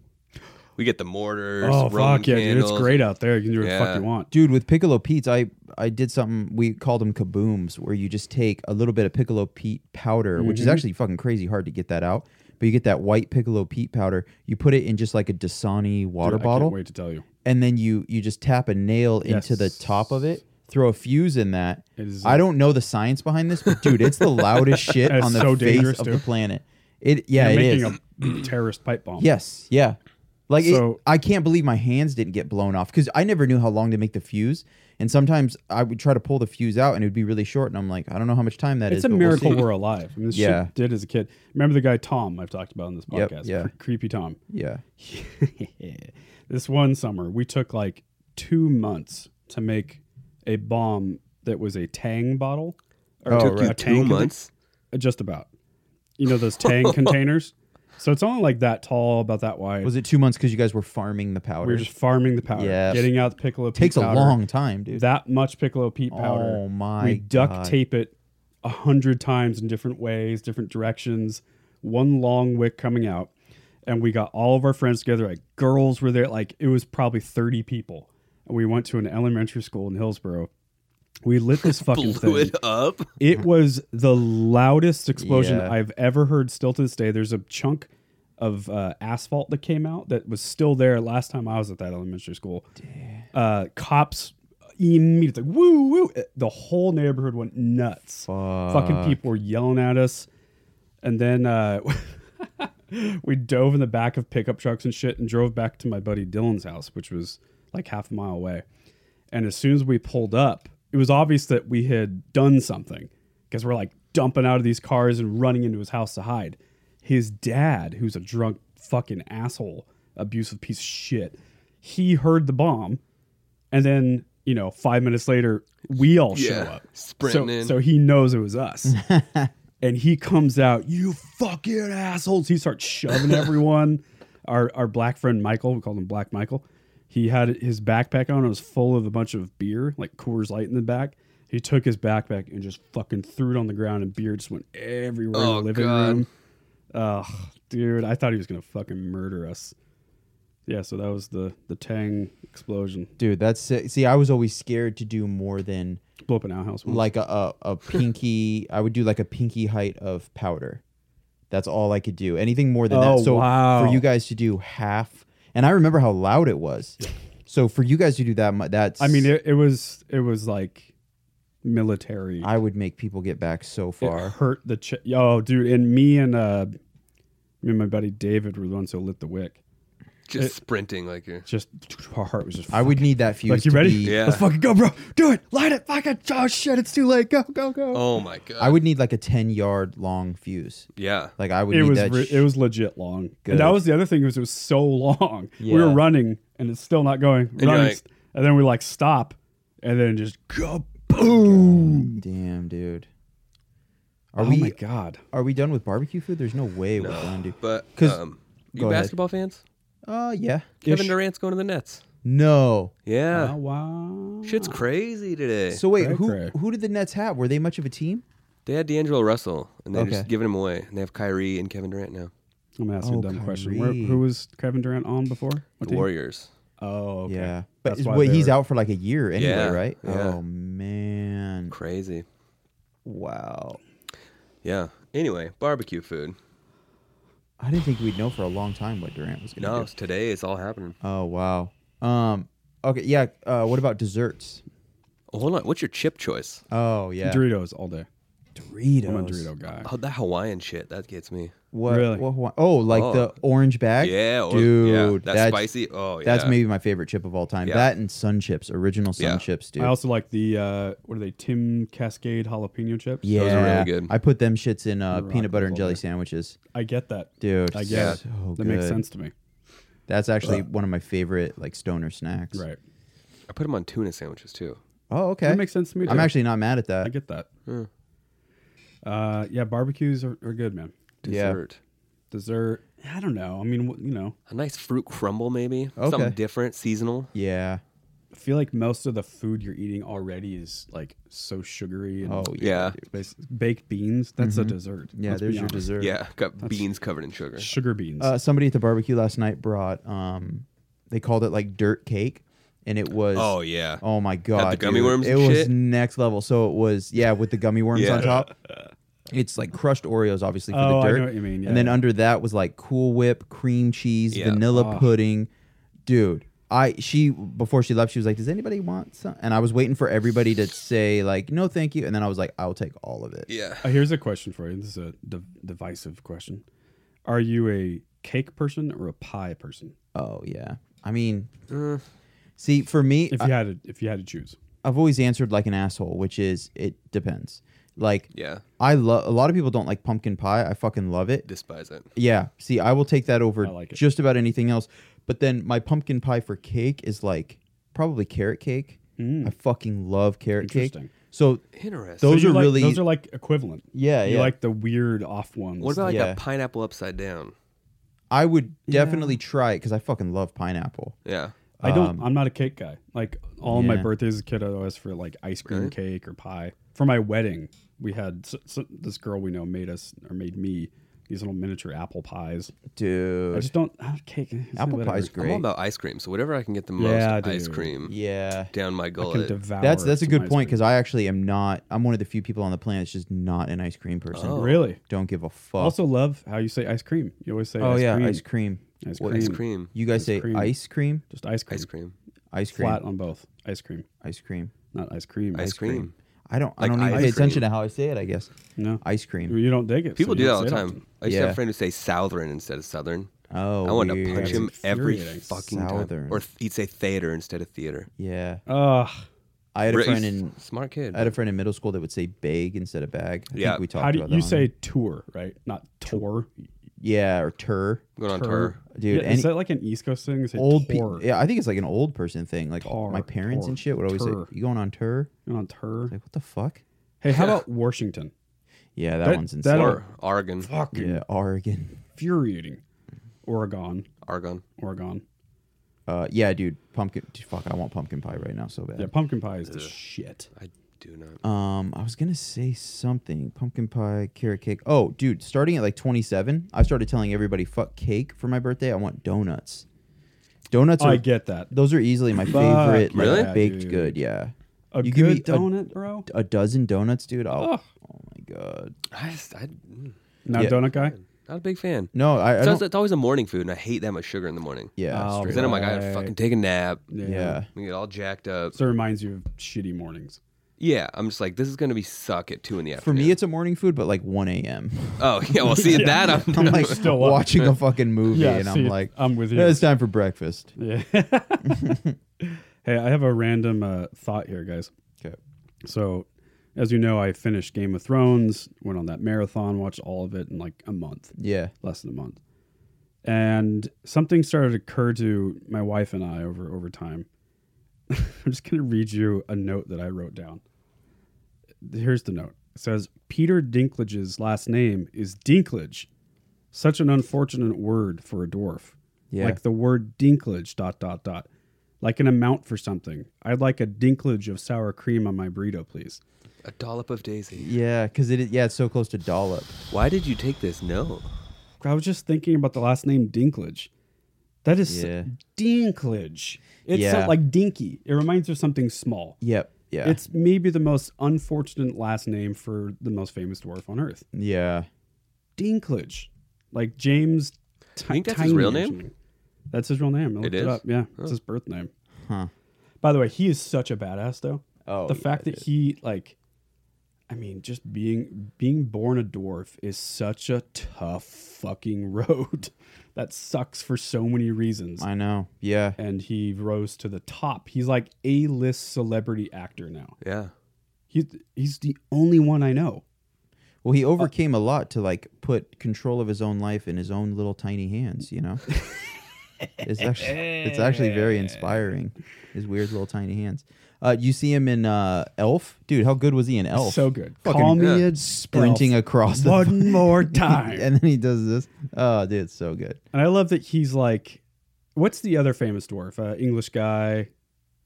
[SPEAKER 4] we get the mortars.
[SPEAKER 3] Oh
[SPEAKER 4] Roman
[SPEAKER 3] fuck yeah, dude! It's
[SPEAKER 4] candles.
[SPEAKER 3] great out there. You can do what the fuck
[SPEAKER 4] Yeah.
[SPEAKER 3] you want.
[SPEAKER 5] Dude, with Piccolo Pete's, I I did something we called them kabooms, where you just take a little bit of Piccolo Pete powder, which
[SPEAKER 3] Mm-hmm.
[SPEAKER 5] is actually fucking crazy hard to get that out. But you get that white Piccolo Pete powder, you put it in just like a Dasani water
[SPEAKER 3] I
[SPEAKER 5] bottle,
[SPEAKER 3] can't wait to tell you.
[SPEAKER 5] and then you you just tap a nail into the
[SPEAKER 3] Yes.
[SPEAKER 5] top of it, throw a fuse in that.
[SPEAKER 3] It is-
[SPEAKER 5] I don't know the science behind this, but dude, it's the
[SPEAKER 3] (laughs)
[SPEAKER 5] loudest shit
[SPEAKER 3] It's
[SPEAKER 5] on the
[SPEAKER 3] so
[SPEAKER 5] face
[SPEAKER 3] dangerous,
[SPEAKER 5] of
[SPEAKER 3] too.
[SPEAKER 5] the planet. It yeah,
[SPEAKER 3] You're
[SPEAKER 5] it is.
[SPEAKER 3] making a (clears throat) terrorist pipe bomb.
[SPEAKER 5] Yes. Yeah. Like it-
[SPEAKER 3] So-
[SPEAKER 5] I can't believe my hands didn't get blown off because I never knew how long to make the fuse, and sometimes I would try to pull the fuse out and it would be really short, and I'm like, I don't know how much time that is.
[SPEAKER 3] it's a
[SPEAKER 5] but we'll
[SPEAKER 3] miracle
[SPEAKER 5] see.
[SPEAKER 3] we're alive. I mean, this
[SPEAKER 5] Yeah.
[SPEAKER 3] shit did as a kid. Remember the guy Tom I've talked about in this
[SPEAKER 5] Yep,
[SPEAKER 3] podcast?
[SPEAKER 5] yeah.
[SPEAKER 3] Cre- creepy Tom.
[SPEAKER 5] yeah.
[SPEAKER 3] this one summer, we took like two months to make a bomb that was a Tang bottle. Or
[SPEAKER 5] Oh,
[SPEAKER 3] a
[SPEAKER 5] Took you
[SPEAKER 3] Tang
[SPEAKER 4] Two
[SPEAKER 3] contain- (laughs)
[SPEAKER 4] months.
[SPEAKER 3] just about. You know
[SPEAKER 5] (laughs)
[SPEAKER 3] those Tang containers. So it's only like that tall, about that wide.
[SPEAKER 5] Was it two months because you guys were farming the
[SPEAKER 3] we
[SPEAKER 5] powder?
[SPEAKER 3] were just farming the powder,
[SPEAKER 5] Yes.
[SPEAKER 3] getting out the piccolo.
[SPEAKER 5] takes
[SPEAKER 3] peat
[SPEAKER 5] a
[SPEAKER 3] powder.
[SPEAKER 5] long time, dude.
[SPEAKER 3] That much piccolo peat powder.
[SPEAKER 5] Oh my
[SPEAKER 3] We duct
[SPEAKER 5] God.
[SPEAKER 3] tape it a hundred times in different ways, different directions. One long wick coming out, and we got all of our friends together. Like girls were there. Like it was probably thirty people, and we went to an elementary school in Hillsboro. We
[SPEAKER 5] (laughs)
[SPEAKER 3] lit this fucking
[SPEAKER 4] Blew
[SPEAKER 3] thing.
[SPEAKER 4] it up.
[SPEAKER 3] It was the loudest explosion
[SPEAKER 5] Yeah.
[SPEAKER 3] I've ever heard. Still to this day, there's a chunk of uh, asphalt that came out that was still there last time I was at that elementary school. Uh, cops immediately woo woo. The whole neighborhood went nuts. Fucking people were yelling at us, and then uh, (laughs) we dove in the back of pickup trucks and shit and drove back to my buddy Dylan's house, which was like half a mile away. And as soon as we pulled up, it was obvious that we had done something because we're like dumping out of these cars and running into his house to hide. His dad, who's a drunk fucking asshole, abusive piece of shit, he heard the bomb. And then, you know, five minutes later, we all
[SPEAKER 4] Yeah,
[SPEAKER 3] show up.
[SPEAKER 4] sprinting
[SPEAKER 3] so,
[SPEAKER 4] in.
[SPEAKER 3] so he knows it was us. and he comes out, you fucking assholes. He starts
[SPEAKER 4] (laughs)
[SPEAKER 3] shoving everyone. our our black friend Michael, we called him Black Michael. He had his backpack on. It was full of a bunch of beer, like Coors Light in the back. He took his backpack and just fucking threw it on the ground, and beer just went everywhere in
[SPEAKER 4] Oh,
[SPEAKER 3] the living
[SPEAKER 4] God.
[SPEAKER 3] room. Ugh, dude, I thought he was gonna fucking murder us. Yeah, so that was the the Tang explosion.
[SPEAKER 5] Dude, that's sick. See, I was always scared to do more than
[SPEAKER 3] Blow up an outhouse. Once.
[SPEAKER 5] like a, a, a pinky I would do like a pinky height of powder. That's all I could do. Anything more than
[SPEAKER 3] Oh,
[SPEAKER 5] that. So
[SPEAKER 3] wow.
[SPEAKER 5] for you guys to do half and I remember how loud it was. So for you guys to do that mu- that's
[SPEAKER 3] I mean, it, it was it was like military.
[SPEAKER 5] I would make people get back so
[SPEAKER 3] it
[SPEAKER 5] far.
[SPEAKER 3] hurt the ch- oh, dude, and me and uh, me and my buddy David were the ones who lit the wick.
[SPEAKER 10] Just sprinting
[SPEAKER 3] (laughs)
[SPEAKER 10] like you're.
[SPEAKER 3] Just our heart was just.
[SPEAKER 5] I would need that fuse
[SPEAKER 3] Like, you
[SPEAKER 5] to
[SPEAKER 3] ready?
[SPEAKER 5] be-
[SPEAKER 10] Yeah.
[SPEAKER 3] Let's fucking go, bro. Do it. Light it. Fucking. Oh shit! It's too late. Go, go, go.
[SPEAKER 10] Oh my god.
[SPEAKER 5] I would need like a 10 yard long fuse.
[SPEAKER 10] Yeah.
[SPEAKER 5] Like I would
[SPEAKER 3] it
[SPEAKER 5] need
[SPEAKER 3] was
[SPEAKER 5] that
[SPEAKER 3] re-
[SPEAKER 5] sh-
[SPEAKER 3] it was legit long.
[SPEAKER 5] Good.
[SPEAKER 3] And that was the other thing was it was so long. We were
[SPEAKER 5] Yeah.
[SPEAKER 3] running and it's still not going.
[SPEAKER 10] you're
[SPEAKER 3] running,
[SPEAKER 10] like-
[SPEAKER 3] st- and then we like stop and then just go boom.
[SPEAKER 5] Damn, dude. Are
[SPEAKER 3] oh
[SPEAKER 5] we
[SPEAKER 3] my god.
[SPEAKER 5] are we done with barbecue food? There's no way we're done, dude.
[SPEAKER 10] But
[SPEAKER 5] 'Cause-
[SPEAKER 10] um, you
[SPEAKER 5] go ahead.
[SPEAKER 10] basketball fans?
[SPEAKER 5] Uh yeah.
[SPEAKER 10] Kevin Durant's going to the Nets.
[SPEAKER 5] No.
[SPEAKER 10] Yeah.
[SPEAKER 3] Oh, wow.
[SPEAKER 10] Shit's crazy today.
[SPEAKER 5] So wait,
[SPEAKER 3] Cray
[SPEAKER 5] who
[SPEAKER 3] cray.
[SPEAKER 5] who did the Nets have? Were they much of a team?
[SPEAKER 10] they had D'Angelo Russell, and they're just
[SPEAKER 5] Okay.
[SPEAKER 10] giving him away. And they have Kyrie and Kevin Durant now.
[SPEAKER 3] I'm gonna ask you
[SPEAKER 5] Oh,
[SPEAKER 3] a dumb question. Where,
[SPEAKER 5] Kyrie.
[SPEAKER 3] who was Kevin Durant on before? What
[SPEAKER 10] The
[SPEAKER 3] team?
[SPEAKER 10] Warriors.
[SPEAKER 3] Oh, okay.
[SPEAKER 5] Yeah, but
[SPEAKER 3] That's
[SPEAKER 5] it's-
[SPEAKER 3] why
[SPEAKER 5] wait,
[SPEAKER 3] they
[SPEAKER 5] he's
[SPEAKER 3] were-
[SPEAKER 5] out for like a year anyway,
[SPEAKER 10] Yeah,
[SPEAKER 5] right?
[SPEAKER 10] yeah.
[SPEAKER 5] Oh man,
[SPEAKER 10] Crazy.
[SPEAKER 5] wow!
[SPEAKER 10] Yeah. Anyway, barbecue food.
[SPEAKER 5] I didn't think we'd know for a long time what Durant was gonna
[SPEAKER 10] No,
[SPEAKER 5] do.
[SPEAKER 10] it's today it's all happening.
[SPEAKER 5] Oh wow. Um. Okay. Yeah. Uh. What about desserts?
[SPEAKER 10] Oh, hold on. What's your chip choice?
[SPEAKER 5] Oh yeah.
[SPEAKER 3] Doritos all day.
[SPEAKER 5] Doritos.
[SPEAKER 3] I'm a Dorito guy.
[SPEAKER 10] Oh, that Hawaiian shit. That gets me.
[SPEAKER 5] What,
[SPEAKER 3] Really?
[SPEAKER 5] what- what- oh, like
[SPEAKER 10] Oh.
[SPEAKER 5] the orange bag.
[SPEAKER 10] Yeah. Or, yeah.
[SPEAKER 5] Dude,
[SPEAKER 10] That's, spicy. Oh, yeah.
[SPEAKER 5] That's maybe my favorite chip of all time.
[SPEAKER 10] Yeah.
[SPEAKER 5] That and Sun Chips, original Sun
[SPEAKER 10] Yeah.
[SPEAKER 5] Chips, dude.
[SPEAKER 3] I also like the uh, what are they? Tim Cascade jalapeno chips.
[SPEAKER 5] yeah,
[SPEAKER 10] Those are really good.
[SPEAKER 5] I put them shits in uh,
[SPEAKER 3] Rock
[SPEAKER 5] peanut butter and
[SPEAKER 3] those all
[SPEAKER 5] jelly
[SPEAKER 3] day.
[SPEAKER 5] sandwiches,
[SPEAKER 3] I get that.
[SPEAKER 5] dude.
[SPEAKER 3] I get
[SPEAKER 5] so
[SPEAKER 3] it. that makes
[SPEAKER 5] good.
[SPEAKER 3] sense to me.
[SPEAKER 5] That's actually one of my favorite like stoner snacks.
[SPEAKER 3] Right.
[SPEAKER 10] I put them on tuna sandwiches too.
[SPEAKER 5] Oh, okay.
[SPEAKER 3] That makes sense to me.
[SPEAKER 5] I'm
[SPEAKER 3] too.
[SPEAKER 5] actually not mad at
[SPEAKER 3] I
[SPEAKER 5] that.
[SPEAKER 3] get that. Uh, yeah, barbecues are, are good, man.
[SPEAKER 5] Yeah.
[SPEAKER 10] Dessert.
[SPEAKER 3] Dessert. I don't know. I mean, wh- you know,
[SPEAKER 10] A nice fruit crumble maybe.
[SPEAKER 5] Okay.
[SPEAKER 10] Something different, seasonal.
[SPEAKER 5] Yeah.
[SPEAKER 3] I feel like most of the food you're eating already is like so sugary and
[SPEAKER 5] Oh yeah.
[SPEAKER 10] Yeah.
[SPEAKER 3] bas- baked beans. That's a dessert.
[SPEAKER 5] Yeah,
[SPEAKER 3] Let's be
[SPEAKER 5] there's your
[SPEAKER 3] honest.
[SPEAKER 5] dessert.
[SPEAKER 10] Yeah, got beans covered in sugar.
[SPEAKER 3] Sugar beans.
[SPEAKER 5] Uh, somebody at the barbecue last night brought um they called it like dirt cake and it was
[SPEAKER 10] Oh yeah.
[SPEAKER 5] Oh my god.
[SPEAKER 10] gummy
[SPEAKER 5] dude.
[SPEAKER 10] worms
[SPEAKER 5] It
[SPEAKER 10] and
[SPEAKER 5] was
[SPEAKER 10] shit?
[SPEAKER 5] next level. So it was yeah, with the gummy worms
[SPEAKER 10] Yeah.
[SPEAKER 5] on top. It's like crushed Oreos obviously for
[SPEAKER 3] Oh,
[SPEAKER 5] the
[SPEAKER 3] I know
[SPEAKER 5] dirt.
[SPEAKER 3] what you mean, yeah.
[SPEAKER 5] And then under that was like cool whip, cream cheese,
[SPEAKER 10] Yeah.
[SPEAKER 5] vanilla pudding. Dude, I she before she left she was like, "Does anybody want some?" And I was waiting for everybody to say like, "No, thank you." And then I was like, "I'll take all of it."
[SPEAKER 10] Yeah.
[SPEAKER 3] Uh, here's a question for you. This is a div- divisive question. Are you a cake person or a pie person?
[SPEAKER 5] Oh yeah. I mean,
[SPEAKER 10] Mm,
[SPEAKER 5] see, for me,
[SPEAKER 3] If
[SPEAKER 5] I,
[SPEAKER 3] you had to, if you had to choose,
[SPEAKER 5] have always answered like an asshole, which is it depends. Like,
[SPEAKER 10] Yeah.
[SPEAKER 5] I love a lot of people don't like pumpkin pie. I fucking love it.
[SPEAKER 10] Despise it.
[SPEAKER 5] Yeah. See, I will take that over
[SPEAKER 3] I like it.
[SPEAKER 5] just about anything else. But then my pumpkin pie for cake is like probably carrot cake. I fucking love carrot cake.
[SPEAKER 3] Mm. Interesting.
[SPEAKER 5] So
[SPEAKER 10] Interesting.
[SPEAKER 5] those
[SPEAKER 3] So you
[SPEAKER 5] are
[SPEAKER 3] like-
[SPEAKER 5] really
[SPEAKER 3] those are like equivalent.
[SPEAKER 5] yeah
[SPEAKER 3] you
[SPEAKER 5] yeah.
[SPEAKER 3] like the weird off ones.
[SPEAKER 10] what about like
[SPEAKER 5] yeah.
[SPEAKER 10] a pineapple upside down?
[SPEAKER 5] I would definitely try it because I fucking love pineapple.
[SPEAKER 10] Yeah.
[SPEAKER 3] I don't. I'm not a cake guy. Like all my
[SPEAKER 5] Um, yeah.
[SPEAKER 3] birthdays as a kid, I was for like ice cream cake or pie. For my wedding, we had s s this girl we know made us or made me these little miniature apple pies.
[SPEAKER 5] Dude.
[SPEAKER 3] I just don't I don't- cake. it's
[SPEAKER 5] Apple
[SPEAKER 3] whatever.
[SPEAKER 5] pie's
[SPEAKER 10] I'm all
[SPEAKER 5] Great.
[SPEAKER 10] about ice cream, so whatever I can get the most
[SPEAKER 3] Yeah,
[SPEAKER 10] ice
[SPEAKER 3] dude.
[SPEAKER 10] cream
[SPEAKER 5] yeah.
[SPEAKER 10] down my
[SPEAKER 3] I can
[SPEAKER 10] gullet.
[SPEAKER 3] devour.
[SPEAKER 5] That's that's a
[SPEAKER 3] some
[SPEAKER 5] good
[SPEAKER 3] ice
[SPEAKER 5] point
[SPEAKER 3] cream.
[SPEAKER 5] because I actually am not. I'm one of the few people on the planet that's just not an ice cream person.
[SPEAKER 3] really.
[SPEAKER 5] Don't give a fuck.
[SPEAKER 3] Oh. Also love how you say ice cream. You always say
[SPEAKER 5] oh
[SPEAKER 3] ice
[SPEAKER 5] yeah,
[SPEAKER 3] cream.
[SPEAKER 5] ice cream.
[SPEAKER 3] Ice
[SPEAKER 5] What-
[SPEAKER 10] ice cream.
[SPEAKER 5] You guys say
[SPEAKER 3] cream.
[SPEAKER 5] ice cream,
[SPEAKER 3] Just ice cream.
[SPEAKER 10] Ice cream.
[SPEAKER 5] ice cream,
[SPEAKER 3] Flat on both. Ice cream.
[SPEAKER 5] ice cream,
[SPEAKER 3] Not ice cream.
[SPEAKER 10] Ice cream.
[SPEAKER 5] I don't. I
[SPEAKER 10] Like
[SPEAKER 5] don't even
[SPEAKER 10] ice
[SPEAKER 5] pay attention
[SPEAKER 10] cream.
[SPEAKER 5] to how I say it. I guess
[SPEAKER 3] No.
[SPEAKER 5] ice cream.
[SPEAKER 3] You don't dig it. so
[SPEAKER 10] People
[SPEAKER 3] you
[SPEAKER 10] do that
[SPEAKER 3] don't
[SPEAKER 10] all the
[SPEAKER 3] say it
[SPEAKER 10] time. I used to
[SPEAKER 5] Yeah.
[SPEAKER 10] have a friend who say Southern instead of Southern.
[SPEAKER 5] Oh,
[SPEAKER 10] I wanted to
[SPEAKER 5] weird.
[SPEAKER 10] punch him every
[SPEAKER 3] infuriating.
[SPEAKER 10] fucking
[SPEAKER 5] Southern.
[SPEAKER 10] time. Or th- he'd say theater instead of theater.
[SPEAKER 5] Yeah,
[SPEAKER 3] Ugh.
[SPEAKER 5] I had a
[SPEAKER 10] Really
[SPEAKER 5] friend
[SPEAKER 10] s-
[SPEAKER 5] in.
[SPEAKER 10] smart kid.
[SPEAKER 5] I had a friend in middle school that would say bag instead of bag. I
[SPEAKER 10] Yeah.
[SPEAKER 5] think we talked
[SPEAKER 3] How do
[SPEAKER 5] about that.
[SPEAKER 3] you
[SPEAKER 5] on
[SPEAKER 3] say
[SPEAKER 5] here.
[SPEAKER 3] tour? Right. Not tour.
[SPEAKER 5] Yeah, or tur,
[SPEAKER 10] Going on
[SPEAKER 3] Tour.
[SPEAKER 10] tour.
[SPEAKER 5] dude.
[SPEAKER 3] Yeah,
[SPEAKER 5] any
[SPEAKER 3] is that like an East Coast thing? Say
[SPEAKER 5] old
[SPEAKER 3] tour.
[SPEAKER 5] people. Yeah, I think it's like an old person thing. Like
[SPEAKER 3] Tur,
[SPEAKER 5] my parents
[SPEAKER 3] tur,
[SPEAKER 5] and shit would always
[SPEAKER 3] tur.
[SPEAKER 5] say, "You going on tur?"
[SPEAKER 3] You know, on tour.
[SPEAKER 5] Like what the fuck?
[SPEAKER 3] Hey, how about Washington?
[SPEAKER 5] Yeah, that,
[SPEAKER 3] That-
[SPEAKER 5] one's
[SPEAKER 3] that-
[SPEAKER 5] insane.
[SPEAKER 10] Or Oregon.
[SPEAKER 3] Fucking
[SPEAKER 5] yeah, Oregon.
[SPEAKER 3] infuriating. Oregon,
[SPEAKER 10] Oregon.
[SPEAKER 3] Oregon.
[SPEAKER 5] Uh, yeah, dude, pumpkin. dude, fuck, I want pumpkin pie right now so bad.
[SPEAKER 3] Yeah, pumpkin pie is the shit.
[SPEAKER 10] I do not.
[SPEAKER 5] Um, I was gonna say something. Pumpkin pie, carrot cake. Oh, dude, starting at like 27, I started telling everybody, "Fuck cake for my birthday. I want donuts." Donuts. Are,
[SPEAKER 3] I get that.
[SPEAKER 5] Those are easily my
[SPEAKER 3] Fuck
[SPEAKER 5] favorite. like,
[SPEAKER 3] Really? yeah,
[SPEAKER 5] baked
[SPEAKER 3] dude.
[SPEAKER 5] good. Yeah.
[SPEAKER 3] A
[SPEAKER 5] give me
[SPEAKER 3] good donut, bro?
[SPEAKER 5] A dozen donuts, dude. Oh, oh my god.
[SPEAKER 10] I, just- I, mm.
[SPEAKER 3] Not a
[SPEAKER 5] Yeah.
[SPEAKER 3] donut guy.
[SPEAKER 10] Not a big fan.
[SPEAKER 5] No, I- I
[SPEAKER 10] it's, always,
[SPEAKER 5] don't-
[SPEAKER 10] it's always a morning food, and I hate that much sugar in the morning.
[SPEAKER 5] Yeah, Oh,
[SPEAKER 10] because then I'm like, I gotta
[SPEAKER 3] right.
[SPEAKER 10] fucking take a nap.
[SPEAKER 5] Yeah.
[SPEAKER 10] we get all jacked up.
[SPEAKER 3] So it reminds you of shitty mornings.
[SPEAKER 10] Yeah, I'm just like, this is gonna be suck at two in the
[SPEAKER 5] For
[SPEAKER 10] afternoon.
[SPEAKER 5] me, it's a morning food, but like 1
[SPEAKER 3] (laughs)
[SPEAKER 5] a.m.
[SPEAKER 10] Oh (laughs) yeah,
[SPEAKER 5] (laughs)
[SPEAKER 10] well see that I'm,
[SPEAKER 5] I'm
[SPEAKER 10] (laughs)
[SPEAKER 5] like still watching a fucking movie,
[SPEAKER 3] Yeah,
[SPEAKER 5] and
[SPEAKER 3] see,
[SPEAKER 5] I'm like,
[SPEAKER 3] I'm with you.
[SPEAKER 5] "Yeah, It's time for breakfast.
[SPEAKER 3] Yeah. hey, I have a random uh, thought here, guys.
[SPEAKER 5] Okay.
[SPEAKER 3] So, as you know, I finished Game of Thrones, went on that marathon, watched all of it in like a month.
[SPEAKER 5] Yeah.
[SPEAKER 3] Less than a month. And something started to occur to my wife and I over over time. (laughs) I'm just going to read you a note that I wrote down. Here's the note. It says Peter Dinklage's last name is Dinklage. Such an unfortunate word for a dwarf.
[SPEAKER 5] Yeah.
[SPEAKER 3] Like the word dinklage dot dot dot. Like an amount for something. I'd like a dinklage of sour cream on my burrito, please.
[SPEAKER 10] a dollop of daisy.
[SPEAKER 5] Yeah, because it. Yeah, it's so close to dollop.
[SPEAKER 10] Why did you take this note?
[SPEAKER 3] I was just thinking about the last name Dinklage. That is
[SPEAKER 5] Yeah.
[SPEAKER 3] Dinklage. It's so-
[SPEAKER 5] Yeah.
[SPEAKER 3] like Dinky. It reminds you of something small.
[SPEAKER 5] Yep. Yeah.
[SPEAKER 3] It's maybe the most unfortunate last name for the most famous dwarf on earth.
[SPEAKER 5] yeah.
[SPEAKER 3] Dinklage. Like James Ti-
[SPEAKER 10] think that's his
[SPEAKER 3] Tiny
[SPEAKER 10] real
[SPEAKER 3] or
[SPEAKER 10] name?
[SPEAKER 3] something. That's his real name. I looked
[SPEAKER 10] is?
[SPEAKER 3] up. Yeah.
[SPEAKER 10] Oh.
[SPEAKER 3] It's his birth name.
[SPEAKER 5] Huh.
[SPEAKER 3] By the way, he is such a badass though.
[SPEAKER 5] Oh,
[SPEAKER 3] the
[SPEAKER 5] yeah,
[SPEAKER 3] fact that he like I mean, just being being born a dwarf is such a tough fucking (laughs) road. that sucks for so many reasons.
[SPEAKER 5] I know. Yeah.
[SPEAKER 3] and he rose to the top. He's like a list celebrity actor now.
[SPEAKER 10] Yeah,
[SPEAKER 3] He's he's the only one I know.
[SPEAKER 5] Well,
[SPEAKER 3] Uh,
[SPEAKER 5] he overcame a lot to like put control of his own life in his own little tiny hands. You
[SPEAKER 3] (laughs)
[SPEAKER 5] know, it's actually it's actually very inspiring. His weird little tiny hands. Uh, you see him in uh, Elf, dude. How good was he in Elf?
[SPEAKER 3] So Oh, good.
[SPEAKER 5] Fucking
[SPEAKER 3] Call me a elf
[SPEAKER 5] sprinting across the (laughs)
[SPEAKER 3] one (laughs) more time.
[SPEAKER 5] and then he does this. Oh, dude, it's so good.
[SPEAKER 3] And I love that he's like, what's the other famous dwarf? Uh, English guy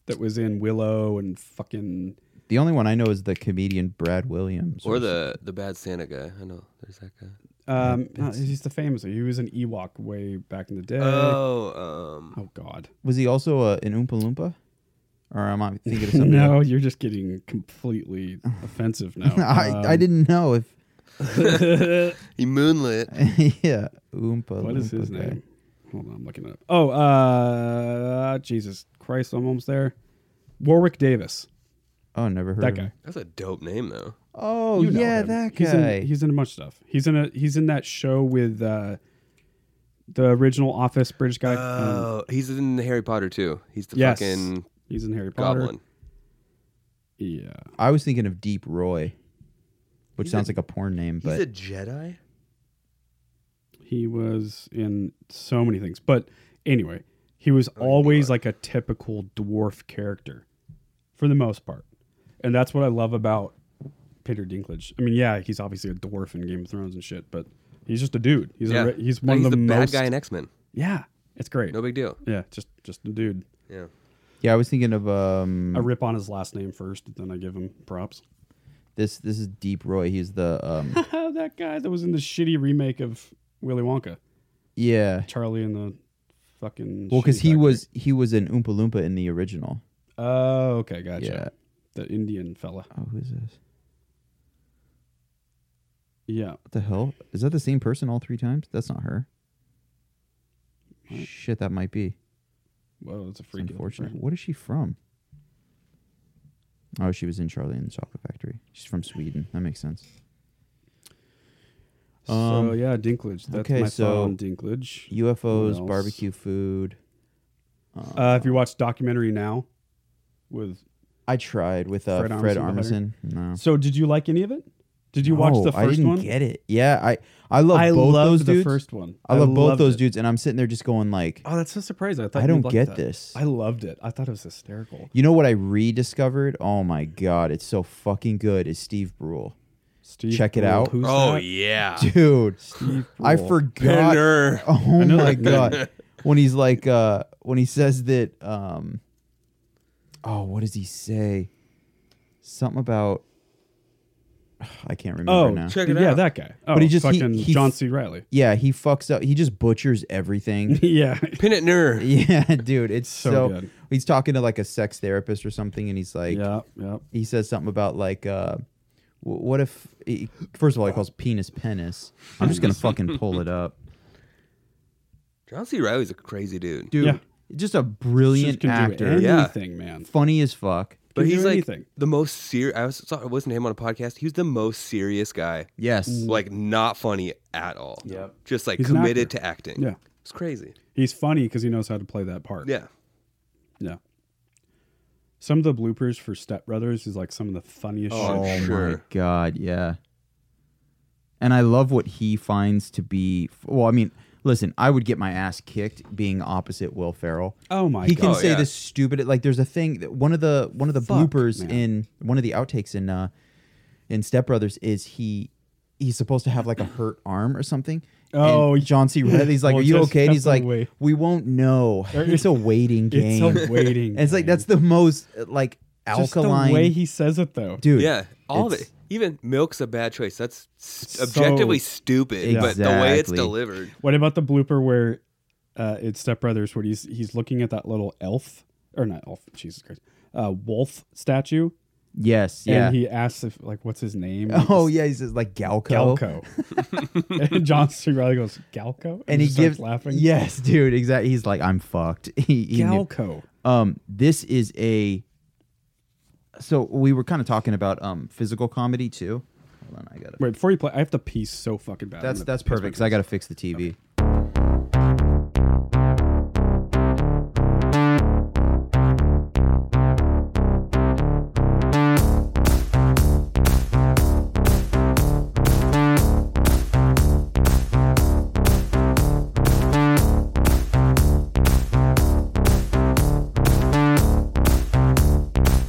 [SPEAKER 3] that was in Willow and fucking.
[SPEAKER 5] The only one I know is the comedian Brad Williams,
[SPEAKER 10] or the the bad Santa guy. I know there's that guy.
[SPEAKER 3] Um, no, he's the famous. He was an Ewok way back in the day.
[SPEAKER 10] Oh, um,
[SPEAKER 3] oh God!
[SPEAKER 5] was he also uh, in Oompa Loompa? Or am I
[SPEAKER 3] (laughs)
[SPEAKER 5] thinking of something?
[SPEAKER 3] No,
[SPEAKER 5] else?
[SPEAKER 3] you're just getting completely (laughs) offensive now.
[SPEAKER 5] I, I
[SPEAKER 3] Um,
[SPEAKER 5] didn't know if. (laughs)
[SPEAKER 10] he moonlit.
[SPEAKER 5] yeah, Oompa.
[SPEAKER 3] What is his
[SPEAKER 5] Loompa guy.
[SPEAKER 3] name? Hold on, I'm looking it up. Oh, uh, Jesus Christ! I'm almost there. Warwick Davis,
[SPEAKER 5] Oh, never heard
[SPEAKER 3] that
[SPEAKER 5] of him.
[SPEAKER 3] guy.
[SPEAKER 10] That's a dope name though.
[SPEAKER 5] Oh
[SPEAKER 3] You know
[SPEAKER 5] yeah,
[SPEAKER 3] him.
[SPEAKER 5] that
[SPEAKER 3] He's in-
[SPEAKER 5] guy.
[SPEAKER 3] He's in, a bunch of stuff. He's in a he's in that show with uh, the original Office British guy.
[SPEAKER 5] Uh,
[SPEAKER 3] Um,
[SPEAKER 10] Oh, he's in Harry Potter too. He's the
[SPEAKER 3] yes,
[SPEAKER 10] fucking
[SPEAKER 3] he's in Harry Potter.
[SPEAKER 10] goblin.
[SPEAKER 3] Yeah,
[SPEAKER 5] I was thinking of Deep Roy, which
[SPEAKER 10] He's
[SPEAKER 5] sounds
[SPEAKER 10] a-
[SPEAKER 5] like a porn name, but
[SPEAKER 10] he's a Jedi.
[SPEAKER 3] he was in so many things. But anyway, he was always like a typical dwarf character, for the most part, and that's what I love about Peter Dinklage. I mean, yeah, he's obviously a dwarf in Game of Thrones and shit, but he's just a dude. He's
[SPEAKER 10] yeah,
[SPEAKER 3] a, re- he's
[SPEAKER 10] No,
[SPEAKER 3] one
[SPEAKER 10] he's
[SPEAKER 3] of the,
[SPEAKER 10] bad
[SPEAKER 3] most
[SPEAKER 10] guy in X Men.
[SPEAKER 3] yeah. It's great.
[SPEAKER 10] No big deal.
[SPEAKER 3] Yeah, just just a dude.
[SPEAKER 10] Yeah.
[SPEAKER 5] yeah, I was thinking of um
[SPEAKER 3] I
[SPEAKER 10] Mm.
[SPEAKER 3] rip on his last name first, then I give him
[SPEAKER 10] (laughs)
[SPEAKER 3] props.
[SPEAKER 5] this. This is Deep Roy. He's the um
[SPEAKER 3] (laughs) that guy that was in the shitty remake of Willy Wonka,
[SPEAKER 5] yeah.
[SPEAKER 3] Charlie and the fucking.
[SPEAKER 5] Well, because
[SPEAKER 3] Shoe
[SPEAKER 5] he
[SPEAKER 3] Factory.
[SPEAKER 5] was he was an Oompa Loompa in the original.
[SPEAKER 3] Oh, okay, gotcha.
[SPEAKER 5] Yeah.
[SPEAKER 3] The Indian fella.
[SPEAKER 5] Oh, who is this?
[SPEAKER 3] Yeah.
[SPEAKER 5] What the hell? Is that the same person all three times? That's not her. Shit, that might be.
[SPEAKER 3] Whoa, that's a
[SPEAKER 5] It's
[SPEAKER 3] freak.
[SPEAKER 5] unfortunate. What is she from? Oh, she was in Charlie and the Chocolate Factory. She's from Sweden. That makes sense.
[SPEAKER 3] So
[SPEAKER 5] Um,
[SPEAKER 3] yeah, Dinklage. That's
[SPEAKER 5] okay,
[SPEAKER 3] my thought
[SPEAKER 5] so-
[SPEAKER 3] on Dinklage.
[SPEAKER 5] UFOs,
[SPEAKER 3] else?
[SPEAKER 5] barbecue food.
[SPEAKER 3] Uh, if you watch documentary now, with
[SPEAKER 5] I tried with uh,
[SPEAKER 3] Fred
[SPEAKER 5] Fred,
[SPEAKER 3] Armisen,
[SPEAKER 5] Armisen. No.
[SPEAKER 3] so did you like any of it? Did you watch the
[SPEAKER 5] No,
[SPEAKER 3] first
[SPEAKER 5] I didn't
[SPEAKER 3] one?
[SPEAKER 5] get it. Yeah, I I love
[SPEAKER 3] I
[SPEAKER 5] both
[SPEAKER 3] loved
[SPEAKER 5] those
[SPEAKER 3] the
[SPEAKER 5] dudes.
[SPEAKER 3] first one.
[SPEAKER 5] I love both
[SPEAKER 3] loved
[SPEAKER 5] those
[SPEAKER 3] it.
[SPEAKER 5] dudes, and I'm sitting there just going like,
[SPEAKER 3] Oh, that's so surprising. I thought
[SPEAKER 5] I
[SPEAKER 3] you'd
[SPEAKER 5] don't
[SPEAKER 3] like
[SPEAKER 5] get
[SPEAKER 3] that.
[SPEAKER 5] this.
[SPEAKER 3] I loved it. I thought it was hysterical.
[SPEAKER 5] you know what I rediscovered? Oh my god, it's so fucking good. Is Steve Brule,
[SPEAKER 3] Steve
[SPEAKER 5] Check it
[SPEAKER 3] Brule,
[SPEAKER 5] out.
[SPEAKER 3] who's
[SPEAKER 10] Oh
[SPEAKER 3] that? Ah.
[SPEAKER 10] yeah.
[SPEAKER 5] dude? I
[SPEAKER 3] Brule.
[SPEAKER 5] forgot.
[SPEAKER 10] Penner.
[SPEAKER 5] (laughs) Oh my god, when he's like, uh, when he says that, um, oh, what does he say? Something about (sighs) I can't remember
[SPEAKER 3] Oh,
[SPEAKER 5] now.
[SPEAKER 3] check it yeah, out. that guy. Oh, fucking John C. Reilly. (laughs)
[SPEAKER 5] Yeah, he fucks up. He just butchers everything.
[SPEAKER 3] yeah.
[SPEAKER 5] Pin it near. Yeah, dude. It's
[SPEAKER 3] So
[SPEAKER 5] so,
[SPEAKER 3] good.
[SPEAKER 5] he's talking to like a sex therapist or something, and he's like,
[SPEAKER 3] Yeah, yeah.
[SPEAKER 5] He says something about like, uh, w- what if? he- First of all, he calls penis penis. I'm just gonna fucking pull it up,
[SPEAKER 10] John C. Riley's a crazy dude.
[SPEAKER 5] dude. Just a brilliant
[SPEAKER 10] Just can do
[SPEAKER 5] actor.
[SPEAKER 10] anything,
[SPEAKER 3] Yeah. man.
[SPEAKER 5] Funny as fuck.
[SPEAKER 10] But he's like the most serious. I was saw, I listened to him on a podcast. He was the most serious guy.
[SPEAKER 5] Yes.
[SPEAKER 10] like not funny at all. Yep, just like
[SPEAKER 3] He's an
[SPEAKER 10] committed
[SPEAKER 3] actor.
[SPEAKER 10] to acting.
[SPEAKER 3] Yeah.
[SPEAKER 10] it's crazy.
[SPEAKER 3] He's funny because he knows how to play that part.
[SPEAKER 10] Yeah.
[SPEAKER 3] Yeah. Some of the bloopers for Step Brothers is like some of the funniest
[SPEAKER 5] Oh
[SPEAKER 3] shit.
[SPEAKER 5] my god, yeah. And I love what he finds to be. Well, I mean, listen, I would get my ass kicked being opposite Will Ferrell.
[SPEAKER 3] Oh my
[SPEAKER 5] He can
[SPEAKER 3] God.
[SPEAKER 5] say
[SPEAKER 3] Oh, yeah.
[SPEAKER 5] this stupid. Like, there's a thing. that- One of the one of the
[SPEAKER 3] Fuck,
[SPEAKER 5] bloopers
[SPEAKER 3] man.
[SPEAKER 5] in one of the outtakes in uh in Step Brothers is he he's supposed to have like a hurt arm or something. And
[SPEAKER 3] (laughs) Oh,
[SPEAKER 5] John C. Riley's like,
[SPEAKER 3] Well,
[SPEAKER 5] "Are you
[SPEAKER 3] just
[SPEAKER 5] okay?" And
[SPEAKER 3] step
[SPEAKER 5] he's like,
[SPEAKER 3] away.
[SPEAKER 5] "We won't know.
[SPEAKER 3] There
[SPEAKER 5] It's
[SPEAKER 3] is-
[SPEAKER 5] a waiting
[SPEAKER 3] (laughs) (laughs) it's a
[SPEAKER 5] game.
[SPEAKER 3] waiting
[SPEAKER 5] And it's like that's the most uh, like
[SPEAKER 3] Just the
[SPEAKER 5] alkaline
[SPEAKER 3] way he says it, though.
[SPEAKER 5] dude.
[SPEAKER 10] yeah, all of
[SPEAKER 5] it's-
[SPEAKER 10] it. Even milk's a bad choice. That's s
[SPEAKER 3] So-
[SPEAKER 10] objectively stupid, but the way it's delivered.
[SPEAKER 3] What about the blooper where uh, it's Step Brothers where he's he's looking at that little elf or not elf, Jesus Christ, uh, wolf statue.
[SPEAKER 5] Yes, yeah.
[SPEAKER 3] And he asks if like what's his name?
[SPEAKER 5] (laughs) Oh yeah, he says like Galco. (laughs)
[SPEAKER 3] Galco. (laughs) and John C. Riley goes Galco,
[SPEAKER 5] and he
[SPEAKER 3] just starts
[SPEAKER 5] gives
[SPEAKER 3] laughing.
[SPEAKER 5] Yes, dude, exactly. He's like, I'm fucked. (laughs) he, he knew-
[SPEAKER 3] Galco.
[SPEAKER 5] Um, this is a. So we were kind of talking about um physical comedy too. Hold on, I gotta.
[SPEAKER 3] Wait before you play, I have to pee so fucking bad.
[SPEAKER 5] That's
[SPEAKER 3] I'm gonna
[SPEAKER 5] that's
[SPEAKER 3] piss my
[SPEAKER 5] perfect because I gotta fix the TV.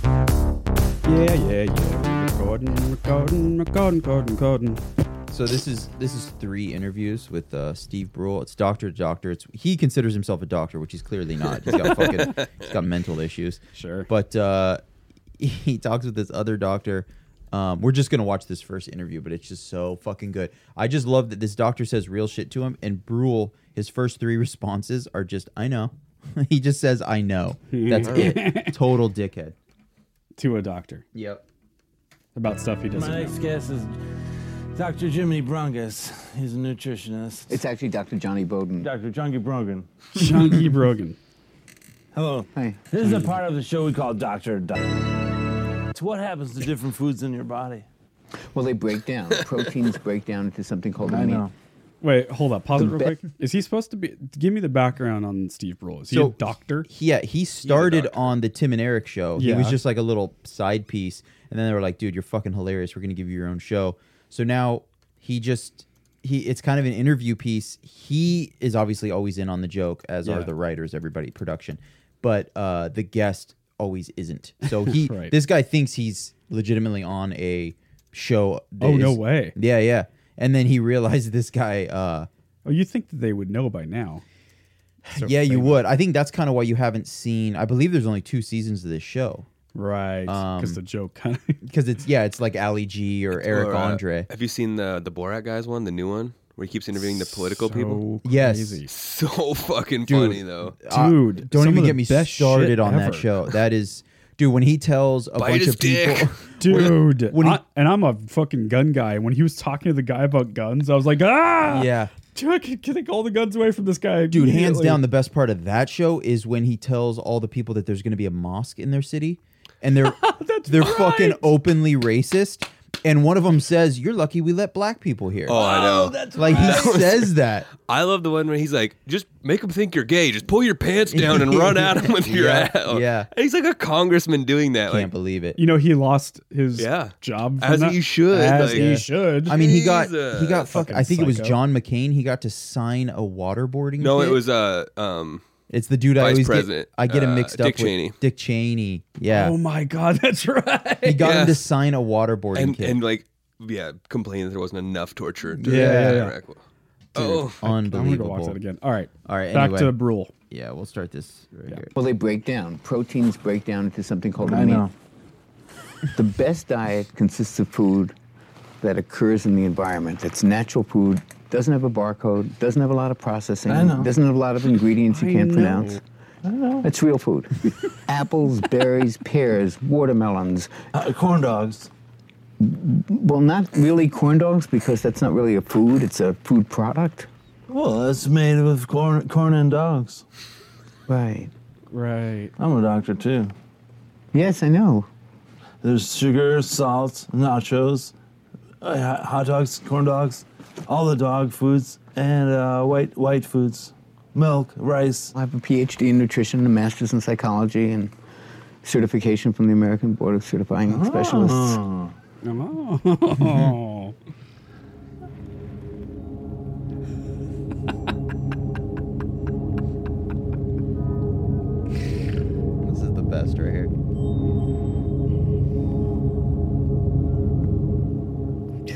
[SPEAKER 3] Yeah, yeah, yeah. Recording, recording, recording, recording, recording.
[SPEAKER 5] So this is this is three interviews with uh, Steve Brule. It's doctor to doctor. It's he considers himself a doctor, which he's clearly not. He's got fucking he's got mental issues.
[SPEAKER 3] Sure.
[SPEAKER 5] But uh, (laughs) he talks with this other doctor. Um, we're just gonna watch this first interview, but it's just so fucking good. I just love that this doctor says real shit to him, and Brule his first three (laughs) responses are just I know. (laughs) he just says I know. That's it. Total dickhead.
[SPEAKER 3] To a doctor.
[SPEAKER 5] Yep.
[SPEAKER 3] About stuff he doesn't
[SPEAKER 11] My
[SPEAKER 3] know.
[SPEAKER 11] next guest is Dr. Jimmy Brungus. He's a nutritionist. It's actually Dr. Johnny Bowden. Dr. Johnny Brogan.
[SPEAKER 3] Chunky E. Brogan.
[SPEAKER 11] Hello. Hi. This is a part of the show we call Dr. Doc- It's what happens to different foods in your body.
[SPEAKER 12] Well, they break down. Proteins break down into something called
[SPEAKER 11] I
[SPEAKER 12] amino.
[SPEAKER 11] know.
[SPEAKER 3] Wait, hold up. Pause
[SPEAKER 12] The
[SPEAKER 3] it real
[SPEAKER 12] be-
[SPEAKER 3] quick. Is he supposed to be? Give me the background on Steve Brule. Is he a doctor?
[SPEAKER 5] he- Yeah, he started on the Tim and Eric show. He was
[SPEAKER 3] Yeah.
[SPEAKER 5] just like a little side piece, and then they were like, "Dude, you're fucking hilarious. We're gonna give you your own show." So now he just he it's kind of an interview piece. He is obviously always in on the joke, as are
[SPEAKER 3] Yeah.
[SPEAKER 5] the writers, everybody, production, but uh, the guest always isn't. So he
[SPEAKER 3] (laughs) Right.
[SPEAKER 5] this guy thinks he's legitimately on a show. that
[SPEAKER 3] Oh, no
[SPEAKER 5] is-
[SPEAKER 3] way.
[SPEAKER 5] Yeah, yeah. And then he realized this guy. uh
[SPEAKER 3] Oh, you think that they would know by now? So
[SPEAKER 5] yeah, you
[SPEAKER 3] famous.
[SPEAKER 5] would. I think that's kind of why you haven't seen. I believe there's only two seasons of this show.
[SPEAKER 3] Right.
[SPEAKER 5] Um,
[SPEAKER 3] Because the joke (laughs) kind of.
[SPEAKER 5] Because it's yeah, it's like Ali G or Eric
[SPEAKER 10] Or, uh,
[SPEAKER 5] Andre.
[SPEAKER 10] Have you seen the the Borat guys one, the new one, where he keeps interviewing the political
[SPEAKER 5] (laughs)
[SPEAKER 10] people?
[SPEAKER 5] Yes.
[SPEAKER 10] so fucking
[SPEAKER 5] Dude,
[SPEAKER 10] funny though. Oh,
[SPEAKER 5] uh, don't
[SPEAKER 3] some
[SPEAKER 5] even
[SPEAKER 3] of the
[SPEAKER 5] get me
[SPEAKER 3] best shit
[SPEAKER 5] started on
[SPEAKER 3] ever.
[SPEAKER 5] that show. That is, dude. When he tells a
[SPEAKER 10] Bite
[SPEAKER 5] bunch
[SPEAKER 10] his
[SPEAKER 5] of people,
[SPEAKER 3] Dude,
[SPEAKER 5] when he-
[SPEAKER 3] I- and I'm a fucking gun guy. And when he was talking to the guy about guns, I was like, ah,
[SPEAKER 5] Yeah.
[SPEAKER 3] Dude, can take all the guns away from this
[SPEAKER 5] (laughs)
[SPEAKER 3] guy. (laughs)
[SPEAKER 5] dude, hands
[SPEAKER 3] immediately."
[SPEAKER 5] down, the best part of that show is when he tells all the people that there's going to be a mosque in their city, and they're they're fucking openly racist. And one of them says, "You're lucky we let black people here."
[SPEAKER 10] Oh, I know. Oh, that's
[SPEAKER 5] like
[SPEAKER 10] right.
[SPEAKER 5] he says that.
[SPEAKER 10] I love the one where he's like, just make him think you're gay. Just pull your pants down and run at him
[SPEAKER 13] (laughs)
[SPEAKER 10] with your
[SPEAKER 5] Yeah,
[SPEAKER 10] ass.
[SPEAKER 5] yeah.
[SPEAKER 10] And he's like a congressman doing that.
[SPEAKER 5] Can't
[SPEAKER 10] like,
[SPEAKER 5] believe it.
[SPEAKER 3] You know, he lost his
[SPEAKER 10] Yeah.
[SPEAKER 3] job. from
[SPEAKER 10] As
[SPEAKER 3] that.
[SPEAKER 10] he should,
[SPEAKER 3] As
[SPEAKER 10] like-
[SPEAKER 3] he
[SPEAKER 10] Yeah.
[SPEAKER 3] should.
[SPEAKER 5] I mean, he got he got
[SPEAKER 10] Jesus.
[SPEAKER 5] fuck. I think it was John McCain. He got to sign a waterboarding.
[SPEAKER 10] no, it
[SPEAKER 5] kit.
[SPEAKER 10] was uh um.
[SPEAKER 5] It's the dude I
[SPEAKER 10] Vice
[SPEAKER 5] always
[SPEAKER 10] President,
[SPEAKER 5] get. I get him
[SPEAKER 10] uh,
[SPEAKER 5] mixed up
[SPEAKER 10] Dick
[SPEAKER 5] with
[SPEAKER 10] Cheney.
[SPEAKER 5] Dick Cheney. Yeah,
[SPEAKER 3] Oh my God, (laughs) that's right.
[SPEAKER 5] he got him
[SPEAKER 10] Yeah.
[SPEAKER 5] to sign a waterboarding
[SPEAKER 10] and
[SPEAKER 5] kit.
[SPEAKER 10] and like yeah, complaining that there wasn't enough torture. During
[SPEAKER 5] Yeah, yeah,
[SPEAKER 10] the
[SPEAKER 5] yeah.
[SPEAKER 10] Iraq War. Oh,
[SPEAKER 5] unbelievable.
[SPEAKER 3] I'm gonna go watch that again. All right,
[SPEAKER 5] All right.
[SPEAKER 3] Back
[SPEAKER 5] anyway.
[SPEAKER 3] to Brule.
[SPEAKER 5] Yeah, we'll start this right here.
[SPEAKER 12] Well, they break down. Proteins break down into something called
[SPEAKER 5] I
[SPEAKER 12] amino.
[SPEAKER 5] know.
[SPEAKER 12] The best diet consists of food that occurs in the environment. That's natural food, doesn't have a barcode, doesn't have a lot of processing,
[SPEAKER 14] I know.
[SPEAKER 12] doesn't have a lot of ingredients you
[SPEAKER 14] I
[SPEAKER 12] can't
[SPEAKER 14] know.
[SPEAKER 12] pronounce.
[SPEAKER 14] I know.
[SPEAKER 12] It's real
[SPEAKER 14] (laughs)
[SPEAKER 12] food. Apples, berries, pears, watermelons. Uh, corn dogs. Well, not really corn dogs because that's not really a food, it's a food product.
[SPEAKER 11] Well, it's made of corn, corn and dogs.
[SPEAKER 12] Right.
[SPEAKER 11] Right. I'm a doctor too.
[SPEAKER 12] Yes, I know.
[SPEAKER 11] There's sugar, salt, nachos, uh, hot dogs, corn dogs, all the dog foods, and uh, white white foods.
[SPEAKER 12] Milk, rice. I have a PhD in nutrition, a master's in psychology, and certification from the American Board of Certifying Specialists.
[SPEAKER 11] Oh.
[SPEAKER 3] Oh.
[SPEAKER 5] This is the best right here.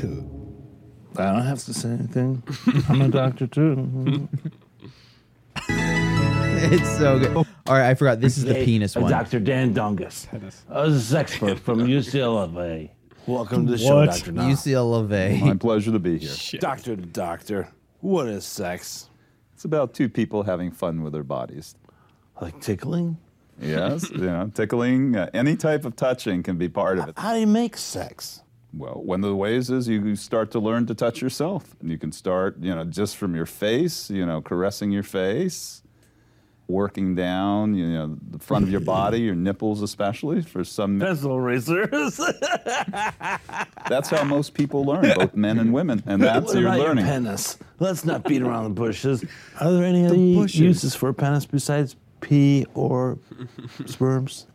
[SPEAKER 5] (laughs)
[SPEAKER 11] I don't have to say anything. I'm a doctor too.
[SPEAKER 5] it's so good. All right, I forgot. This is the
[SPEAKER 11] Hey,
[SPEAKER 5] penis one.
[SPEAKER 11] Dr. Dan Dongus. I was an expert from UCLA. Welcome to the
[SPEAKER 5] What?
[SPEAKER 11] show, Dr. Now.
[SPEAKER 5] UCLA.
[SPEAKER 13] My pleasure to be here.
[SPEAKER 11] Doctor to doctor. What is sex?
[SPEAKER 13] It's about two people having fun with their bodies. Like tickling? Yes, (laughs) you know, tickling, uh, any type of touching can be part of it.
[SPEAKER 11] How do you make sex?
[SPEAKER 13] Well, one of the ways is you start to learn to touch yourself. And you can start, you know, just from your face, you know, caressing your face, working down, you know, the front of your body, your nipples especially for some
[SPEAKER 11] Pencil erasers.
[SPEAKER 13] That's how most people learn, both men and women, and (laughs) that's
[SPEAKER 11] what
[SPEAKER 13] your
[SPEAKER 11] about
[SPEAKER 13] learning.
[SPEAKER 11] Your penis. Let's not beat around the
[SPEAKER 13] (laughs)
[SPEAKER 11] bushes. Are there any other uses for a penis besides pee or sperms?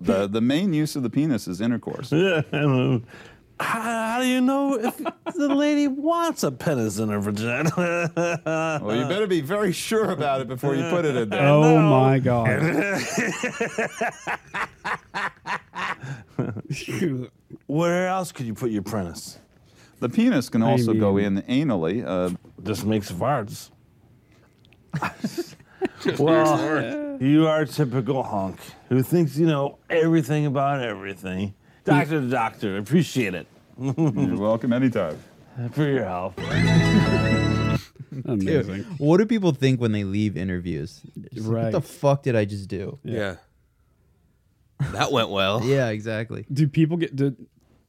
[SPEAKER 13] The the main use of the penis is intercourse.
[SPEAKER 11] (laughs) how, how do you know if the lady wants a penis in her vagina? (laughs) well,
[SPEAKER 13] Well, you better be very sure about it before you put it in there.
[SPEAKER 3] Oh my
[SPEAKER 10] (laughs)
[SPEAKER 3] god.
[SPEAKER 11] Where else could you put your penis?
[SPEAKER 13] The penis can
[SPEAKER 11] I
[SPEAKER 13] also go
[SPEAKER 11] mean-
[SPEAKER 13] in anally. Uh,
[SPEAKER 11] Just makes
[SPEAKER 13] (laughs)
[SPEAKER 11] farts.
[SPEAKER 10] worse.
[SPEAKER 11] well, you are a typical honk who thinks you know everything about everything. Doctor to doctor, appreciate it. You're
[SPEAKER 13] welcome anytime.
[SPEAKER 11] (laughs) For your help.
[SPEAKER 5] Dude, what do people think when they leave interviews? Just like, What the
[SPEAKER 3] Right.
[SPEAKER 5] fuck did I just do?
[SPEAKER 10] Yeah. That went well.
[SPEAKER 5] Yeah, exactly.
[SPEAKER 3] Do people get do,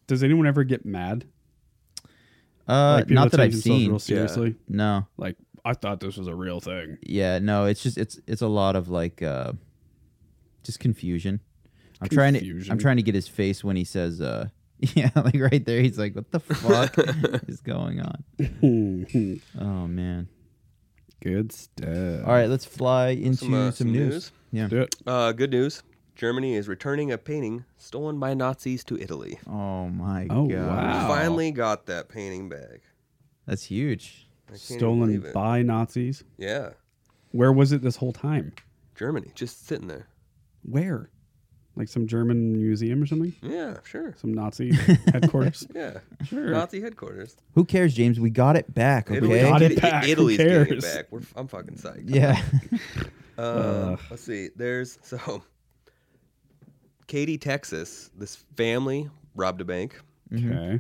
[SPEAKER 3] does anyone ever get mad?
[SPEAKER 5] Uh,
[SPEAKER 3] people
[SPEAKER 5] not that
[SPEAKER 3] take
[SPEAKER 5] I've
[SPEAKER 3] themselves
[SPEAKER 5] seen.
[SPEAKER 3] Real seriously.
[SPEAKER 5] No.
[SPEAKER 3] Like I thought this was a real thing.
[SPEAKER 5] Yeah, no, it's just it's it's a lot of like uh just confusion. I'm trying to I'm
[SPEAKER 3] Confusion.
[SPEAKER 5] trying to get his face when he says uh (laughs) yeah, like right there he's like what the fuck is going on? oh man.
[SPEAKER 3] Good stuff.
[SPEAKER 5] All right, let's fly into some,
[SPEAKER 10] uh,
[SPEAKER 5] news. Yeah.
[SPEAKER 10] (laughs) Uh, good news. Germany is returning a painting stolen by Nazis to Italy.
[SPEAKER 5] Oh my
[SPEAKER 3] Oh,
[SPEAKER 5] god.
[SPEAKER 3] wow.
[SPEAKER 10] Finally got that painting back.
[SPEAKER 5] That's huge.
[SPEAKER 10] I can't even
[SPEAKER 3] Stolen
[SPEAKER 10] believe it.
[SPEAKER 3] by Nazis.
[SPEAKER 10] Yeah.
[SPEAKER 3] Where was it this whole time?
[SPEAKER 10] Germany, just sitting there.
[SPEAKER 3] Where? Like some German museum or something?
[SPEAKER 10] Yeah, sure.
[SPEAKER 3] Some Nazi headquarters.
[SPEAKER 10] Yeah.
[SPEAKER 3] Sure.
[SPEAKER 10] Nazi headquarters.
[SPEAKER 5] Who cares, James? We got it back, okay?
[SPEAKER 10] Italy- Italy- Italy's getting it
[SPEAKER 5] cares?
[SPEAKER 10] back. We're, I'm fucking psyched.
[SPEAKER 5] Yeah. (laughs) Uh.
[SPEAKER 10] um, Let's see. There's (laughs) so Katy, Texas. This family robbed a bank.
[SPEAKER 3] Okay.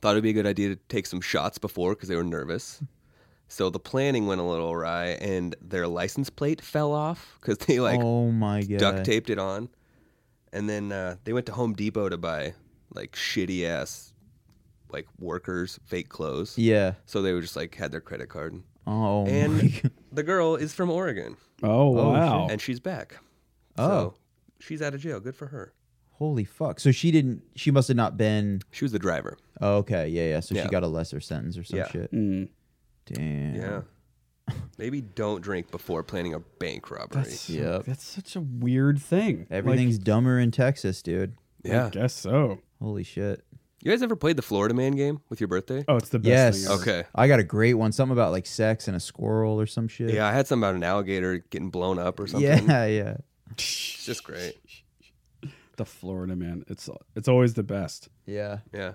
[SPEAKER 10] Thought it'd be a good idea to take some shots before because they were nervous. So the planning went a little awry, and their license plate fell off because they like
[SPEAKER 5] Oh my God.
[SPEAKER 10] duct taped it on, and then uh, they went to Home Depot to buy like shitty ass like workers fake clothes.
[SPEAKER 5] Yeah.
[SPEAKER 10] So they were just like had their credit card.
[SPEAKER 5] Oh
[SPEAKER 10] and
[SPEAKER 5] my God.
[SPEAKER 10] the girl is from Oregon.
[SPEAKER 3] Oh, wow.
[SPEAKER 10] And she's back.
[SPEAKER 5] Oh.
[SPEAKER 10] So she's out of jail. Good for her.
[SPEAKER 5] (laughs) Holy fuck. So she didn't she must have not been
[SPEAKER 10] She was the driver.
[SPEAKER 5] Oh, okay, yeah, yeah. So
[SPEAKER 10] Yeah.
[SPEAKER 5] she got a lesser sentence or some
[SPEAKER 10] Yeah.
[SPEAKER 5] shit.
[SPEAKER 3] Mm.
[SPEAKER 5] Damn.
[SPEAKER 10] Yeah. Maybe don't drink before planning a bank robbery.
[SPEAKER 5] That's, yep.
[SPEAKER 3] That's such a weird thing.
[SPEAKER 5] Everything's dumber in Texas, dude.
[SPEAKER 10] Yeah. I
[SPEAKER 3] guess so.
[SPEAKER 5] Holy shit.
[SPEAKER 10] You guys ever played the Florida Man game with your birthday?
[SPEAKER 3] Oh, it's the
[SPEAKER 5] yes.
[SPEAKER 10] Okay.
[SPEAKER 5] I got a great one. Something about like sex and a squirrel or some shit.
[SPEAKER 10] Yeah, I had something about an alligator getting blown up or something.
[SPEAKER 5] (laughs) Yeah, yeah.
[SPEAKER 10] It's just great.
[SPEAKER 3] The Florida man. It's it's always the best.
[SPEAKER 5] Yeah.
[SPEAKER 10] Yeah.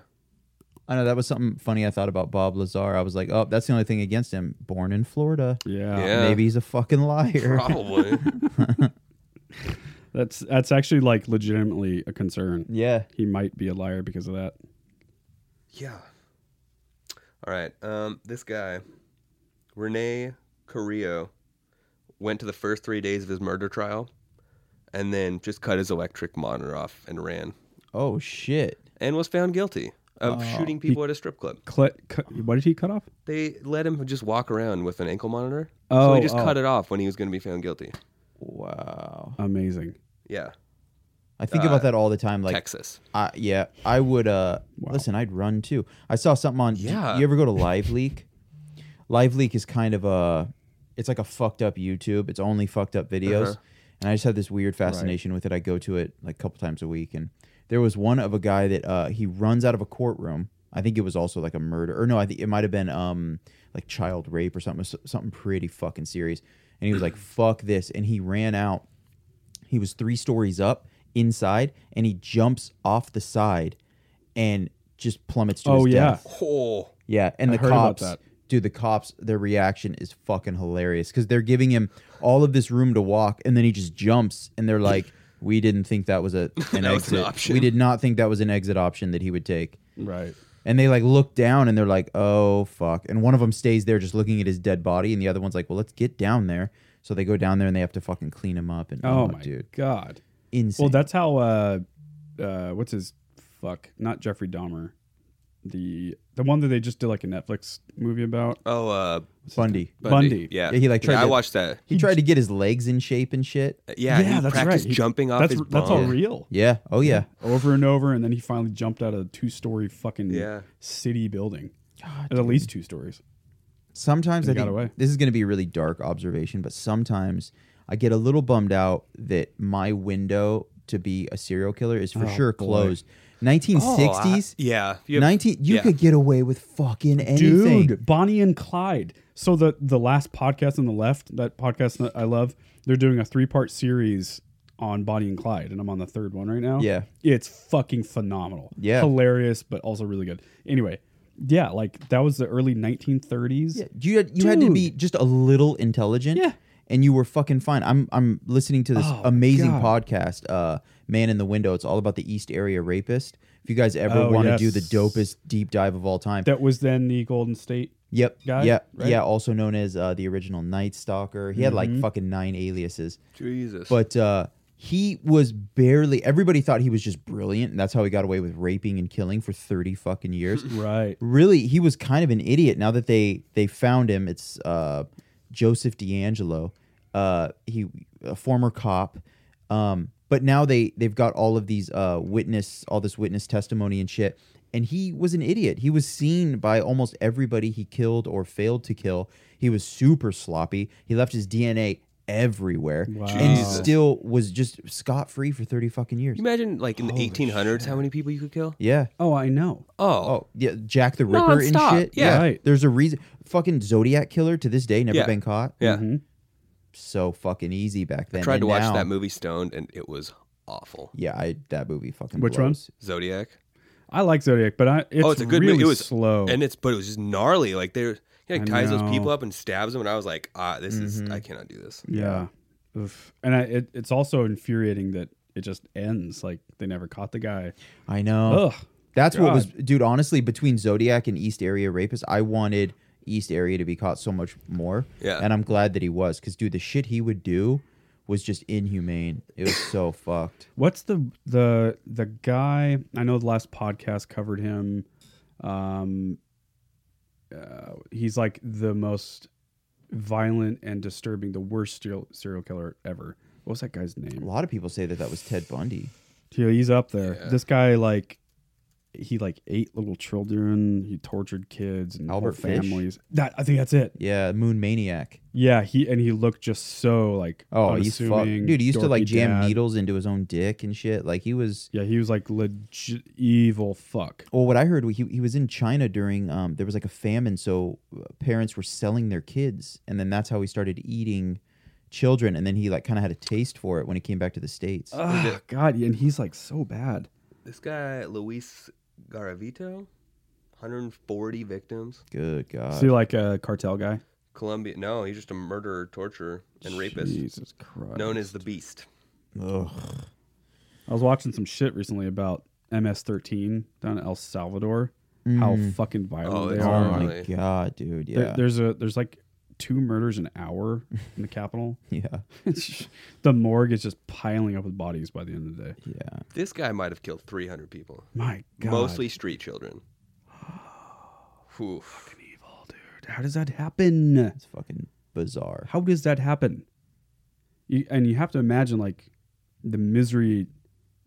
[SPEAKER 5] I know that was something funny I thought about Bob Lazar. I was like, oh, that's the only thing against him. Born in Florida.
[SPEAKER 3] Yeah. Yeah.
[SPEAKER 10] (laughs)
[SPEAKER 5] Maybe he's a fucking liar.
[SPEAKER 10] Probably.
[SPEAKER 3] That's that's actually like legitimately a concern.
[SPEAKER 5] Yeah.
[SPEAKER 3] He might be a liar because of that.
[SPEAKER 10] Yeah. All right. Um, this guy, Rene Carrillo, went to the first three days of his murder trial, and then just cut his electric monitor off and ran,
[SPEAKER 5] Oh shit.
[SPEAKER 10] and was found guilty of
[SPEAKER 5] Oh.
[SPEAKER 10] shooting people at a strip club.
[SPEAKER 3] Cle- cut, what did he cut off?
[SPEAKER 10] They let him just walk around with an ankle monitor, so
[SPEAKER 3] Oh,
[SPEAKER 10] he just
[SPEAKER 3] oh.
[SPEAKER 10] cut it off when he was going to be found guilty.
[SPEAKER 5] Wow.
[SPEAKER 3] Amazing.
[SPEAKER 10] Yeah.
[SPEAKER 5] I think
[SPEAKER 10] Uh,
[SPEAKER 5] about that all the time. Like
[SPEAKER 10] Texas.
[SPEAKER 5] I, yeah, I would. Uh, Listen, I'd run too. I saw something on.
[SPEAKER 10] Yeah.
[SPEAKER 5] Yeah. You ever go to Live Leak? Live Leak is kind of a. It's like a fucked up YouTube. It's only fucked up videos,
[SPEAKER 10] Uh-huh.
[SPEAKER 5] and I just had this weird fascination with it. I go to it like a couple times a week, and there was one of a guy that uh, he runs out of a courtroom. I think it was also like a murder, or no, I think it might have been um like child rape or something, something pretty fucking serious. And he was like, "Fuck this!" and he ran out he was three stories up inside and he jumps off the side and just plummets to
[SPEAKER 3] Oh,
[SPEAKER 5] his
[SPEAKER 3] yeah.
[SPEAKER 5] death.
[SPEAKER 10] Oh.
[SPEAKER 5] Yeah. And
[SPEAKER 3] I
[SPEAKER 5] the
[SPEAKER 3] heard about
[SPEAKER 5] cops,
[SPEAKER 3] that.
[SPEAKER 5] dude, the cops, their reaction is fucking hilarious because they're giving him all of this room to walk and then he just jumps and they're like, we didn't think that was a, an
[SPEAKER 10] That was an
[SPEAKER 5] exit.
[SPEAKER 10] option.
[SPEAKER 5] We did not think that was an exit option that he would take.
[SPEAKER 3] Right.
[SPEAKER 5] And they like look down and they're like, oh fuck. And one of them stays there just looking at his dead body, and the other one's like, well, let's get down there. So they go down there and they have to fucking clean him up. And
[SPEAKER 3] Oh,
[SPEAKER 5] oh,
[SPEAKER 3] my
[SPEAKER 5] dude,
[SPEAKER 3] God.
[SPEAKER 5] insane.
[SPEAKER 3] Well, that's how. Uh, uh, what's his fuck? Not Jeffrey Dahmer. The the one that they just did like a Netflix movie about.
[SPEAKER 10] Oh, uh,
[SPEAKER 5] Bundy.
[SPEAKER 3] Bundy.
[SPEAKER 10] Yeah.
[SPEAKER 5] Yeah, he like tried.
[SPEAKER 10] Yeah, I
[SPEAKER 5] to-
[SPEAKER 10] watched that.
[SPEAKER 5] He tried to get his legs in shape and shit.
[SPEAKER 10] Yeah, he practiced
[SPEAKER 3] He-
[SPEAKER 10] jumping off
[SPEAKER 3] that's,
[SPEAKER 10] his
[SPEAKER 3] That's all
[SPEAKER 10] bunk.
[SPEAKER 3] real.
[SPEAKER 5] Yeah. Oh yeah.
[SPEAKER 3] Over and over, and then he finally jumped out of a two-story fucking
[SPEAKER 10] Yeah.
[SPEAKER 3] city building. at least two stories.
[SPEAKER 5] Sometimes
[SPEAKER 3] And
[SPEAKER 5] I
[SPEAKER 3] got
[SPEAKER 5] think
[SPEAKER 3] away.
[SPEAKER 5] this is going to be a really dark observation, but sometimes I get a little bummed out that my window to be a serial killer is for
[SPEAKER 10] Oh,
[SPEAKER 5] sure
[SPEAKER 10] boy.
[SPEAKER 5] closed. 1960s.
[SPEAKER 10] Oh, I- yeah. You
[SPEAKER 5] You
[SPEAKER 10] have-
[SPEAKER 5] 19. You
[SPEAKER 10] yeah.
[SPEAKER 5] could get away with fucking anything.
[SPEAKER 3] Dude, Bonnie and Clyde. So the the last podcast on the left, that podcast that I love, they're doing a three part series on Bonnie and Clyde, and I'm on the third one right now.
[SPEAKER 5] Yeah.
[SPEAKER 3] it's fucking phenomenal.
[SPEAKER 5] Yeah.
[SPEAKER 3] hilarious, but also really good. Anyway, yeah, like that was the early 1930s.
[SPEAKER 5] Yeah, you had you had to be just a little intelligent.
[SPEAKER 3] Yeah.
[SPEAKER 5] And you were fucking fine. I'm I'm listening to this
[SPEAKER 3] Oh,
[SPEAKER 5] amazing
[SPEAKER 3] God.
[SPEAKER 5] podcast, uh, Man in the Window. It's all about the East Area Rapist. If you guys ever
[SPEAKER 3] Oh,
[SPEAKER 5] want to do
[SPEAKER 3] yes.
[SPEAKER 5] the dopest deep dive of all time,
[SPEAKER 3] That was then the Golden State.
[SPEAKER 5] yep,
[SPEAKER 3] guy,
[SPEAKER 5] yeah,
[SPEAKER 3] right?
[SPEAKER 5] yeah. Also known as uh, the original Night Stalker. He had like
[SPEAKER 3] Mhm.
[SPEAKER 5] fucking nine aliases.
[SPEAKER 10] Jesus.
[SPEAKER 5] But uh, he was barely. Everybody thought he was just brilliant, and that's how he got away with raping and killing for thirty fucking years.
[SPEAKER 3] Right.
[SPEAKER 5] Really, he was kind of an idiot. Now that they they found him, it's uh, Joseph D'Angelo. Uh, he a former cop. Um, but now they they've got all of these uh, witness, all this witness testimony and shit. And he was an idiot. He was seen by almost everybody he killed or failed to kill. He was super sloppy. He left his DNA everywhere
[SPEAKER 3] Wow.
[SPEAKER 5] and
[SPEAKER 10] Jesus.
[SPEAKER 5] still was just scot free for 30 fucking years.
[SPEAKER 10] You imagine like in the 1800s how many people you could kill?
[SPEAKER 5] Yeah.
[SPEAKER 3] Oh, I know.
[SPEAKER 10] Oh.
[SPEAKER 5] yeah. Jack the Ripper
[SPEAKER 10] Nonstop,
[SPEAKER 5] and shit.
[SPEAKER 10] yeah.
[SPEAKER 3] Right.
[SPEAKER 5] There's a reason. Fucking Zodiac killer to this day never
[SPEAKER 10] Yeah.
[SPEAKER 5] been caught.
[SPEAKER 10] Yeah.
[SPEAKER 5] So fucking easy back then.
[SPEAKER 10] I tried
[SPEAKER 5] Mm-hmm. And
[SPEAKER 10] to watch
[SPEAKER 5] now-
[SPEAKER 10] that movie Stoned and it was awful.
[SPEAKER 5] Yeah, I, that movie fucking.
[SPEAKER 3] Which one?
[SPEAKER 5] blows.
[SPEAKER 10] Zodiac.
[SPEAKER 3] I like Zodiac, but I it's,
[SPEAKER 10] oh, it's a good
[SPEAKER 3] really
[SPEAKER 10] movie. It was
[SPEAKER 3] slow.
[SPEAKER 10] and it's but it was just gnarly. Like they he like
[SPEAKER 3] I
[SPEAKER 10] ties those
[SPEAKER 3] know.
[SPEAKER 10] people up and stabs them, and I was like, ah, this
[SPEAKER 5] Mm-hmm.
[SPEAKER 10] is I cannot do this.
[SPEAKER 3] Yeah. Oof. And I, it, it's also infuriating that it just ends. Like they never caught the guy.
[SPEAKER 5] I know.
[SPEAKER 3] Ugh.
[SPEAKER 5] That's what was,
[SPEAKER 3] God.
[SPEAKER 5] dude. Honestly, between Zodiac and East Area Rapist, I wanted East Area to be caught so much more.
[SPEAKER 10] Yeah.
[SPEAKER 5] And I'm glad that he was, because dude, the shit he would do was just inhumane. It was so (laughs) fucked.
[SPEAKER 3] What's the the the guy? I know the last podcast covered him. Um, uh, he's like the most violent and disturbing, the worst serial, serial killer ever. What was that guy's
[SPEAKER 5] A
[SPEAKER 3] name?
[SPEAKER 5] lot of people say that that was Ted Bundy.
[SPEAKER 3] Yeah, he's up there.
[SPEAKER 5] Yeah.
[SPEAKER 3] This guy like he like ate little children. He tortured kids and whole
[SPEAKER 5] Albert Fish?
[SPEAKER 3] families. That I think that's it.
[SPEAKER 5] Yeah, Moon Maniac.
[SPEAKER 3] Yeah, he and he looked just so like
[SPEAKER 5] Oh, he's fucked.
[SPEAKER 3] unassuming,
[SPEAKER 5] Dude, he used to like
[SPEAKER 3] dorky
[SPEAKER 5] jam
[SPEAKER 3] dad.
[SPEAKER 5] needles into his own dick and shit. Like he was.
[SPEAKER 3] Yeah, he was like legit evil fuck.
[SPEAKER 5] Well, what I heard, he, he was in China during, um, there was like a famine. So uh, parents were selling their kids. And then that's how he started eating children. And then he like kind of had a taste for it when he came back to the States.
[SPEAKER 3] Oh god, and he's like so bad.
[SPEAKER 10] This guy Luis Garavito, 140 victims.
[SPEAKER 5] Good God.
[SPEAKER 3] See, like a cartel guy.
[SPEAKER 10] Colombia. No, he's just a murderer, torturer, and rapist.
[SPEAKER 3] Jesus Christ.
[SPEAKER 10] Known as the Beast.
[SPEAKER 5] Ugh.
[SPEAKER 3] I was watching some shit recently about MS-13 down in El Salvador. How
[SPEAKER 5] Mm.
[SPEAKER 3] fucking violent
[SPEAKER 5] Oh,
[SPEAKER 3] they
[SPEAKER 5] it's
[SPEAKER 3] are!
[SPEAKER 5] gnarly. Oh my God, dude,
[SPEAKER 3] There-
[SPEAKER 5] yeah.
[SPEAKER 3] there's a there's like two murders an hour in the capital.
[SPEAKER 5] (laughs)
[SPEAKER 3] (laughs)
[SPEAKER 5] yeah,
[SPEAKER 3] the morgue is just piling up with bodies by the end of the day.
[SPEAKER 5] Yeah,
[SPEAKER 10] This guy might have killed 300 people.
[SPEAKER 3] My God.
[SPEAKER 10] Mostly street
[SPEAKER 5] (sighs)
[SPEAKER 10] children. Whew.
[SPEAKER 3] how does that happen? It's
[SPEAKER 5] fucking bizarre.
[SPEAKER 3] How does that happen? You, and you have to imagine like the misery.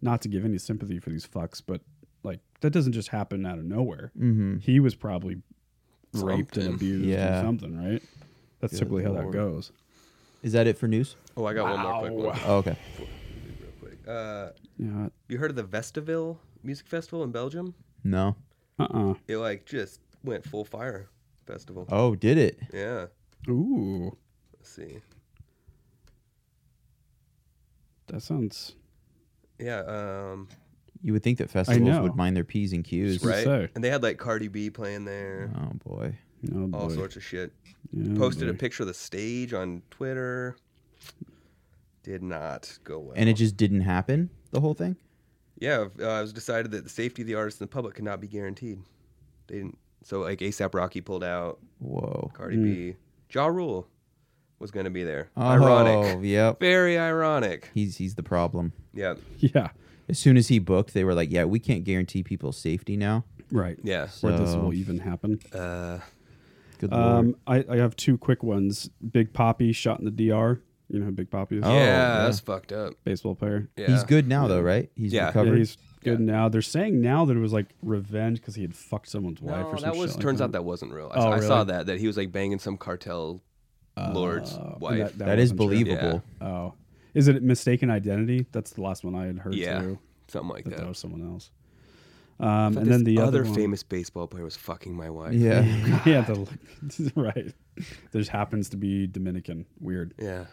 [SPEAKER 3] Not to give any sympathy for these fucks, but like that doesn't just happen out of nowhere.
[SPEAKER 5] Mhm.
[SPEAKER 3] He was probably raped
[SPEAKER 10] Something.
[SPEAKER 3] and abused
[SPEAKER 5] Yeah.
[SPEAKER 3] or something, right? That's
[SPEAKER 5] Good
[SPEAKER 3] typically how that
[SPEAKER 5] Lord.
[SPEAKER 3] goes.
[SPEAKER 5] Is that it for news?
[SPEAKER 10] Oh, I got one more quick one.
[SPEAKER 5] Oh, okay.
[SPEAKER 10] Uh,
[SPEAKER 3] Yeah.
[SPEAKER 10] You heard of the Vestaville Music Festival in Belgium?
[SPEAKER 5] No.
[SPEAKER 3] Uh uh
[SPEAKER 10] It like just went full fire festival.
[SPEAKER 5] Oh, did it?
[SPEAKER 10] Yeah.
[SPEAKER 3] Ooh,
[SPEAKER 10] Let's see.
[SPEAKER 3] that sounds
[SPEAKER 10] Yeah. Um,
[SPEAKER 5] You would think that festivals
[SPEAKER 3] know.
[SPEAKER 5] would mind their p's and q's,
[SPEAKER 10] right. And they had like Cardi B playing there.
[SPEAKER 5] Oh boy.
[SPEAKER 3] Oh,
[SPEAKER 10] all
[SPEAKER 5] boy.
[SPEAKER 10] sorts of shit.
[SPEAKER 5] Yeah,
[SPEAKER 10] Posted a
[SPEAKER 5] boy.
[SPEAKER 10] picture of the stage on Twitter. Did not go well.
[SPEAKER 5] And it just didn't happen. The whole thing.
[SPEAKER 10] Yeah, uh, it was decided that the safety of the artists and the public could not be guaranteed. They didn't. So like ASAP Rocky pulled out.
[SPEAKER 5] Whoa.
[SPEAKER 10] Cardi
[SPEAKER 3] Mm.
[SPEAKER 5] Hmm.
[SPEAKER 10] B, Ja Rule was going to be there.
[SPEAKER 5] Oh,
[SPEAKER 10] ironic.
[SPEAKER 5] yep.
[SPEAKER 10] Very ironic.
[SPEAKER 5] He's he's the problem.
[SPEAKER 10] Yeah.
[SPEAKER 3] (laughs) Yeah.
[SPEAKER 5] As soon as he booked, they were like, "Yeah, we can't guarantee people's safety now."
[SPEAKER 3] Right.
[SPEAKER 10] Yeah.
[SPEAKER 3] Where this
[SPEAKER 5] So-
[SPEAKER 3] will even happen.
[SPEAKER 10] Uh,
[SPEAKER 5] Good
[SPEAKER 3] um, I, I have two quick ones. Big Poppy shot in the DR. You know who Big Poppy is?
[SPEAKER 10] Yeah, Oh, yeah. that's fucked up.
[SPEAKER 3] Baseball player.
[SPEAKER 10] Yeah. He's
[SPEAKER 5] good now, though, right? He's
[SPEAKER 3] yeah.
[SPEAKER 5] recovered?
[SPEAKER 3] Yeah, he's good now. They're saying now that it was like revenge because he had fucked someone's wife or
[SPEAKER 10] No,
[SPEAKER 3] something.
[SPEAKER 10] that was. turns out that wasn't real. I,
[SPEAKER 3] Oh,
[SPEAKER 10] I saw
[SPEAKER 3] really?
[SPEAKER 10] that that he was like banging some cartel lord's
[SPEAKER 3] Oh, and
[SPEAKER 10] wife.
[SPEAKER 5] That is
[SPEAKER 3] wasn't true.
[SPEAKER 5] believable.
[SPEAKER 3] Oh, is it mistaken identity? That's the last one I had heard.
[SPEAKER 10] Yeah,
[SPEAKER 3] too,
[SPEAKER 10] something like that.
[SPEAKER 3] That was someone else.
[SPEAKER 10] I
[SPEAKER 3] Um,
[SPEAKER 10] thought
[SPEAKER 3] and then
[SPEAKER 10] this
[SPEAKER 3] the
[SPEAKER 10] other,
[SPEAKER 3] other one-
[SPEAKER 10] famous baseball player was fucking my
[SPEAKER 3] (laughs)
[SPEAKER 10] wife.
[SPEAKER 3] yeah. The, (laughs) right. There's happens to be Dominican. Weird.
[SPEAKER 10] Yeah.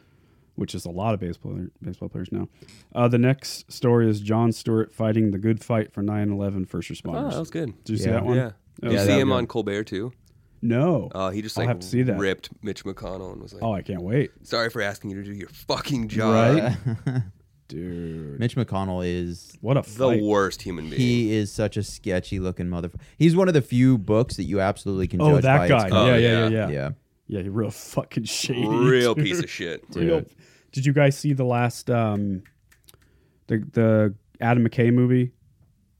[SPEAKER 3] Which is a lot of baseball baseball players now. Uh, the next story is John Stewart fighting the good fight for 9/11 first responders.
[SPEAKER 10] Oh, that was good.
[SPEAKER 3] Did you see that one?
[SPEAKER 10] Yeah.
[SPEAKER 3] That
[SPEAKER 10] Did you
[SPEAKER 3] was
[SPEAKER 10] see
[SPEAKER 3] good.
[SPEAKER 10] him on Colbert too?
[SPEAKER 3] No.
[SPEAKER 10] Uh, he just
[SPEAKER 3] I'll
[SPEAKER 10] like
[SPEAKER 3] have to see that.
[SPEAKER 10] ripped Mitch McConnell and was like,
[SPEAKER 3] Oh, I can't wait.
[SPEAKER 10] Sorry for asking you to do your fucking job.
[SPEAKER 3] dude.
[SPEAKER 5] Mitch McConnell is
[SPEAKER 3] what a
[SPEAKER 10] The fight. worst human
[SPEAKER 5] (laughs)
[SPEAKER 10] being.
[SPEAKER 5] He is such a sketchy looking motherfucker. He's one of the few books that you absolutely can
[SPEAKER 3] Oh,
[SPEAKER 5] judge by
[SPEAKER 3] that
[SPEAKER 5] its
[SPEAKER 3] guy.
[SPEAKER 5] cover.
[SPEAKER 3] yeah, yeah, yeah, yeah,
[SPEAKER 5] yeah.
[SPEAKER 3] Yeah, he real fucking shady.
[SPEAKER 10] Real
[SPEAKER 3] dude.
[SPEAKER 10] piece of shit.
[SPEAKER 3] Real-
[SPEAKER 10] Dude.
[SPEAKER 3] Did you guys see the last um, the the Adam McKay movie?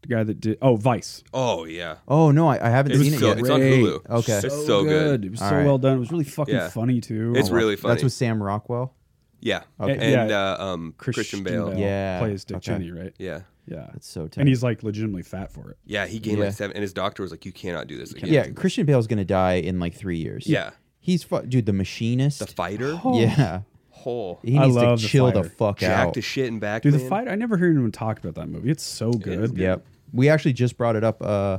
[SPEAKER 3] The guy that did oh Vice.
[SPEAKER 10] Oh yeah.
[SPEAKER 5] Oh no, I, I haven't
[SPEAKER 10] It was
[SPEAKER 5] seen it
[SPEAKER 10] so-
[SPEAKER 5] yet.
[SPEAKER 10] it's on
[SPEAKER 5] Great.
[SPEAKER 10] Hulu.
[SPEAKER 5] Okay,
[SPEAKER 10] It's So so good. good.
[SPEAKER 3] It was
[SPEAKER 5] All
[SPEAKER 3] so
[SPEAKER 5] right.
[SPEAKER 3] well done. It was really fucking
[SPEAKER 10] Yeah.
[SPEAKER 3] funny too.
[SPEAKER 10] It's really funny.
[SPEAKER 5] That's with Sam Rockwell.
[SPEAKER 10] Yeah.
[SPEAKER 5] Okay.
[SPEAKER 10] And uh, um, Christian, Bale.
[SPEAKER 5] Yeah.
[SPEAKER 3] plays Dick
[SPEAKER 5] okay.
[SPEAKER 3] Cheney, right?
[SPEAKER 10] Yeah.
[SPEAKER 3] yeah.
[SPEAKER 5] That's so tight.
[SPEAKER 3] and he's like legitimately fat for it.
[SPEAKER 10] Yeah, he gained
[SPEAKER 5] Yeah.
[SPEAKER 10] like seven, and his doctor was like, "You cannot do this again."
[SPEAKER 5] yeah, Christian Bale's gonna die in like three years.
[SPEAKER 10] Yeah.
[SPEAKER 5] he's fu- dude. The machinist, the
[SPEAKER 10] fighter.
[SPEAKER 5] Yeah,
[SPEAKER 10] Oh.
[SPEAKER 5] He needs to chill the, fuck
[SPEAKER 10] Jacked
[SPEAKER 5] out.
[SPEAKER 10] to shit and back.
[SPEAKER 3] Dude,
[SPEAKER 10] man.
[SPEAKER 3] the fight. I never heard anyone talk about that movie. It's so good.
[SPEAKER 5] Yep. We actually just brought it up uh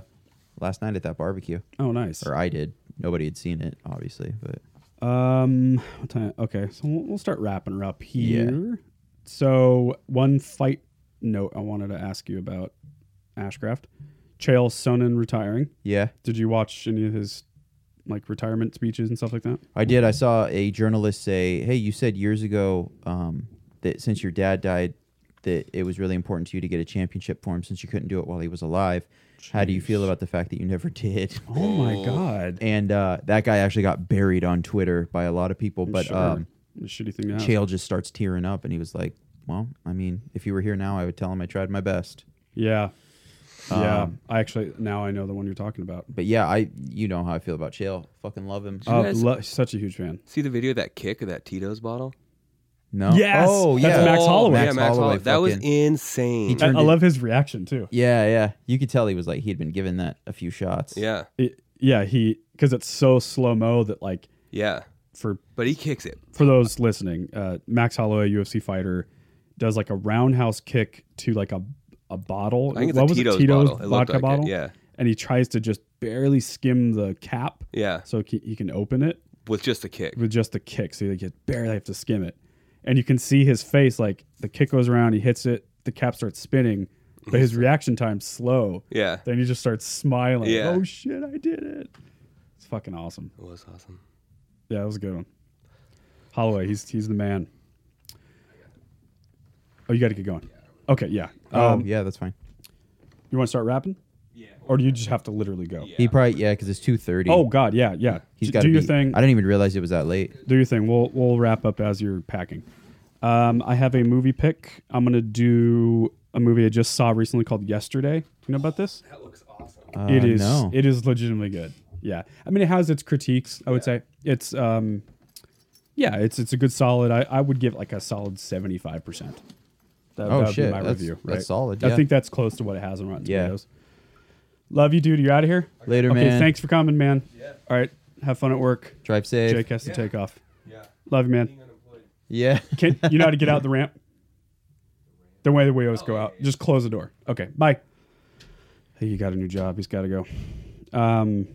[SPEAKER 5] last night at that barbecue.
[SPEAKER 3] Oh, nice.
[SPEAKER 5] Or I did. Nobody had seen it, obviously, but
[SPEAKER 3] Um, what time? Okay, so we'll, we'll start wrapping her up here. So one fight note I wanted to ask you about Ashcraft, Chael Sonnen retiring.
[SPEAKER 5] Yeah.
[SPEAKER 3] Did you watch any of his like retirement speeches and stuff like that?
[SPEAKER 5] I did. I saw a journalist say, "Hey, you said years ago um, that since your dad died, that it was really important to you to get a championship for him since you couldn't do it while he was alive. How do you feel about the fact that you never (laughs) did?"
[SPEAKER 3] Oh my Whoa. God.
[SPEAKER 5] And uh, that guy actually got buried on Twitter by a lot of people, but
[SPEAKER 3] Sure.
[SPEAKER 5] um,
[SPEAKER 3] A shitty thing to ask.
[SPEAKER 5] Chael just starts tearing up, and he was like, "Well, I mean, if you were here now, I would tell him I tried my best."
[SPEAKER 3] Yeah, yeah.
[SPEAKER 5] Um,
[SPEAKER 3] I actually now I know the one you're talking about.
[SPEAKER 5] But yeah, I you know how I feel about Chael. Fucking love him.
[SPEAKER 3] Uh, lo- such a huge fan.
[SPEAKER 10] See the video of that kick of that Tito's bottle?
[SPEAKER 5] No.
[SPEAKER 3] Yes!
[SPEAKER 5] Oh,
[SPEAKER 3] That's
[SPEAKER 5] yeah.
[SPEAKER 3] Max Holloway.
[SPEAKER 10] Yeah, Max Holloway. That was
[SPEAKER 5] fucking-
[SPEAKER 10] insane.
[SPEAKER 5] He
[SPEAKER 3] I,
[SPEAKER 5] turned
[SPEAKER 3] I
[SPEAKER 5] it-
[SPEAKER 3] love his reaction too.
[SPEAKER 5] Yeah, yeah. You could tell he was like he'd been given that a few shots.
[SPEAKER 10] Yeah.
[SPEAKER 3] It- yeah, he because it's so slow mo that like
[SPEAKER 10] Yeah.
[SPEAKER 3] for
[SPEAKER 10] But he kicks it.
[SPEAKER 3] for those listening, uh, Max Holloway, UFC fighter, does like a roundhouse kick to like a a bottle.
[SPEAKER 10] I think it's
[SPEAKER 3] what
[SPEAKER 10] a
[SPEAKER 3] was
[SPEAKER 10] Tito's
[SPEAKER 3] it? Tito's
[SPEAKER 10] bottle. It
[SPEAKER 3] vodka
[SPEAKER 10] looked like it,
[SPEAKER 3] bottle.
[SPEAKER 10] yeah.
[SPEAKER 3] and he tries to just barely skim the cap.
[SPEAKER 10] Yeah.
[SPEAKER 3] so he, he can open it
[SPEAKER 10] With just a kick.
[SPEAKER 3] with just the kick. So he like, you barely have to skim it, and you can see his face like the kick goes around, he hits it, the cap starts spinning, but his reaction time's
[SPEAKER 10] (laughs)
[SPEAKER 3] slow.
[SPEAKER 10] Yeah.
[SPEAKER 3] then he just starts smiling.
[SPEAKER 10] Yeah.
[SPEAKER 3] Oh shit, I did it! It's fucking awesome.
[SPEAKER 10] It was awesome.
[SPEAKER 3] Yeah, that was a good one. Holloway, he's he's the man. Oh, you got to get going. Okay, yeah. Uh,
[SPEAKER 5] Oh,
[SPEAKER 3] Um,
[SPEAKER 5] yeah, that's fine.
[SPEAKER 3] You want to start rapping? Yeah. Or do you just have to literally go?
[SPEAKER 5] He probably yeah, because it's two thirty.
[SPEAKER 3] Oh, God, yeah, yeah.
[SPEAKER 5] He's
[SPEAKER 3] D-
[SPEAKER 5] got
[SPEAKER 3] do your thing.
[SPEAKER 5] I didn't even realize it was that late.
[SPEAKER 3] Do your thing. We'll we'll wrap up as you're packing. Um, I have a movie pick. I'm gonna do a movie I just saw recently called Yesterday. Do you know about this? That looks awesome.
[SPEAKER 5] Uh,
[SPEAKER 3] it is.
[SPEAKER 5] no.
[SPEAKER 3] It is legitimately good. Yeah. I mean, it has its critiques. I would say it's um, yeah, it's it's a good solid. I, I would give like a solid seventy five percent. That,
[SPEAKER 5] Oh,
[SPEAKER 3] that would
[SPEAKER 5] shit.
[SPEAKER 3] be my
[SPEAKER 5] That's-
[SPEAKER 3] review.
[SPEAKER 5] that's
[SPEAKER 3] right?
[SPEAKER 5] solid,
[SPEAKER 3] I
[SPEAKER 5] yeah.
[SPEAKER 3] think that's close to what it has on Rotten
[SPEAKER 5] Yeah.
[SPEAKER 3] Tomatoes. Love you, dude. You out of here?
[SPEAKER 5] Later,
[SPEAKER 3] okay,
[SPEAKER 5] man.
[SPEAKER 3] Thanks for coming, man. All right. Have fun at work.
[SPEAKER 5] Drive safe.
[SPEAKER 3] Jake has to take off. Yeah. Love you, man.
[SPEAKER 5] Yeah.
[SPEAKER 3] Can, you know how to get out the ramp? The Oh, way that we always go out. Just close the door. Okay. Bye. Hey, you got a new job. He's got to go. Um,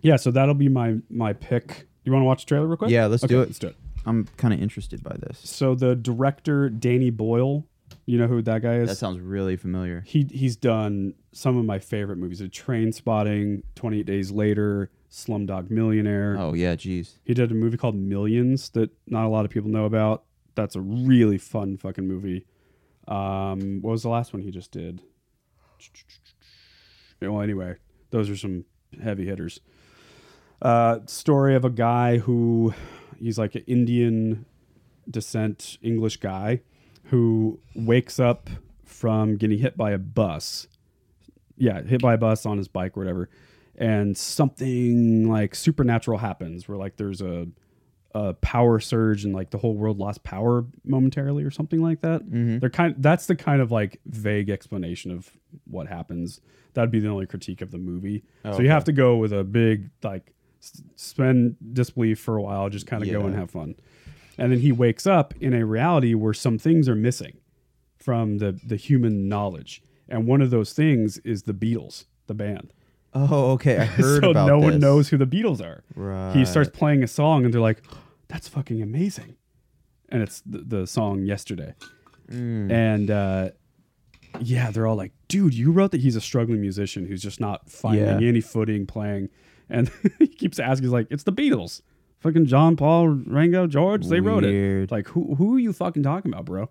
[SPEAKER 3] yeah. So that'll be my my pick. You want to watch the trailer real
[SPEAKER 5] (laughs)
[SPEAKER 3] quick?
[SPEAKER 5] Yeah, let's
[SPEAKER 3] Okay,
[SPEAKER 5] do it.
[SPEAKER 3] Let's do it.
[SPEAKER 5] I'm kind of interested by this.
[SPEAKER 3] So the director Danny Boyle, you know who that guy is?
[SPEAKER 5] That sounds really
[SPEAKER 3] (laughs)
[SPEAKER 5] familiar.
[SPEAKER 3] He he's done some of my favorite movies: The Train Spotting, Twenty Eight Days Later, Slumdog Millionaire.
[SPEAKER 5] Oh yeah, jeez.
[SPEAKER 3] He did a movie called Millions that not a lot of people know about. That's a really fun fucking movie. Um, what was the last one he just did? Well, anyway, those are some heavy hitters. Uh, story of a guy who he's like an Indian descent English guy who wakes up from getting hit by a bus. Yeah, hit by a bus on his bike or whatever. And something like supernatural happens where like there's a a power surge and like the whole world lost power momentarily or something like that.
[SPEAKER 5] Mm-hmm.
[SPEAKER 3] They're kind that's the kind of like vague explanation of what happens. That'd be the only critique of the movie.
[SPEAKER 5] Oh,
[SPEAKER 3] so you have
[SPEAKER 5] okay.
[SPEAKER 3] to go with a big like s- suspend disbelief for a while, just kind of go
[SPEAKER 5] Yeah.
[SPEAKER 3] and have fun. And then he wakes up in a reality where some things are missing from the the human knowledge. And one of those things is the Beatles,
[SPEAKER 5] (laughs)
[SPEAKER 3] the band.
[SPEAKER 5] Oh, okay. I heard
[SPEAKER 3] (laughs) so
[SPEAKER 5] about
[SPEAKER 3] no one
[SPEAKER 5] this.
[SPEAKER 3] knows who the Beatles are. He
[SPEAKER 5] Right.
[SPEAKER 3] starts playing a song and they're like, that's fucking amazing. And it's the, the song yesterday.
[SPEAKER 5] Mm.
[SPEAKER 3] And uh, yeah, they're all like, dude, you wrote that he's a struggling musician who's just not finding
[SPEAKER 5] Yeah.
[SPEAKER 3] any footing playing. And (laughs) he keeps asking, he's like, it's the Beatles. Fucking John Paul, Rango, George, they wrote it.
[SPEAKER 5] Weird.
[SPEAKER 3] Like, who, who are you fucking talking about, bro?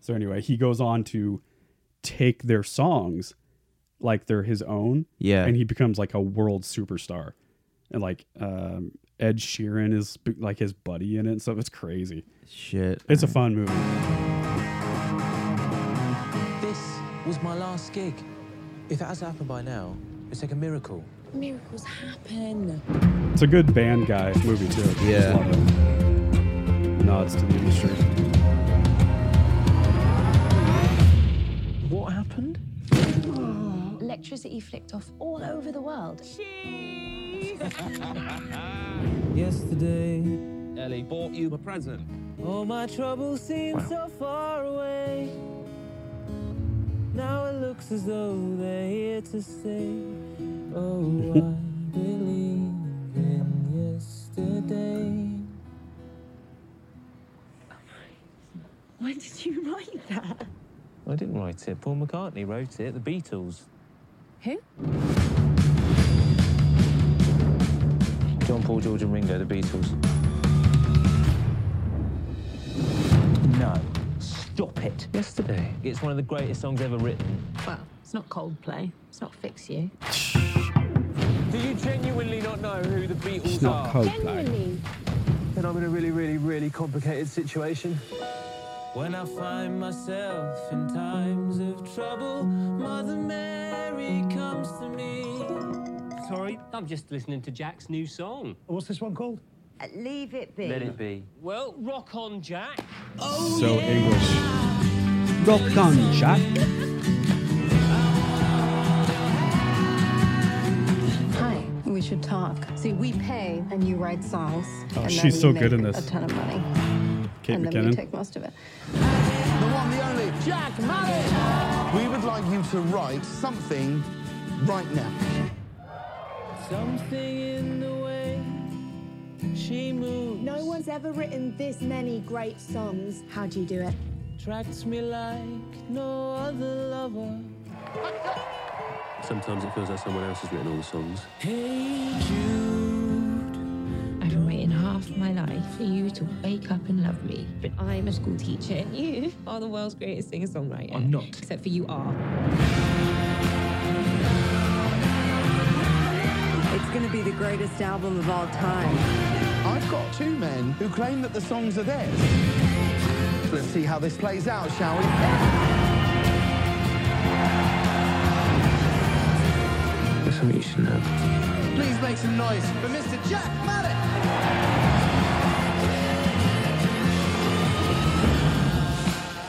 [SPEAKER 3] So anyway, he goes on to take their songs like they're his own.
[SPEAKER 5] Yeah.
[SPEAKER 3] And he becomes like a world superstar. And like um, Ed Sheeran is like his buddy in it and stuff. It's crazy.
[SPEAKER 5] Shit.
[SPEAKER 3] It's a fun movie.
[SPEAKER 14] This was my last gig. If it has happened by now, it's like a miracle.
[SPEAKER 15] Miracles happen.
[SPEAKER 3] It's a good band guy movie too. Just
[SPEAKER 5] Yeah.
[SPEAKER 3] love it. Nods to the industry.
[SPEAKER 15] What happened? Electricity flicked off all over the world.
[SPEAKER 14] Yesterday, Ellie bought you a present. All my troubles seem so far away. Now it looks as though they're here to stay. Oh,
[SPEAKER 12] (laughs)
[SPEAKER 14] I believe in yesterday.
[SPEAKER 15] When did you write that?
[SPEAKER 14] I didn't write it. Paul McCartney wrote it. The Beatles.
[SPEAKER 15] Who?
[SPEAKER 14] John Paul, George, and Ringo, the Beatles. No. Stop it. Yesterday. It's one of the greatest songs ever written.
[SPEAKER 15] Well, it's not Coldplay. It's not Fix You.
[SPEAKER 14] Do you genuinely not know who the Beatles
[SPEAKER 3] It's not
[SPEAKER 16] Oh.
[SPEAKER 14] are?
[SPEAKER 3] Coldplay.
[SPEAKER 14] Then I'm in a really, really, really complicated situation. When I find myself in times of trouble, Mother Mary comes to me.
[SPEAKER 17] Sorry, I'm just listening to Jack's new song.
[SPEAKER 14] What's this one called?
[SPEAKER 17] leave it
[SPEAKER 14] be. Let it
[SPEAKER 17] be. Well, rock on, Jack.
[SPEAKER 3] So English. Rock on, Jack.
[SPEAKER 16] Hi, we should talk. See, we pay and you write songs.
[SPEAKER 3] Oh,
[SPEAKER 16] and
[SPEAKER 3] she's
[SPEAKER 16] then
[SPEAKER 3] so
[SPEAKER 16] you
[SPEAKER 3] good
[SPEAKER 16] make
[SPEAKER 3] in this.
[SPEAKER 16] A ton of money.
[SPEAKER 3] Kate
[SPEAKER 16] and then
[SPEAKER 3] McKinnon.
[SPEAKER 16] we take most of it.
[SPEAKER 18] The one, the only Jack Mallet. We would like you to write something right now.
[SPEAKER 14] Something in the way she moves.
[SPEAKER 19] No one's ever written this many great songs. How do you do it?
[SPEAKER 14] Tracks me like no other lover.
[SPEAKER 17] Sometimes it feels like someone else has written all the songs.
[SPEAKER 14] Hey Jude,
[SPEAKER 15] I don't waiting half my life for you to wake up and love me. But I'm a school teacher, and you are the world's greatest singer songwriter.
[SPEAKER 17] I'm not.
[SPEAKER 15] Except for you are.
[SPEAKER 20] It's going to be the greatest album of all time.
[SPEAKER 18] I've got two men who claim that the songs are theirs. Let's see how this plays out, shall we?
[SPEAKER 14] There's something you should know.
[SPEAKER 18] Please make some noise for Mr. Jack Mallet.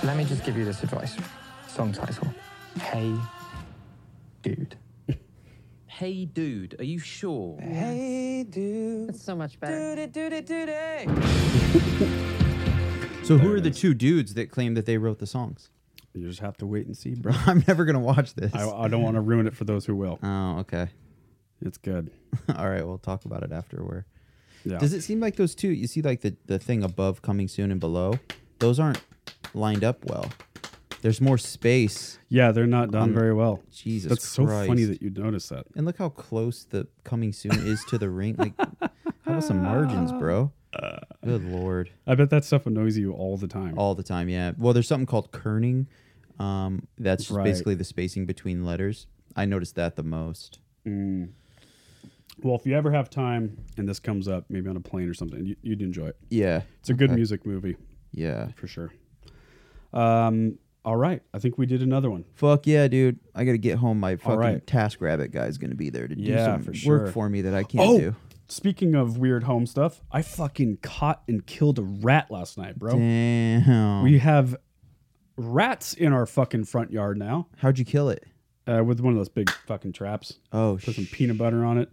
[SPEAKER 14] Let me just give you this advice. Song title. Hey, dude.
[SPEAKER 21] Hey, dude, are you sure?
[SPEAKER 14] Hey, dude.
[SPEAKER 20] It's so much better.
[SPEAKER 14] Dude, dude, dude,
[SPEAKER 5] So who are the two dudes that claim that they wrote the songs? (laughs)
[SPEAKER 3] You just have to wait and see,
[SPEAKER 5] bro. I'm never gonna watch this.
[SPEAKER 3] I, I don't want to ruin it for those who (laughs) will.
[SPEAKER 5] Oh, okay. (laughs)
[SPEAKER 3] It's good.
[SPEAKER 5] All right, we'll talk about it after we're.
[SPEAKER 3] Yeah.
[SPEAKER 5] Does it seem like those two? You see, like the the thing above coming soon and below, those aren't lined up well. There's more space.
[SPEAKER 3] Yeah, they're not done
[SPEAKER 5] on-
[SPEAKER 3] very well.
[SPEAKER 5] Jesus,
[SPEAKER 3] That's so
[SPEAKER 5] Christ.
[SPEAKER 3] funny that you noticed that.
[SPEAKER 5] And look how close the coming soon is to the ring. Like, how about some margins, bro?
[SPEAKER 3] Uh.
[SPEAKER 5] Good lord.
[SPEAKER 3] I bet that stuff annoys you all the time.
[SPEAKER 5] All the time, yeah. Well, there's something called kerning. Um, that's just
[SPEAKER 3] Right.
[SPEAKER 5] basically the spacing between letters. I noticed that the most.
[SPEAKER 3] Mm. Well, if you ever have time and this comes up, maybe on a plane or something, you, you'd enjoy it.
[SPEAKER 5] Yeah.
[SPEAKER 3] It's a good
[SPEAKER 5] Okay.
[SPEAKER 3] music movie.
[SPEAKER 5] Yeah.
[SPEAKER 3] For sure. Um, all right. I think we did another one.
[SPEAKER 5] Fuck yeah, dude! I gotta get home. My fucking
[SPEAKER 3] right.
[SPEAKER 5] task rabbit guy's gonna be there to do
[SPEAKER 3] Yeah,
[SPEAKER 5] some
[SPEAKER 3] for
[SPEAKER 5] work
[SPEAKER 3] sure.
[SPEAKER 5] for me that I can't
[SPEAKER 3] oh,
[SPEAKER 5] do.
[SPEAKER 3] Speaking of weird home stuff, I fucking caught and killed a rat last night, bro.
[SPEAKER 5] Damn.
[SPEAKER 3] We have rats in our fucking front yard now.
[SPEAKER 5] How'd you kill it?
[SPEAKER 3] Uh, with one of those big fucking traps.
[SPEAKER 5] Oh,
[SPEAKER 3] put some peanut butter on it.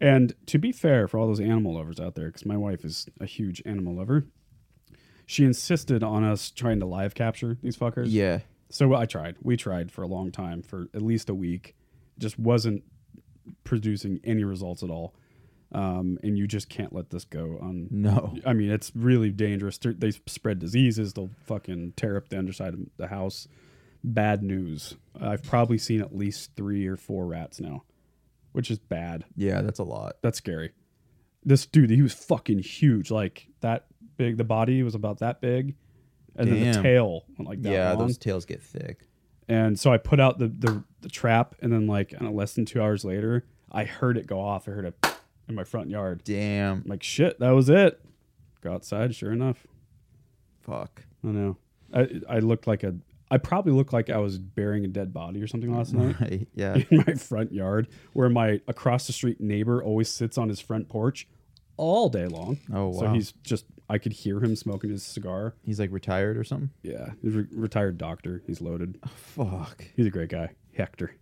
[SPEAKER 3] And to be fair, for all those animal lovers out there, because my wife is a huge animal lover, she insisted on us trying to live capture these fuckers.
[SPEAKER 5] Yeah.
[SPEAKER 3] So I tried. We tried for a long time, for at least a week. Just wasn't producing any results at all. Um, and you just can't let this go on.
[SPEAKER 5] No.
[SPEAKER 3] I mean, it's really dangerous. They're- They spread diseases. They'll fucking tear up the underside of the house. Bad news. I've probably seen at least three or four rats now, which is bad.
[SPEAKER 5] Yeah, that's a lot.
[SPEAKER 3] That's scary. This dude, he was fucking huge. Like that big. The body was about that big, and then the
[SPEAKER 5] Damn.
[SPEAKER 3] tail went like that.
[SPEAKER 5] Yeah,
[SPEAKER 3] long.
[SPEAKER 5] those tails get thick.
[SPEAKER 3] And so I put out the the, the trap, and then like I don't know, less than two hours later, I heard it go off. I heard a in my front yard.
[SPEAKER 5] Damn.
[SPEAKER 3] like shit, that was it. Go outside. Sure enough.
[SPEAKER 5] Fuck.
[SPEAKER 3] I know. I I looked like a. I probably looked like I was burying a dead body or something last night.
[SPEAKER 5] (laughs) Right, yeah.
[SPEAKER 3] (laughs) In my front yard, where my across the street neighbor always sits on his front porch all day long.
[SPEAKER 5] Oh,
[SPEAKER 3] So
[SPEAKER 5] wow.
[SPEAKER 3] he's just. I could hear him smoking his cigar.
[SPEAKER 5] He's like retired or something.
[SPEAKER 3] Yeah, he's a re- retired doctor. He's loaded.
[SPEAKER 5] fuck.
[SPEAKER 3] He's a great guy, Hector.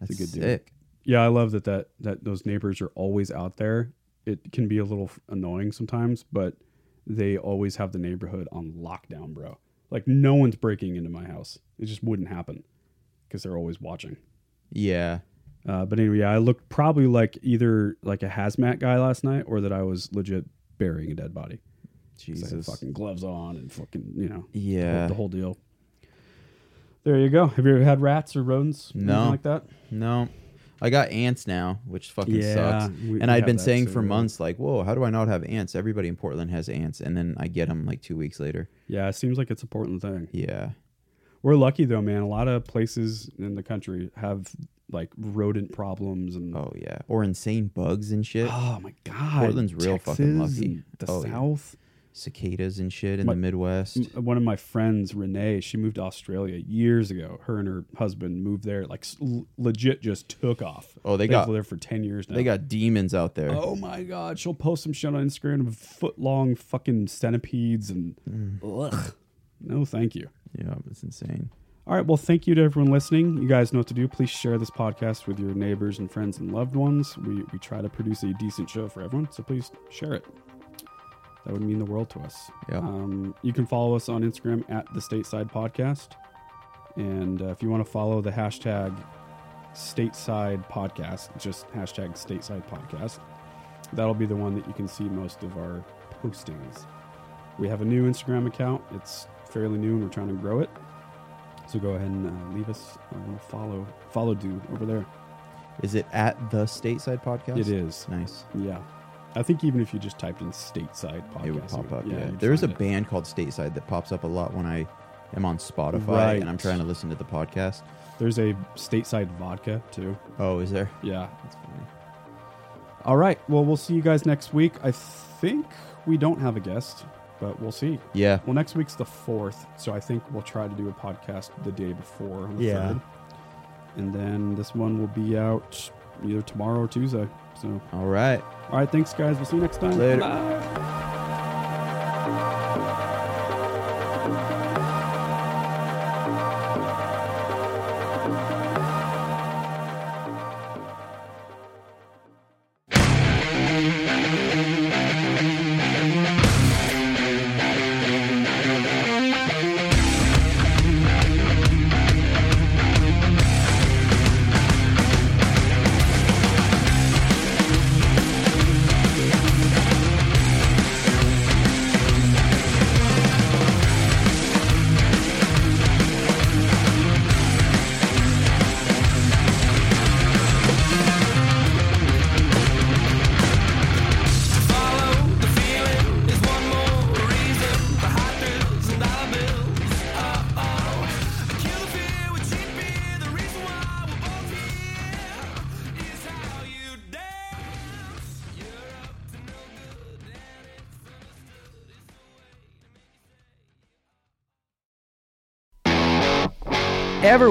[SPEAKER 5] That's
[SPEAKER 3] He's a good dude.
[SPEAKER 5] sick.
[SPEAKER 3] Yeah, I love that, that that those neighbors are always out there. It can be a little f- annoying sometimes, but they always have the neighborhood on lockdown, bro. Like no one's breaking into my house. It just wouldn't happen because they're always watching.
[SPEAKER 5] Yeah.
[SPEAKER 3] Uh, but anyway, I looked probably like either like a hazmat guy last night, or that I was legit burying a dead body. 'Cause I had
[SPEAKER 5] Jesus.
[SPEAKER 3] fucking gloves on and fucking you know,
[SPEAKER 5] Yeah.
[SPEAKER 3] the whole deal. There you go. Have you ever had rats or rodents? Anything
[SPEAKER 5] No.
[SPEAKER 3] like that.
[SPEAKER 5] No. I got ants now, which fucking
[SPEAKER 3] Yeah,
[SPEAKER 5] sucks.
[SPEAKER 3] we- we
[SPEAKER 5] and I'd
[SPEAKER 3] have
[SPEAKER 5] been
[SPEAKER 3] that
[SPEAKER 5] saying
[SPEAKER 3] too,
[SPEAKER 5] for
[SPEAKER 3] yeah.
[SPEAKER 5] months, like, whoa, how do I not have ants? Everybody in Portland has ants. And then I get them like two weeks later.
[SPEAKER 3] Yeah, it seems like it's a Portland thing.
[SPEAKER 5] Yeah.
[SPEAKER 3] We're lucky though, man. A lot of places in the country have like rodent problems and
[SPEAKER 5] Oh, yeah. Or insane bugs and shit.
[SPEAKER 3] (gasps) Oh, my God.
[SPEAKER 5] Portland's real fucking
[SPEAKER 3] Texas
[SPEAKER 5] lucky.
[SPEAKER 3] and the
[SPEAKER 5] Oh, yeah.
[SPEAKER 3] South.
[SPEAKER 5] Cicadas and shit in
[SPEAKER 3] My-
[SPEAKER 5] the Midwest.
[SPEAKER 3] M- uh, One of my friends, Renee, she moved to Australia years ago. Her and her husband moved there, like s- l- legit just took off.
[SPEAKER 5] Oh, they
[SPEAKER 3] They've
[SPEAKER 5] got-
[SPEAKER 3] lived there for ten years now.
[SPEAKER 5] They got demons out there.
[SPEAKER 3] Oh my god, she'll post some shit on Instagram of foot long fucking centipedes and
[SPEAKER 5] Mm.
[SPEAKER 3] ugh. No, thank you.
[SPEAKER 5] Yeah, it's insane.
[SPEAKER 3] All right, well, thank you to everyone listening. You guys know what to do. Please share this podcast with your neighbors and friends and loved ones. We, we try to produce a decent show for everyone, so please share it. That would mean the world to us.
[SPEAKER 5] Yeah.
[SPEAKER 3] Um, you can follow us on Instagram at the Stateside Podcast. And uh, if you want to follow the hashtag Stateside Podcast, just hashtag Stateside Podcast, that'll be the one that you can see most of our postings. We have a new Instagram account. It's fairly new and we're trying to grow it. So go ahead and uh, leave us a little follow, follow do over there.
[SPEAKER 5] Is it at the Stateside Podcast?
[SPEAKER 3] It is.
[SPEAKER 5] Nice.
[SPEAKER 3] Yeah. I think even if you just typed in stateside podcast,
[SPEAKER 5] it would pop up. Yeah,
[SPEAKER 3] you'd
[SPEAKER 5] there is a
[SPEAKER 3] find it.
[SPEAKER 5] band called Stateside that pops up a lot when I am on Spotify
[SPEAKER 3] Right.
[SPEAKER 5] and I'm trying to listen to the podcast.
[SPEAKER 3] There's a stateside vodka too.
[SPEAKER 5] Oh, is there?
[SPEAKER 3] Yeah, that's funny. All right. Well, we'll see you guys next week. I think we don't have a guest, but we'll see.
[SPEAKER 5] Yeah.
[SPEAKER 3] Well, next week's the fourth, so I think we'll try to do a podcast the day before on the
[SPEAKER 5] Yeah.
[SPEAKER 3] third, and then this one will be out either tomorrow or Tuesday. So.
[SPEAKER 5] All right.
[SPEAKER 3] All right. Thanks, guys. We'll see you next time.
[SPEAKER 5] Later.
[SPEAKER 3] Bye.
[SPEAKER 1] Ever